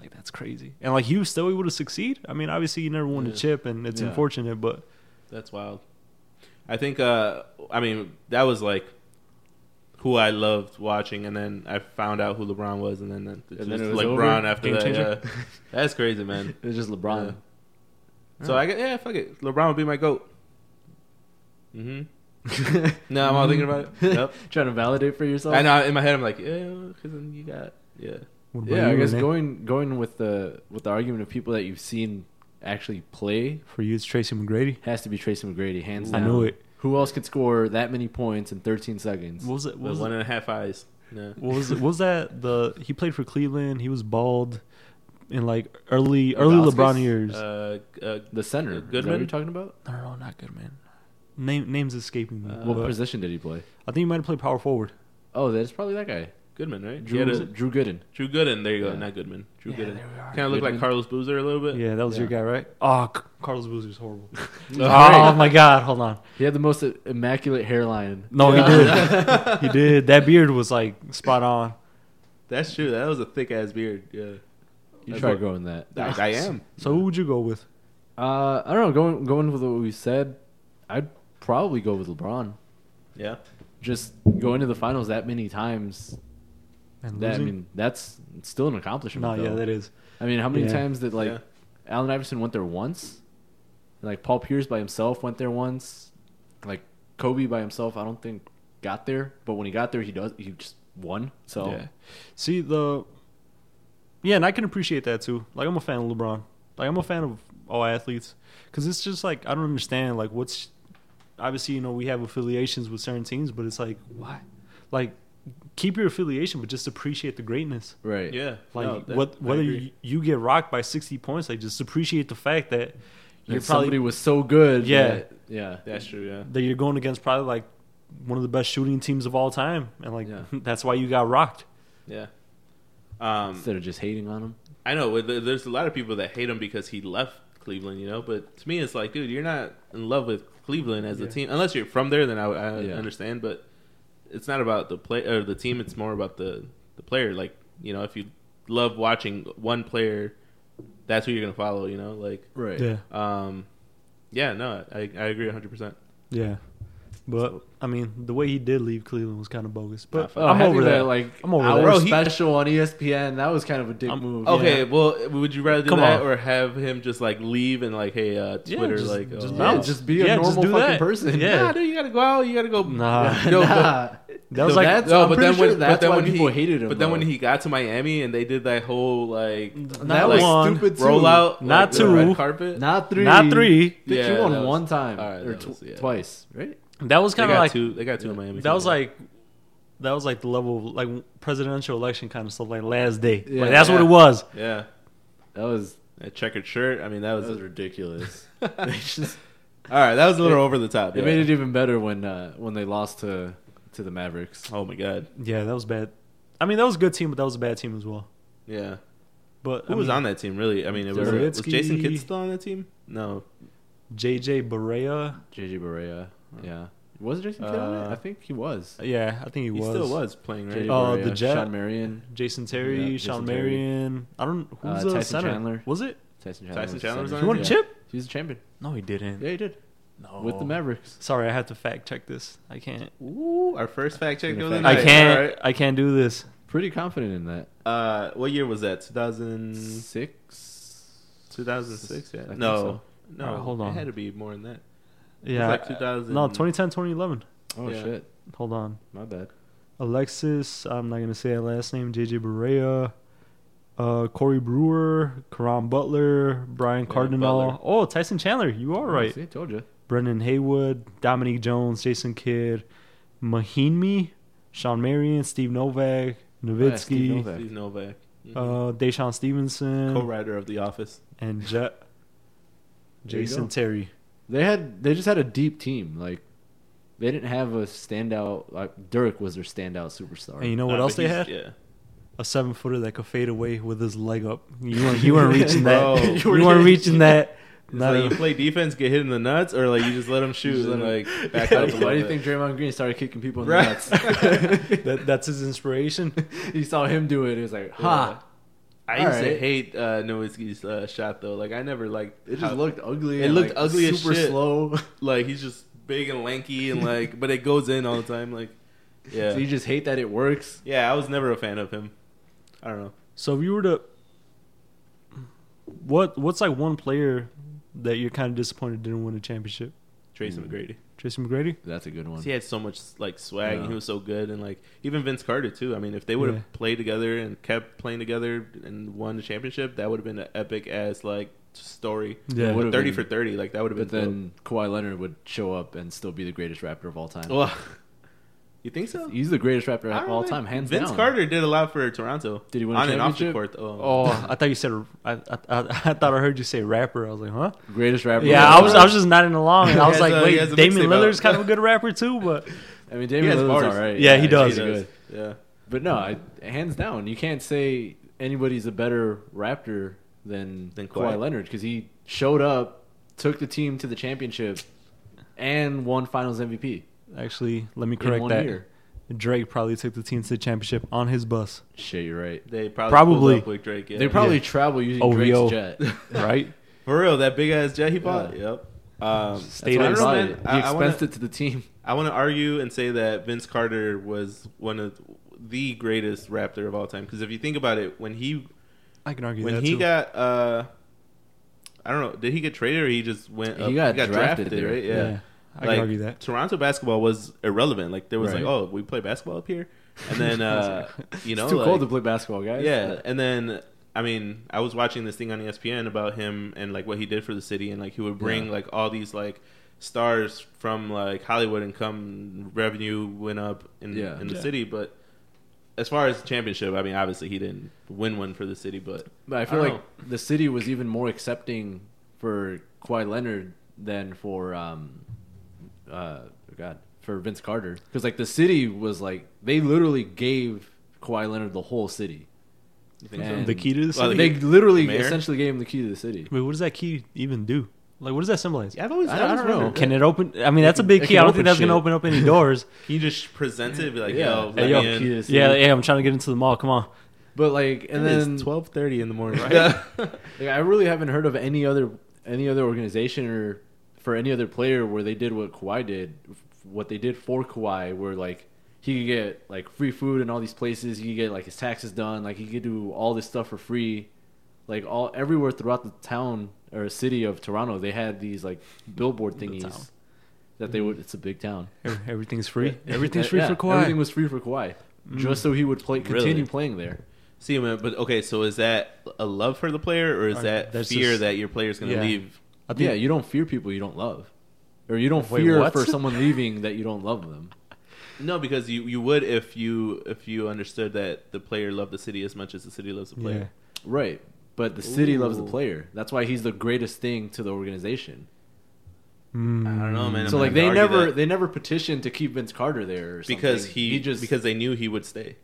Speaker 5: like that's crazy. And like he was still able to succeed. I mean, obviously, you never won
Speaker 1: Yeah.
Speaker 5: the chip, and it's
Speaker 2: Yeah.
Speaker 5: unfortunate, but
Speaker 1: That's wild. I think. uh I mean, that was like who I loved watching, and then I found out who LeBron was, and then it
Speaker 2: then
Speaker 1: just,
Speaker 2: it was
Speaker 1: like
Speaker 2: over?
Speaker 1: LeBron after
Speaker 5: Game
Speaker 1: that.
Speaker 5: changer?
Speaker 1: yeah. that's crazy, man.
Speaker 2: it was just LeBron.
Speaker 1: So I get yeah, fuck it. LeBron would be my goat. Mm-hmm. No, I'm all thinking about it. Yep.
Speaker 2: Trying to validate for yourself.
Speaker 1: I know in my head I'm like, yeah, because then you got yeah.
Speaker 5: what about
Speaker 2: Yeah, I
Speaker 5: you,
Speaker 2: guess
Speaker 5: Renee?
Speaker 2: going going with the with the argument of people that you've seen actually play
Speaker 5: for you, it's Tracy McGrady.
Speaker 2: has to be Tracy McGrady, hands
Speaker 5: I
Speaker 2: down.
Speaker 5: knew it.
Speaker 2: Who else could score that many points in 13 seconds?
Speaker 5: What was it? What
Speaker 1: The
Speaker 5: was it?
Speaker 1: one and a half eyes. No.
Speaker 5: What was what was that? The he played for Cleveland. He was bald in like early
Speaker 2: Wazowskis?
Speaker 5: early LeBron years.
Speaker 1: Uh, uh,
Speaker 2: The center.
Speaker 1: Uh,
Speaker 2: Is that
Speaker 1: Goodman?
Speaker 2: what you're talking about?
Speaker 5: no, no, no, not good man. Name names escaping me.
Speaker 1: Uh,
Speaker 2: what
Speaker 5: but
Speaker 2: position did he play?
Speaker 5: I think he might have played power forward.
Speaker 2: Oh, that's probably that guy.
Speaker 1: Goodman, right?
Speaker 2: Drew,
Speaker 1: He had a-
Speaker 2: Drew Gooden.
Speaker 1: Drew Gooden. There you go.
Speaker 2: Yeah.
Speaker 1: Not Goodman. Drew
Speaker 5: Yeah,
Speaker 1: Gooden.
Speaker 5: there we are.
Speaker 1: Kind of looked
Speaker 2: Goodman.
Speaker 1: like Carlos Boozer a little bit.
Speaker 5: Yeah, that was your
Speaker 2: Yeah.
Speaker 5: guy, right? Oh, C- Carlos Boozer's horrible. oh
Speaker 2: Right.
Speaker 5: my God, hold on.
Speaker 2: He had the most immaculate hairline.
Speaker 5: No, he did. he did. That beard was like spot on.
Speaker 1: That's true. That was a thick ass beard. Yeah.
Speaker 2: You
Speaker 1: That's
Speaker 2: try
Speaker 1: what-
Speaker 2: growing that.
Speaker 1: Like, I am.
Speaker 5: So who would you go with?
Speaker 2: Uh, I don't know. Going going with what we said, I'd probably go with LeBron.
Speaker 1: Yeah.
Speaker 2: Just going to the finals that many times.
Speaker 5: And
Speaker 2: That, I
Speaker 5: losing?
Speaker 2: mean, that's still an accomplishment.
Speaker 5: no, yeah,
Speaker 2: though.
Speaker 5: that is.
Speaker 2: I mean, how many
Speaker 5: Yeah.
Speaker 2: times did like
Speaker 1: Yeah.
Speaker 2: Allen Iverson went there once? And, like Paul Pierce by himself went there once. Like Kobe by himself, I don't think got there. But when he got there, he does. He just won. So
Speaker 5: Yeah. See the Yeah, and I can appreciate that too. Like I'm a fan of LeBron. Like I'm a fan of all athletes cuz it's just like I don't understand like what's obviously, you know, we have affiliations with certain teams, but it's like why? Like keep your affiliation but just appreciate the greatness.
Speaker 2: right.
Speaker 1: Yeah.
Speaker 5: Like
Speaker 1: No, that-
Speaker 5: what
Speaker 1: I
Speaker 5: whether
Speaker 1: agree.
Speaker 5: you, you get rocked by 60 points, like just appreciate the fact that
Speaker 2: You're
Speaker 5: you're
Speaker 2: somebody
Speaker 5: probably
Speaker 2: was so good.
Speaker 5: Yeah.
Speaker 2: that- yeah.
Speaker 1: That's true, yeah.
Speaker 5: that you're going against probably like one of the best shooting teams of all time and like
Speaker 2: Yeah.
Speaker 5: that's why you got rocked.
Speaker 1: Yeah. Um,
Speaker 2: Instead of just hating on him.
Speaker 1: I know but there- there's a lot of people that hate him because he left Cleveland, you know. But to me, it's like, dude, you're not in love with Cleveland as a
Speaker 5: Yeah.
Speaker 1: team unless you're from there. Then I, I
Speaker 2: Yeah.
Speaker 1: understand. But it's not about the play or the team. It's more about the the player. Like you know, if you love watching one player, that's who you're gonna follow. You know, like
Speaker 2: Right.
Speaker 1: um, yeah, no, I I agree 100. percent
Speaker 5: Yeah. But I mean, the way he did leave Cleveland was kind of bogus.
Speaker 1: Nah,
Speaker 5: But
Speaker 1: fuck.
Speaker 2: Oh,
Speaker 5: I'm over that.
Speaker 2: Like
Speaker 5: I'm over
Speaker 2: hour
Speaker 5: that.
Speaker 1: Bro, he-
Speaker 2: special on E ESPN. That was kind of a dick
Speaker 5: I'm-
Speaker 2: move.
Speaker 1: Okay,
Speaker 2: Yeah.
Speaker 1: well, would you rather do
Speaker 5: Come
Speaker 1: that
Speaker 5: on.
Speaker 1: or have him just like leave and like, hey, uh,
Speaker 5: Yeah,
Speaker 1: Twitter,
Speaker 5: just-
Speaker 1: like,
Speaker 5: just
Speaker 1: uh,
Speaker 2: Yeah,
Speaker 5: bounce.
Speaker 2: just be a
Speaker 5: Yeah, just
Speaker 2: normal
Speaker 5: do
Speaker 2: fucking
Speaker 5: that.
Speaker 2: person.
Speaker 5: Yeah.
Speaker 1: nah, dude, you gotta go out, you gotta go,
Speaker 5: Nah.
Speaker 1: you know, go-
Speaker 2: Nah.
Speaker 5: that was
Speaker 1: No,
Speaker 5: like
Speaker 1: that's-
Speaker 2: no,
Speaker 1: I'm
Speaker 2: but
Speaker 1: pretty
Speaker 2: then when-
Speaker 1: sure
Speaker 2: but then when people
Speaker 1: he,
Speaker 2: hated him,
Speaker 1: But then when
Speaker 2: though.
Speaker 1: he got to Miami and they did that whole like
Speaker 5: Not
Speaker 2: that
Speaker 1: like,
Speaker 2: was
Speaker 5: one.
Speaker 2: stupid too.
Speaker 1: rollout,
Speaker 5: Not
Speaker 1: like, the
Speaker 5: two.
Speaker 1: red carpet.
Speaker 2: Not three.
Speaker 5: Not three.
Speaker 2: They
Speaker 1: Yeah,
Speaker 2: you won
Speaker 1: that was-
Speaker 2: one time
Speaker 1: all right,
Speaker 2: or
Speaker 1: that
Speaker 2: tw-
Speaker 1: was- yeah.
Speaker 2: twice, right?
Speaker 5: that was
Speaker 1: they
Speaker 5: kind
Speaker 1: got
Speaker 5: of like
Speaker 1: two. They got two in Miami.
Speaker 5: that was like that was like the level of like presidential election kind of stuff, like last day.
Speaker 2: Yeah.
Speaker 5: like that's what
Speaker 1: Yeah.
Speaker 5: it was.
Speaker 1: yeah,
Speaker 2: That was
Speaker 1: that checkered shirt. I mean, that was,
Speaker 2: that was ridiculous.
Speaker 1: all
Speaker 2: They just-
Speaker 1: right. That was a little over the top.
Speaker 2: it
Speaker 1: yeah.
Speaker 2: made it even better when uh, when they lost to to the Mavericks.
Speaker 1: Oh my god,
Speaker 5: Yeah, that was bad. I mean, that was a good team, but that was a bad team as well.
Speaker 1: yeah.
Speaker 5: But
Speaker 1: Who was on that team? Really? I mean, it was, uh, was
Speaker 5: Nowitzki.
Speaker 1: Jason Kidd still on that team? No,
Speaker 5: JJ Barea.
Speaker 2: JJ Barea. Yeah, was Jason Kidd on
Speaker 1: Uh,
Speaker 2: it? I think he was.
Speaker 5: Yeah, I think he,
Speaker 1: he,
Speaker 5: was.
Speaker 1: still was playing, right?
Speaker 2: JJ
Speaker 5: Oh,
Speaker 2: Barea,
Speaker 5: the Jet.
Speaker 2: Sean Marion,
Speaker 5: Jason Terry,
Speaker 2: Yeah,
Speaker 5: Sean
Speaker 2: Jason Terry.
Speaker 5: Marion. I don't. Who's
Speaker 2: Uh,
Speaker 5: the
Speaker 2: Tyson
Speaker 5: center?
Speaker 2: Chandler.
Speaker 5: Was it?
Speaker 2: Tyson Chandler.
Speaker 1: Tyson
Speaker 2: was
Speaker 1: Chandler's
Speaker 2: center.
Speaker 1: on
Speaker 5: He won a
Speaker 1: Yeah.
Speaker 5: chip?
Speaker 2: He was a champion.
Speaker 5: No, he didn't.
Speaker 2: Yeah, he did
Speaker 5: No.
Speaker 2: with the Mavericks.
Speaker 5: Sorry, I have to fact check this. I can't.
Speaker 1: Ooh, our first fact check.
Speaker 2: Gonna
Speaker 1: of the night.
Speaker 2: fact check.
Speaker 5: I can't.
Speaker 1: All right.
Speaker 5: I can't do this.
Speaker 2: Pretty confident in that.
Speaker 1: Uh, what year was that? 2000,
Speaker 2: Six.
Speaker 1: 2006? Yeah.
Speaker 2: I think
Speaker 1: no,
Speaker 2: so.
Speaker 1: no.
Speaker 5: All right, hold on.
Speaker 1: It had to be more than that.
Speaker 5: Yeah. uh,
Speaker 1: like 2000
Speaker 5: No, 2010, 2011.
Speaker 2: Oh
Speaker 1: Yeah.
Speaker 2: shit!
Speaker 5: Hold on.
Speaker 2: My bad.
Speaker 5: Alexis. I'm not gonna say that last name. JJ Barea. Uh, Corey Brewer, Karan Butler, Brian
Speaker 1: Yeah,
Speaker 5: Cardinal.
Speaker 1: Butler.
Speaker 5: Oh, Tyson Chandler. You are right.
Speaker 2: See, told you.
Speaker 5: Brendan Haywood, Dominique Jones, Jason Kidd, Mahinmi, Sean Marion, Steve Novak,
Speaker 2: yeah, Steve
Speaker 5: Nowitzki,
Speaker 2: Novak.
Speaker 1: Steve Novak, Mm-hmm.
Speaker 5: uh, Deshaun Stevenson,
Speaker 1: co-writer of The Office.
Speaker 5: and Je-
Speaker 2: There you
Speaker 5: Jason
Speaker 2: go.
Speaker 5: Terry.
Speaker 2: They had. They just had a deep team. Like they didn't have a standout. Like Dirk was their standout superstar.
Speaker 5: And you know what
Speaker 1: Nah,
Speaker 5: else
Speaker 1: but
Speaker 5: they
Speaker 1: he's-
Speaker 5: had?
Speaker 1: Yeah.
Speaker 5: A seven footer that could fade away with his leg up. You weren't, you weren't reaching
Speaker 1: Bro.
Speaker 5: that. you weren't reaching that.
Speaker 1: It's
Speaker 5: Not
Speaker 1: like you
Speaker 5: even-
Speaker 1: play defense, get hit in the nuts, or like you just let him shoot
Speaker 2: just let
Speaker 1: and like
Speaker 2: him-
Speaker 1: back
Speaker 2: Yeah,
Speaker 1: up. a
Speaker 2: Why
Speaker 1: little
Speaker 2: do you
Speaker 1: bit.
Speaker 2: think Draymond Green started kicking people in
Speaker 1: Right.
Speaker 2: the
Speaker 5: that, that's his inspiration.
Speaker 2: nuts? he saw him do it. He was like, "Ha!"
Speaker 1: I
Speaker 2: All
Speaker 1: used to
Speaker 2: right.
Speaker 1: hate uh, Nowitzki's uh, shot though. Like I never liked
Speaker 2: It just
Speaker 1: how-
Speaker 2: looked ugly.
Speaker 1: It
Speaker 2: and,
Speaker 1: looked
Speaker 2: like,
Speaker 1: ugly as
Speaker 2: Super
Speaker 1: shit.
Speaker 2: slow.
Speaker 1: like he's just big and lanky and like, but it goes in all the time. Like, yeah,
Speaker 2: So you just hate that it works.
Speaker 1: yeah. I was never a fan of him. I don't know.
Speaker 5: So if you were to, what what's like one player that you're kind of disappointed didn't win a championship?
Speaker 1: Tracy
Speaker 2: Mm.
Speaker 1: McGrady.
Speaker 5: Tracy McGrady.
Speaker 2: That's a good one.
Speaker 1: He had so much like swag, and
Speaker 2: Yeah.
Speaker 1: he was so good, and like even Vince Carter too. I mean, if they would have
Speaker 5: Yeah.
Speaker 1: played together and kept playing together and won the championship, that would have been an epic ass like story.
Speaker 5: Yeah.
Speaker 2: Would've
Speaker 1: thirty
Speaker 2: been-
Speaker 1: for thirty, like that would have been.
Speaker 2: But then Kawhi Leonard would show up and still be the greatest Raptor of all time.
Speaker 1: dope. Well, you think so?
Speaker 2: He's the greatest Raptor
Speaker 1: I
Speaker 2: of
Speaker 1: don't
Speaker 2: all
Speaker 1: know.
Speaker 2: time, hands
Speaker 1: Vince
Speaker 2: down.
Speaker 1: Carter did a lot for Toronto.
Speaker 2: Did he win a
Speaker 1: on and off the court?
Speaker 2: championship?
Speaker 1: Oh,
Speaker 5: Oh, I thought you said I, I, I, I thought I heard you say rapper. I was like, huh?
Speaker 2: Greatest Raptor.
Speaker 5: Yeah,
Speaker 2: of all
Speaker 5: I was I
Speaker 2: time.
Speaker 5: was just nodding along. And I
Speaker 1: He
Speaker 5: was
Speaker 1: has
Speaker 5: like,
Speaker 1: a- he
Speaker 5: wait,
Speaker 1: has a
Speaker 5: Damian
Speaker 1: mixtape
Speaker 5: Lillard's
Speaker 1: out.
Speaker 5: kind of a good rapper too, but
Speaker 2: I mean,
Speaker 1: He
Speaker 2: Damian
Speaker 1: has
Speaker 2: Lillard's
Speaker 1: bars.
Speaker 2: all right.
Speaker 5: Yeah, he does.
Speaker 2: He's good.
Speaker 1: Yeah.
Speaker 2: But no, I, hands down, you can't say anybody's a better Raptor than,
Speaker 1: Than
Speaker 2: Kawhi,
Speaker 1: Kawhi.
Speaker 2: Leonard because he showed up, took the team to the championship, and won Finals MVP
Speaker 5: actually, let me
Speaker 2: in
Speaker 5: correct
Speaker 2: one
Speaker 5: that.
Speaker 2: year.
Speaker 5: Drake probably took the team to the championship on his bus,
Speaker 2: Shit, you're right.
Speaker 1: They probably,
Speaker 5: Probably.
Speaker 1: probably. Up with Drake. Yeah.
Speaker 2: They probably
Speaker 5: Yeah.
Speaker 2: travel using
Speaker 5: OVO.
Speaker 2: Drake's jet.
Speaker 5: right?
Speaker 1: for real that big ass jet he bought.
Speaker 2: Yeah.
Speaker 1: Yep. Um,
Speaker 5: Stayed
Speaker 2: That's
Speaker 5: They
Speaker 2: why
Speaker 1: I
Speaker 2: he
Speaker 1: don't know, man.
Speaker 2: bought
Speaker 5: didn't-
Speaker 2: it. He
Speaker 1: I- I
Speaker 2: expensed
Speaker 1: wanna-
Speaker 2: it to the team.
Speaker 1: I want to argue and say that Vince Carter was one of the greatest Raptor of all time because if you think about it, when he
Speaker 5: I can argue
Speaker 1: when
Speaker 5: that
Speaker 1: he
Speaker 5: too.
Speaker 1: got uh, I don't know. Did he get traded or he just went?
Speaker 2: He
Speaker 1: up-
Speaker 2: got drafted there.
Speaker 1: right?
Speaker 5: Yeah,
Speaker 1: Yeah.
Speaker 5: I
Speaker 1: Like,
Speaker 5: can argue that.
Speaker 1: Toronto basketball was irrelevant. Like there was
Speaker 2: Right.
Speaker 1: like, oh, we play basketball up here, and then uh, you know,
Speaker 2: it's too
Speaker 1: like-
Speaker 2: cold to play basketball, guys.
Speaker 1: yeah, and then I mean, I was watching this thing on E ESPN about him and like what he did for the city, and like he would bring
Speaker 2: Yeah.
Speaker 1: like all these like stars from like Hollywood and come revenue went up in
Speaker 2: Yeah.
Speaker 1: in the
Speaker 5: Yeah.
Speaker 1: city, but as far as championship, I mean, obviously he didn't win one for the city, but
Speaker 2: But I
Speaker 1: I
Speaker 2: feel
Speaker 1: don't
Speaker 2: like the city was even more accepting for Kawhi Leonard than for um, uh, God for Vince Carter because like the city was like they literally gave Kawhi Leonard the whole city.
Speaker 1: you think
Speaker 2: And-
Speaker 1: so?
Speaker 5: The key to the
Speaker 1: Well,
Speaker 5: city.
Speaker 2: they literally
Speaker 1: mayor?
Speaker 2: essentially gave him the key to the city.
Speaker 5: Wait, what does that key even do? Like, what does that symbolize?
Speaker 1: Yeah, I've always,
Speaker 2: I
Speaker 1: I
Speaker 2: don't-
Speaker 1: don't,
Speaker 2: I don't know.
Speaker 5: Can it open? I mean, that's a big
Speaker 2: it
Speaker 5: key.
Speaker 2: can
Speaker 5: I don't
Speaker 2: open
Speaker 5: think that's gonna
Speaker 2: shit.
Speaker 5: open up any doors.
Speaker 1: He just presents it, be like,
Speaker 2: Yeah.
Speaker 1: yo,
Speaker 2: Hey,
Speaker 1: let
Speaker 5: yo,
Speaker 1: me in.
Speaker 2: key to the city.
Speaker 5: yeah, yeah. I'm trying to get into the mall. Come on.
Speaker 2: But like, and
Speaker 1: It is
Speaker 2: then
Speaker 1: 12:30 in the morning.
Speaker 2: Right? Like, I really haven't heard of any other any other organization or for any other player where they did what Kawhi did, what they did for Kawhi, where like he could get like free food in all these places, he could get like his taxes done, like he could do all this stuff for free, like all everywhere throughout the town or city of Toronto, they had these like billboard
Speaker 5: The town.
Speaker 2: thingies that they would. It's a big town.
Speaker 5: Ev- Everything's free.
Speaker 2: Yeah,
Speaker 5: Everything's free
Speaker 2: yeah,
Speaker 5: for Kawhi. Mm.
Speaker 2: Everything was free for Kawhi, just so he would play continue
Speaker 1: Really?
Speaker 2: playing there.
Speaker 1: See, man, but okay, so is that a love for the player, or is
Speaker 5: Or
Speaker 1: that
Speaker 5: that's
Speaker 1: fear
Speaker 5: just-
Speaker 1: that your player's going to
Speaker 5: yeah.
Speaker 1: leave?
Speaker 5: I think
Speaker 2: Yeah, you don't fear people you don't love, or you don't
Speaker 5: Wait,
Speaker 2: fear
Speaker 5: what?
Speaker 2: for someone leaving that you don't love them.
Speaker 1: No, because you, you would if you if you understood that the player loved the city as much as the city loves the
Speaker 5: yeah.
Speaker 1: player.
Speaker 2: Right, but the city loves the
Speaker 1: Ooh.
Speaker 2: player. That's why he's the greatest thing to the organization.
Speaker 5: Mm.
Speaker 1: I don't know, man. I'm
Speaker 2: so
Speaker 1: gonna
Speaker 2: like they
Speaker 1: have to argue
Speaker 2: never
Speaker 1: that
Speaker 2: they never petitioned to keep Vince Carter there or something.
Speaker 1: because he,
Speaker 2: just
Speaker 1: because they knew he would stay.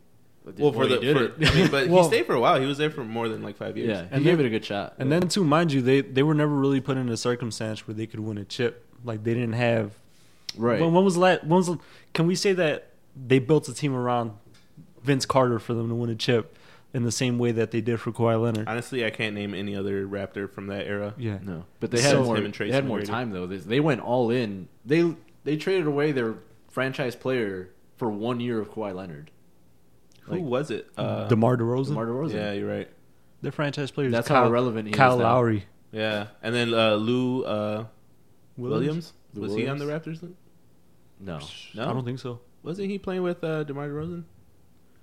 Speaker 2: well
Speaker 1: Well, for the
Speaker 2: he did
Speaker 1: for,
Speaker 2: it.
Speaker 1: I mean, but
Speaker 5: Well-
Speaker 1: he stayed for a while. He was there for more than like five years.
Speaker 2: yeah, he
Speaker 5: And
Speaker 2: gave
Speaker 5: then-
Speaker 2: it a good shot.
Speaker 5: And then too, mind you, they they were never really put in a circumstance where they could win a chip. Like they didn't have.
Speaker 2: right,
Speaker 5: When, when was the last? When was the, can we say that they built a team around Vince Carter for them to win a chip in the same way that they did for Kawhi Leonard?
Speaker 1: Honestly, I can't name any other Raptor from that era.
Speaker 5: yeah.
Speaker 2: no, but they had
Speaker 1: So-
Speaker 2: more.
Speaker 1: Him and Tracy
Speaker 2: They had more
Speaker 1: McGrady.
Speaker 2: time though. They, they went all in. They they traded away their franchise player for one year of Kawhi Leonard.
Speaker 1: Who
Speaker 2: Like,
Speaker 1: was it? Uh,
Speaker 5: DeMar DeRozan,
Speaker 2: DeMar DeRozan.
Speaker 1: yeah, you're right.
Speaker 5: the franchise players.
Speaker 2: That's
Speaker 5: Kyle,
Speaker 2: how relevant he
Speaker 5: Kyle
Speaker 2: is now.
Speaker 5: Lowry,
Speaker 1: Yeah, and then uh, Lou uh, Williams.
Speaker 2: Lou
Speaker 1: was he on the Raptors? Then?
Speaker 2: No,
Speaker 1: No,
Speaker 5: I don't think so.
Speaker 1: Wasn't he playing with uh, DeMar DeRozan?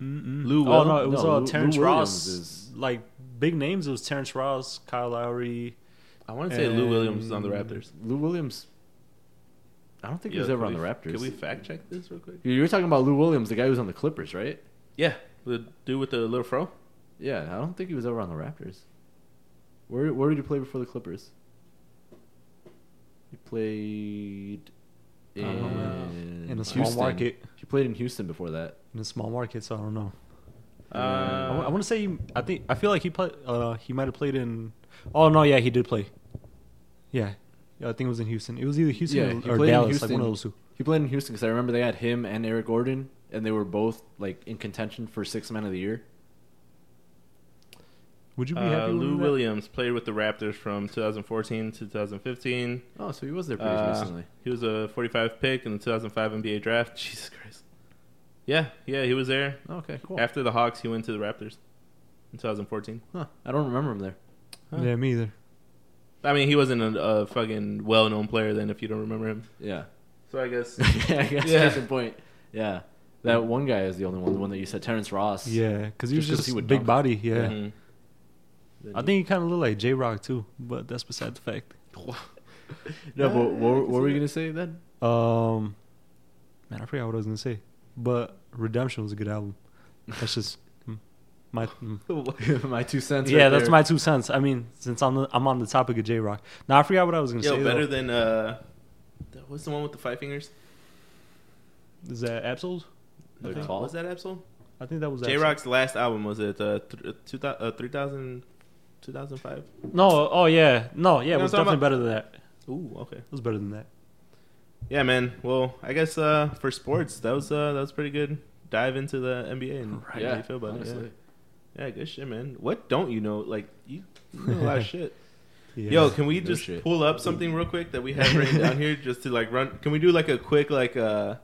Speaker 5: Mm-mm.
Speaker 1: Lou
Speaker 5: oh
Speaker 1: Will-
Speaker 5: no, it was
Speaker 2: no,
Speaker 5: uh,
Speaker 2: Lou-
Speaker 5: Terrence
Speaker 2: Lou
Speaker 5: Ross.
Speaker 2: Williams is-
Speaker 5: Like big names, it was Terrence Ross, Kyle Lowry.
Speaker 1: I want to say Lou Williams is on the
Speaker 5: And-
Speaker 1: Raptors.
Speaker 2: Lou Williams. I don't think he
Speaker 1: Yeah,
Speaker 2: was ever on
Speaker 1: can
Speaker 2: the
Speaker 1: we-
Speaker 2: Raptors.
Speaker 1: Can we fact check this real quick?
Speaker 2: You were talking about Lou Williams, the guy who was on the Clippers, right?
Speaker 1: Yeah, the dude with the little fro.
Speaker 2: Yeah, I don't think he was ever on the Raptors. Where where did he play before the Clippers? He played in,
Speaker 5: I don't know, man. In a small
Speaker 2: Houston.
Speaker 5: market.
Speaker 2: He played in Houston before that.
Speaker 5: in a small market, so I don't know.
Speaker 1: Uh,
Speaker 5: I want to say he- I think I feel like he played. Uh, he might have played in. Oh no, yeah, he did play. Yeah, yeah I think it was in Houston. It was either Houston
Speaker 2: Yeah,
Speaker 5: or-
Speaker 2: he
Speaker 5: or,
Speaker 2: played in
Speaker 5: Dallas,
Speaker 2: Houston.
Speaker 5: like one of those two.
Speaker 2: He played in Houston because I remember they had him and Eric Gordon, and they were both like in contention for sixth man of the year.
Speaker 5: Would you be
Speaker 1: uh,
Speaker 5: happy? with
Speaker 1: Lou
Speaker 5: that?
Speaker 1: Williams played with the Raptors from 2014 to 2015.
Speaker 2: Oh, so he was there pretty
Speaker 1: Uh,
Speaker 2: recently.
Speaker 1: He was a 45 pick in the 2005 NBA draft. Jesus Christ. Yeah, yeah, he was there.
Speaker 2: Okay, cool.
Speaker 1: After the Hawks, he went to the Raptors in 2014.
Speaker 2: Huh, I don't remember him there.
Speaker 1: Huh.
Speaker 5: Yeah, me either.
Speaker 1: I mean, he wasn't a, a fucking well-known player then, if you don't remember him.
Speaker 2: Yeah.
Speaker 1: So I guess.
Speaker 2: yeah, I guess
Speaker 1: Yeah.
Speaker 2: case in point. Yeah, that one guy is the only one. The one that you said, Terrence Ross.
Speaker 5: Yeah, because he was
Speaker 2: Just 'cause
Speaker 5: just
Speaker 2: he would
Speaker 5: big
Speaker 2: dunk.
Speaker 5: body. Yeah,
Speaker 1: Mhm.
Speaker 5: I think he kind of looked like J Rock too, but that's beside the fact.
Speaker 2: No,
Speaker 1: Uh,
Speaker 2: but what,
Speaker 1: I
Speaker 2: what
Speaker 1: can
Speaker 2: were
Speaker 1: see
Speaker 2: we
Speaker 1: that.
Speaker 2: gonna say then?
Speaker 5: Um, man, I forgot what I was gonna say, but Redemption was a good album. That's just mm, my. mm.
Speaker 2: my two cents.
Speaker 5: Yeah,
Speaker 2: right
Speaker 5: that's
Speaker 2: there.
Speaker 5: my two cents. I mean, since I'm the, I'm on the topic of J Rock, now I forgot what I was gonna
Speaker 1: Yo,
Speaker 5: say.
Speaker 1: better
Speaker 5: though.
Speaker 1: than uh, the- what's the one with the five fingers?
Speaker 5: Is that Absol?
Speaker 2: The
Speaker 1: I think-
Speaker 2: call?
Speaker 1: Was that Absol?
Speaker 5: I think that was
Speaker 1: J
Speaker 5: Absol.
Speaker 1: Rock's last album was it uh, th- uh, two thou- uh, 3000 2005?
Speaker 5: No, oh yeah, no, yeah,
Speaker 1: You know
Speaker 5: it was
Speaker 1: what I'm
Speaker 5: definitely
Speaker 1: talking
Speaker 5: better than that. It
Speaker 1: Ooh, okay.
Speaker 5: was better than that.
Speaker 1: Yeah, man. Well, I guess uh, for sports, that was uh, that was pretty good. Dive into the NBA and how
Speaker 2: Yeah,
Speaker 1: you feel about
Speaker 2: honestly.
Speaker 1: it. Yeah. yeah, good shit, man. What don't you know? Like you you know a lot of shit.
Speaker 5: Yeah.
Speaker 1: Yo, can we
Speaker 2: No
Speaker 1: just
Speaker 2: shit.
Speaker 1: pull up something real quick that we have written down here just to like run? Can we do like a quick like uh,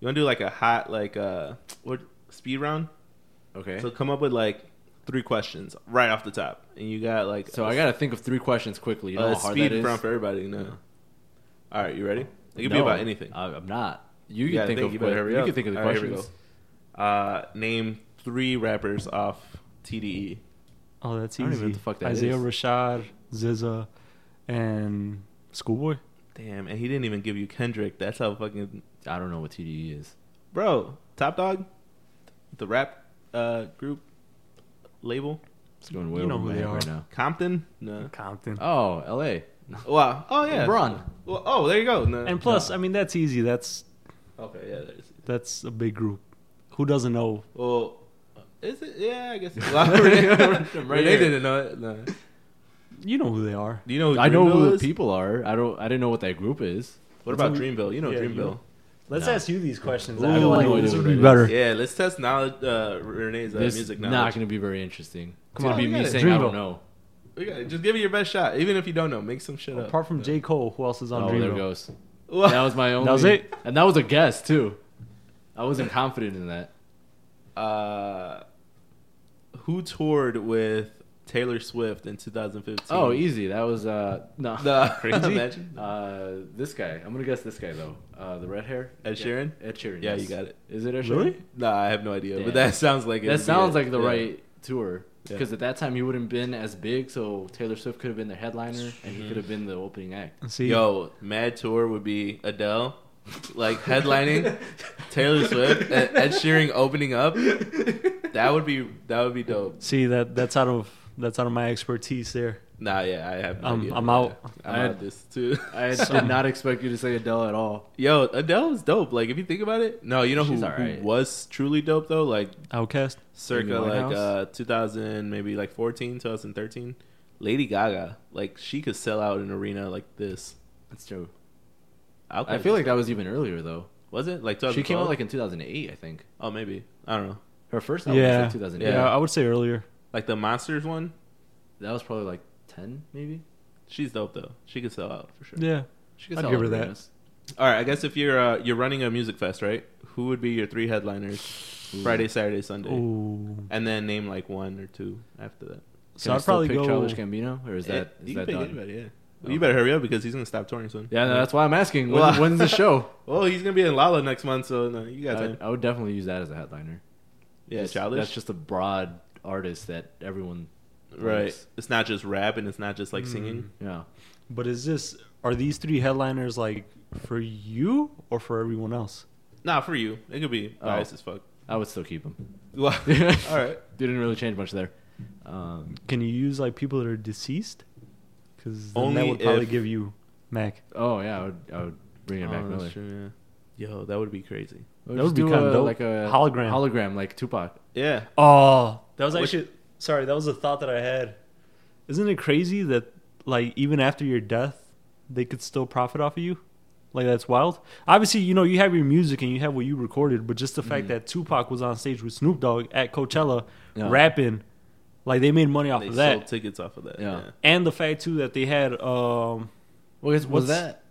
Speaker 1: you want to do like a hot like uh, what speed round?
Speaker 2: Okay.
Speaker 1: So come up with like three questions right off the top, and you got like
Speaker 2: So I got to think of three questions quickly. You know
Speaker 1: a
Speaker 2: how hard
Speaker 1: Uh, speed
Speaker 2: that is?
Speaker 1: round for everybody. No. All right, you ready? It could be
Speaker 2: No,
Speaker 1: about anything.
Speaker 2: I, I'm not. You,
Speaker 1: You
Speaker 2: can
Speaker 1: gotta
Speaker 2: think,
Speaker 1: think,
Speaker 2: of
Speaker 1: you
Speaker 2: what,
Speaker 1: better hurry
Speaker 2: you
Speaker 1: up.
Speaker 2: can think of the
Speaker 1: All right, here we
Speaker 2: questions.
Speaker 1: Uh, name three rappers off E. TDE.
Speaker 5: Oh, that's
Speaker 2: I
Speaker 5: easy.
Speaker 2: don't even know what the fuck that
Speaker 5: Isaiah
Speaker 2: is.
Speaker 5: Rashad, ZZA, and Schoolboy.
Speaker 1: Damn, and he didn't even give you Kendrick. That's how fucking
Speaker 2: I don't know what TDE is.
Speaker 1: bro. Top Dog, the rap uh, group label.
Speaker 2: It's going way
Speaker 5: You know
Speaker 2: over my
Speaker 5: who
Speaker 2: head
Speaker 5: they
Speaker 2: right
Speaker 5: are.
Speaker 2: now.
Speaker 1: Compton. No.
Speaker 5: Compton.
Speaker 2: Oh, L.A.
Speaker 1: Wow. Oh yeah.
Speaker 2: LeBron.
Speaker 1: Well, oh, there you go. No.
Speaker 5: and plus, I mean, that's easy. That's
Speaker 1: okay, yeah. There's,
Speaker 5: that's a big group. Who doesn't know?
Speaker 1: well, uh, is it? Yeah, I guess. It, well, Renee,
Speaker 2: I'm right
Speaker 1: Renee
Speaker 2: here.
Speaker 1: didn't know it. No.
Speaker 5: You know who they are.
Speaker 1: Do you know? Who
Speaker 2: I know
Speaker 1: Dreamville
Speaker 2: who the
Speaker 1: is?
Speaker 2: people are. I don't. I didn't know what that group is.
Speaker 1: What about Dreamville? You know
Speaker 5: Yeah, you-
Speaker 1: Dreamville.
Speaker 5: Let's
Speaker 2: Nah.
Speaker 5: ask you these questions.
Speaker 2: Ooh,
Speaker 5: I feel
Speaker 2: no
Speaker 5: like
Speaker 2: idea
Speaker 5: this would
Speaker 2: what
Speaker 5: be
Speaker 2: it
Speaker 5: better.
Speaker 1: Yeah, let's test knowledge. Uh, Renee's uh,
Speaker 2: this
Speaker 1: music knowledge.
Speaker 2: not going to be very interesting. It's
Speaker 5: Come
Speaker 2: going
Speaker 5: on,
Speaker 2: to be
Speaker 1: we
Speaker 2: me
Speaker 1: gotta
Speaker 2: saying I don't
Speaker 5: Dreamville.
Speaker 2: know.
Speaker 1: We got it. Just give it your best shot, even if you don't know. Make some shit up.
Speaker 5: Apart from J. Cole, who else is on
Speaker 2: Oh, there
Speaker 5: Dreamville?
Speaker 2: goes.
Speaker 1: Well,
Speaker 2: Oh, That was my only.
Speaker 5: was it?
Speaker 2: And that was a guess too. I wasn't confident in that.
Speaker 1: uh, who toured with Taylor Swift in 2015?
Speaker 2: Oh, easy. That was uh no.
Speaker 1: The imagine.
Speaker 2: Uh, this guy. I'm gonna guess this guy though. Uh, the red hair.
Speaker 1: Ed Sheeran?
Speaker 2: Ed Sheeran.
Speaker 1: Yeah,
Speaker 2: yes.
Speaker 1: you got it.
Speaker 2: Is it Ed Sheeran?
Speaker 5: Really?
Speaker 1: Nah, I have no idea,
Speaker 2: Damn.
Speaker 1: but that sounds like it would
Speaker 2: That
Speaker 1: be
Speaker 2: sounds
Speaker 1: it.
Speaker 2: like the
Speaker 1: Yeah.
Speaker 2: right tour
Speaker 1: Yeah.
Speaker 2: because at that time he wouldn't have been as big, so Taylor Swift could have been the headliner and he could have been the opening act.
Speaker 5: See,
Speaker 1: Yo, Mad Tour would be Adele, like headlining, Taylor Swift, Ed, Ed Sheeran opening up. That would be that would be dope.
Speaker 5: see that that's out of that's out of my expertise there.
Speaker 1: Nah, yeah, I have. No
Speaker 5: Um,
Speaker 1: idea.
Speaker 5: I'm out.
Speaker 1: I'm
Speaker 2: I-
Speaker 1: out this too.
Speaker 2: I did not expect you to say Adele at all.
Speaker 1: Yo, Adele was dope. Like if you think about it, no, you know
Speaker 2: She's
Speaker 1: who,
Speaker 2: alright.
Speaker 1: who was truly dope though. Like
Speaker 5: Outcast.
Speaker 1: circa
Speaker 2: Amy
Speaker 1: like
Speaker 2: Winehouse?
Speaker 1: uh 2000 maybe like 14 2013 lady gaga like she could sell out an arena like this
Speaker 2: That's true.
Speaker 1: Outkast
Speaker 2: I feel like that was even earlier though.
Speaker 1: was it like
Speaker 2: She came
Speaker 1: 2012?
Speaker 2: out like in 2008, I think.
Speaker 1: oh maybe i don't know
Speaker 2: Her first album was
Speaker 5: Yeah.
Speaker 2: like 2008.
Speaker 5: yeah, I would say earlier.
Speaker 1: like the monsters one
Speaker 2: That was probably like 10, maybe.
Speaker 1: she's dope though she could sell out for sure
Speaker 5: Yeah.
Speaker 2: She could
Speaker 5: I'd
Speaker 2: sell
Speaker 5: give her that.
Speaker 2: arenas.
Speaker 1: all right i guess if you're uh, you're running a music fest right who would be your three headliners
Speaker 2: Ooh.
Speaker 1: friday saturday sunday
Speaker 5: Ooh.
Speaker 1: and then name like one or two after that
Speaker 5: So
Speaker 2: Can I
Speaker 5: I'd
Speaker 2: still
Speaker 5: probably
Speaker 2: pick
Speaker 5: go.
Speaker 2: Childish Gambino, or is
Speaker 1: Eh,
Speaker 2: that is
Speaker 1: you
Speaker 2: that
Speaker 1: can pick
Speaker 2: done?
Speaker 1: anybody, yeah Well,
Speaker 2: Okay.
Speaker 1: you better hurry up because he's gonna stop touring soon
Speaker 2: Yeah, no, that's why I'm asking. When,
Speaker 1: Well-
Speaker 2: when's the show?
Speaker 1: well he's gonna be in lala next month so no you got
Speaker 2: I,
Speaker 1: time
Speaker 2: I would definitely use that as a headliner.
Speaker 1: yeah
Speaker 2: Just-
Speaker 1: childish
Speaker 2: That's just a broad artist that everyone.
Speaker 1: Right.
Speaker 2: likes.
Speaker 1: It's not just rap and it's not just like singing.
Speaker 2: Yeah.
Speaker 5: But is this are these three headliners like for you or for everyone else?
Speaker 1: Nah, for you. It could be
Speaker 2: Oh.
Speaker 1: biased as fuck.
Speaker 2: I would still keep him.
Speaker 1: Well, all right.
Speaker 2: Didn't really change much there. Um,
Speaker 5: Can you use like people that are deceased? Because that
Speaker 1: Only
Speaker 5: would probably
Speaker 1: if-
Speaker 5: give you Mac.
Speaker 2: oh yeah, I would, I would bring it back. Miller.
Speaker 1: Oh, true, yeah. Yo, that would be crazy.
Speaker 2: Or
Speaker 5: That would
Speaker 2: just
Speaker 5: be
Speaker 2: do
Speaker 5: kinda
Speaker 2: a-
Speaker 5: dope.
Speaker 2: Like a
Speaker 5: Hologram.
Speaker 2: hologram like Tupac.
Speaker 1: Yeah.
Speaker 5: Oh, that was
Speaker 1: Which-
Speaker 5: actually sorry. That was a thought that I had. Isn't it crazy that like even after your death, they could still profit off of you? Like that's wild. Obviously, you know you have your music and you have what you recorded, but just the fact that Tupac was on stage with Snoop Dogg at Coachella
Speaker 2: Yeah.
Speaker 5: rapping, like they made money off
Speaker 1: They
Speaker 5: of
Speaker 1: sold
Speaker 5: that,
Speaker 1: tickets off of that.
Speaker 2: Yeah.
Speaker 1: Yeah.
Speaker 5: and the fact too that they had um
Speaker 2: Well, was
Speaker 5: What's-
Speaker 2: that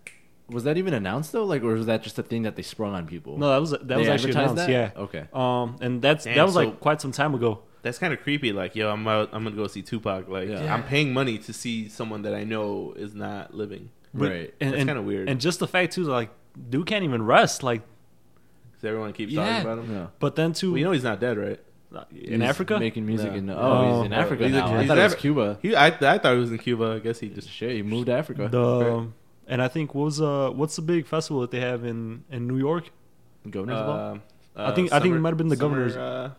Speaker 2: was that even announced though? Like, or was that just a thing that they sprung on people?
Speaker 5: no that was that was
Speaker 2: They
Speaker 5: actually
Speaker 2: advertised
Speaker 5: announced yeah
Speaker 2: that? Okay.
Speaker 5: um and that's
Speaker 1: Damn,
Speaker 5: that was
Speaker 1: so-
Speaker 5: like quite some time ago
Speaker 1: That's kind of creepy. Like, yo, I'm out, I'm gonna go see Tupac. Like,
Speaker 2: Yeah.
Speaker 1: I'm paying money to see someone that I know is not living.
Speaker 5: But-
Speaker 2: Right.
Speaker 5: and,
Speaker 1: That's
Speaker 5: and-
Speaker 1: kinda weird.
Speaker 5: and just the fact too like dude can't even rest like
Speaker 1: 'Cause everyone keeps
Speaker 5: Yeah.
Speaker 1: talking about him.
Speaker 2: Yeah.
Speaker 5: but then too
Speaker 1: Well, you know he's not dead, right?
Speaker 5: in
Speaker 2: He's
Speaker 5: Africa?
Speaker 2: making music
Speaker 1: No.
Speaker 2: in oh,
Speaker 5: No.
Speaker 2: he's in
Speaker 1: No,
Speaker 2: Africa
Speaker 1: he's a-
Speaker 2: now. I
Speaker 1: he's
Speaker 2: thought it was
Speaker 1: Afri-
Speaker 2: Cuba.
Speaker 1: He, I, I thought he was in Cuba. I guess he just.
Speaker 2: Shit, he moved to Africa.
Speaker 5: the and I think what was uh what's the big festival that they have in in New York
Speaker 2: Governor's ball.
Speaker 1: Uh,
Speaker 5: I think- I think it might have been the governor's-
Speaker 1: Uh,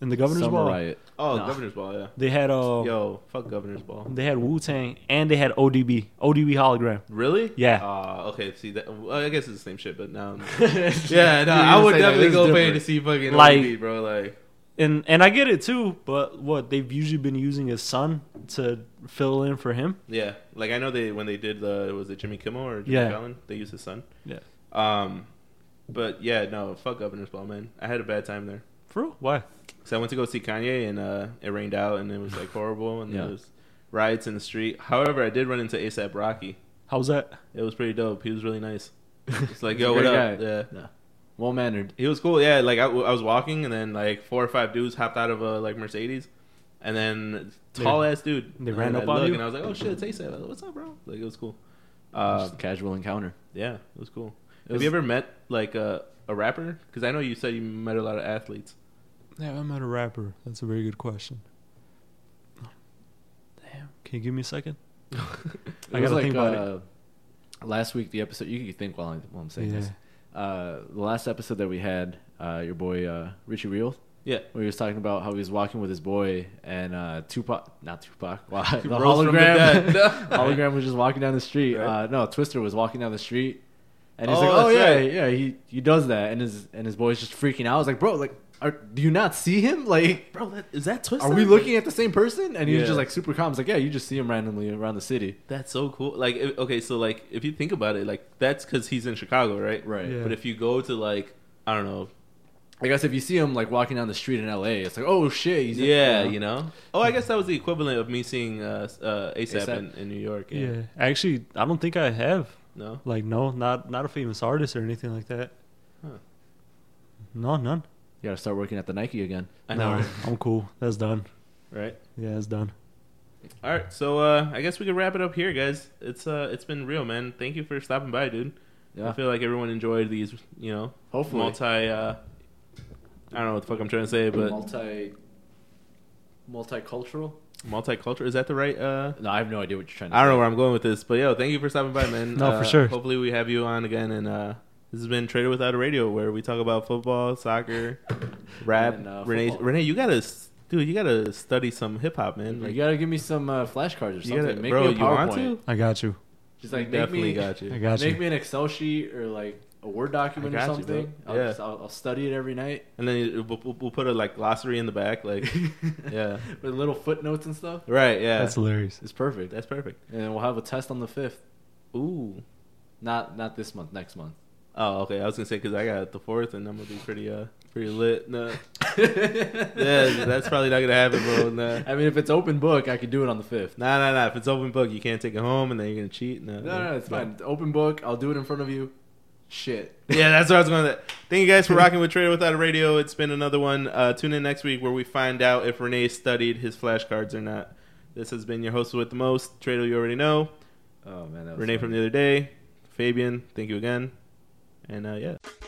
Speaker 5: in the Governor's
Speaker 2: Summer
Speaker 5: Ball?
Speaker 2: riot.
Speaker 1: oh,
Speaker 2: No.
Speaker 1: governor's ball. Yeah.
Speaker 5: They had uh
Speaker 1: Yo, fuck governor's ball.
Speaker 5: they had Wu Tang and they had ODB ODB hologram.
Speaker 1: Really?
Speaker 5: Yeah.
Speaker 1: Uh, okay. See that? Well, I guess it's the same shit, but now. yeah, no, I would
Speaker 2: say that
Speaker 1: definitely
Speaker 2: it's
Speaker 1: go pay
Speaker 2: different.
Speaker 1: to see fucking
Speaker 5: Like-
Speaker 1: ODB, bro. Like,
Speaker 5: And and I get it too, but what they've usually been using his son to fill in for him.
Speaker 1: yeah, like I know they when they did the was it Jimmy Kimmel or Jimmy
Speaker 5: Yeah.
Speaker 1: Fallon? They used his son.
Speaker 5: Yeah.
Speaker 1: Um, but yeah, no, fuck Governor's Ball, man. I had a bad time there
Speaker 5: For real? Why?
Speaker 1: because I went to go see Kanye and uh, it rained out and it was like horrible and
Speaker 2: Yeah.
Speaker 1: there was riots in the street. However, I did run into ASAP Rocky.
Speaker 5: How's that?
Speaker 1: It was pretty dope. He was really nice. It's like,
Speaker 2: He's a
Speaker 1: yo, what
Speaker 2: great
Speaker 1: up?
Speaker 2: guy.
Speaker 1: Yeah.
Speaker 2: Well mannered.
Speaker 1: He was cool, yeah. uh, Like I, I was walking, and then like four or five dudes hopped out of a like Mercedes, And then tall ass dude.
Speaker 3: they
Speaker 1: And
Speaker 3: ran
Speaker 1: I
Speaker 3: up on
Speaker 1: look
Speaker 3: you?
Speaker 1: and I was like, oh shit, taste that. What's up, bro? Like it was cool.
Speaker 2: Uh,
Speaker 1: Uh,
Speaker 2: casual encounter.
Speaker 1: yeah, it was cool.
Speaker 2: It
Speaker 1: Have
Speaker 2: was-
Speaker 1: you ever met like a a rapper? Because I know you said you met a lot of athletes.
Speaker 3: Yeah, I met a rapper. That's a very good question. Damn. Can you give me a second?
Speaker 2: It
Speaker 3: I
Speaker 2: was
Speaker 3: gotta
Speaker 2: like,
Speaker 3: think about it.
Speaker 2: uh, Last week, the episode. You can think while I'm, while I'm saying this. Uh, the last episode that we had, uh, your boy uh, Richie Real.
Speaker 1: Yeah.
Speaker 2: Where he was talking about how he was walking with his boy and uh, Tupac, not Tupac. Wow, the
Speaker 1: rose from the
Speaker 2: hologram.
Speaker 1: dead.
Speaker 2: hologram was just walking down the street.
Speaker 1: Right.
Speaker 2: Uh, no, Twister was walking down the street, and he's
Speaker 1: Oh,
Speaker 2: like, "Oh
Speaker 1: that's
Speaker 2: yeah,
Speaker 1: right.
Speaker 2: yeah." He he does that, and his and his boy's just freaking out. I was like, "Bro, like, are, do you not see him? Like,
Speaker 1: Bro, that, is that Twister?
Speaker 2: are we looking at the same person?" And he
Speaker 1: Yeah.
Speaker 2: was just like super calm. I was like, "Yeah, you just see him randomly around the city."
Speaker 1: That's so cool. Like, if- okay, so like, if you think about it, like that's because he's in Chicago, right?
Speaker 2: Right.
Speaker 3: Yeah.
Speaker 1: But if you go to like, I don't know,
Speaker 2: I guess if you see him like walking down the street in L.A., it's like, "Oh shit, he's in-
Speaker 1: yeah, you know. Oh, I guess that was the equivalent of me seeing uh, uh, ASAP,
Speaker 2: A$AP.
Speaker 1: In, in New York.
Speaker 3: yeah.
Speaker 1: Yeah.
Speaker 3: Actually, I don't think I have.
Speaker 1: No.
Speaker 3: Like, no, not not a famous artist or anything like that.
Speaker 1: Huh.
Speaker 3: No, none.
Speaker 2: You gotta start working at the Nike again.
Speaker 1: I
Speaker 3: no,
Speaker 1: know.
Speaker 3: I'm cool. That's done.
Speaker 1: right.
Speaker 3: Yeah, it's done.
Speaker 1: All right. So uh, I guess we could wrap it up here, guys. It's uh, it's been real, man. Thank you for stopping by, dude. I
Speaker 2: Yeah.
Speaker 1: feel like everyone enjoyed these, you know,
Speaker 2: Hopefully.
Speaker 1: multi. Uh, I don't know what the fuck I'm trying to say, but
Speaker 2: multi multicultural.
Speaker 1: multicultural is that the right? Uh,
Speaker 2: No, I have no idea what you're trying to.
Speaker 1: I don't know where I'm going with this, but yo, thank you for stopping by, man.
Speaker 3: No,
Speaker 1: Uh,
Speaker 3: for sure.
Speaker 1: Hopefully, we have you on again. And uh, this has been Trader Without a Radio, where we talk about football, soccer, rap.
Speaker 2: And, uh,
Speaker 1: Renee,
Speaker 2: football.
Speaker 1: Renee, you gotta, s- dude, you gotta study some hip hop, man.
Speaker 2: You
Speaker 1: Like,
Speaker 2: gotta give me some uh, flashcards or
Speaker 1: you
Speaker 2: something.
Speaker 1: gotta,
Speaker 2: make
Speaker 1: bro,
Speaker 2: me a
Speaker 1: you want
Speaker 2: PowerPoint.
Speaker 1: to?
Speaker 3: I got you.
Speaker 2: Just like make
Speaker 1: Definitely
Speaker 2: me,
Speaker 1: got
Speaker 3: I
Speaker 1: you.
Speaker 3: got you.
Speaker 2: make me an Excel sheet or like a Word document
Speaker 1: I
Speaker 2: or
Speaker 1: got you, bro.
Speaker 2: something. I'll,
Speaker 1: Yeah.
Speaker 2: just, I'll, I'll study it every night
Speaker 1: And then you- we'll, we'll- we'll put a like glossary in the back, like, yeah,
Speaker 2: with little footnotes and stuff.
Speaker 1: right, yeah,
Speaker 3: That's
Speaker 1: that's,
Speaker 3: hilarious.
Speaker 2: It's perfect.
Speaker 1: perfect.
Speaker 2: And then we'll have a test on the fifth.
Speaker 1: Ooh,
Speaker 2: Not not this month. Next month.
Speaker 1: oh, okay. I was gonna say because I got the fourth, and I'm gonna be pretty, uh, pretty lit. No, yeah, that's probably not gonna happen, bro. Nah.
Speaker 2: I mean, if it's open book, I could do it on the fifth.
Speaker 1: Nah, nah, nah. If it's open book, you can't take it home, and then you're gonna cheat. No,
Speaker 2: No, no, no, it's fine. Open book. I'll do it in front of you. Shit.
Speaker 1: Yeah, that's what I was going to. Thank you guys for rocking with Trader Without a Radio. It's been another one. Uh, tune in next week where we find out if Renee studied his flashcards or not. This has been your host with the most Trader. You already know
Speaker 2: Oh man, that was
Speaker 1: Renee
Speaker 2: fun.
Speaker 1: from the other day. Fabian, thank you again, and uh, yeah.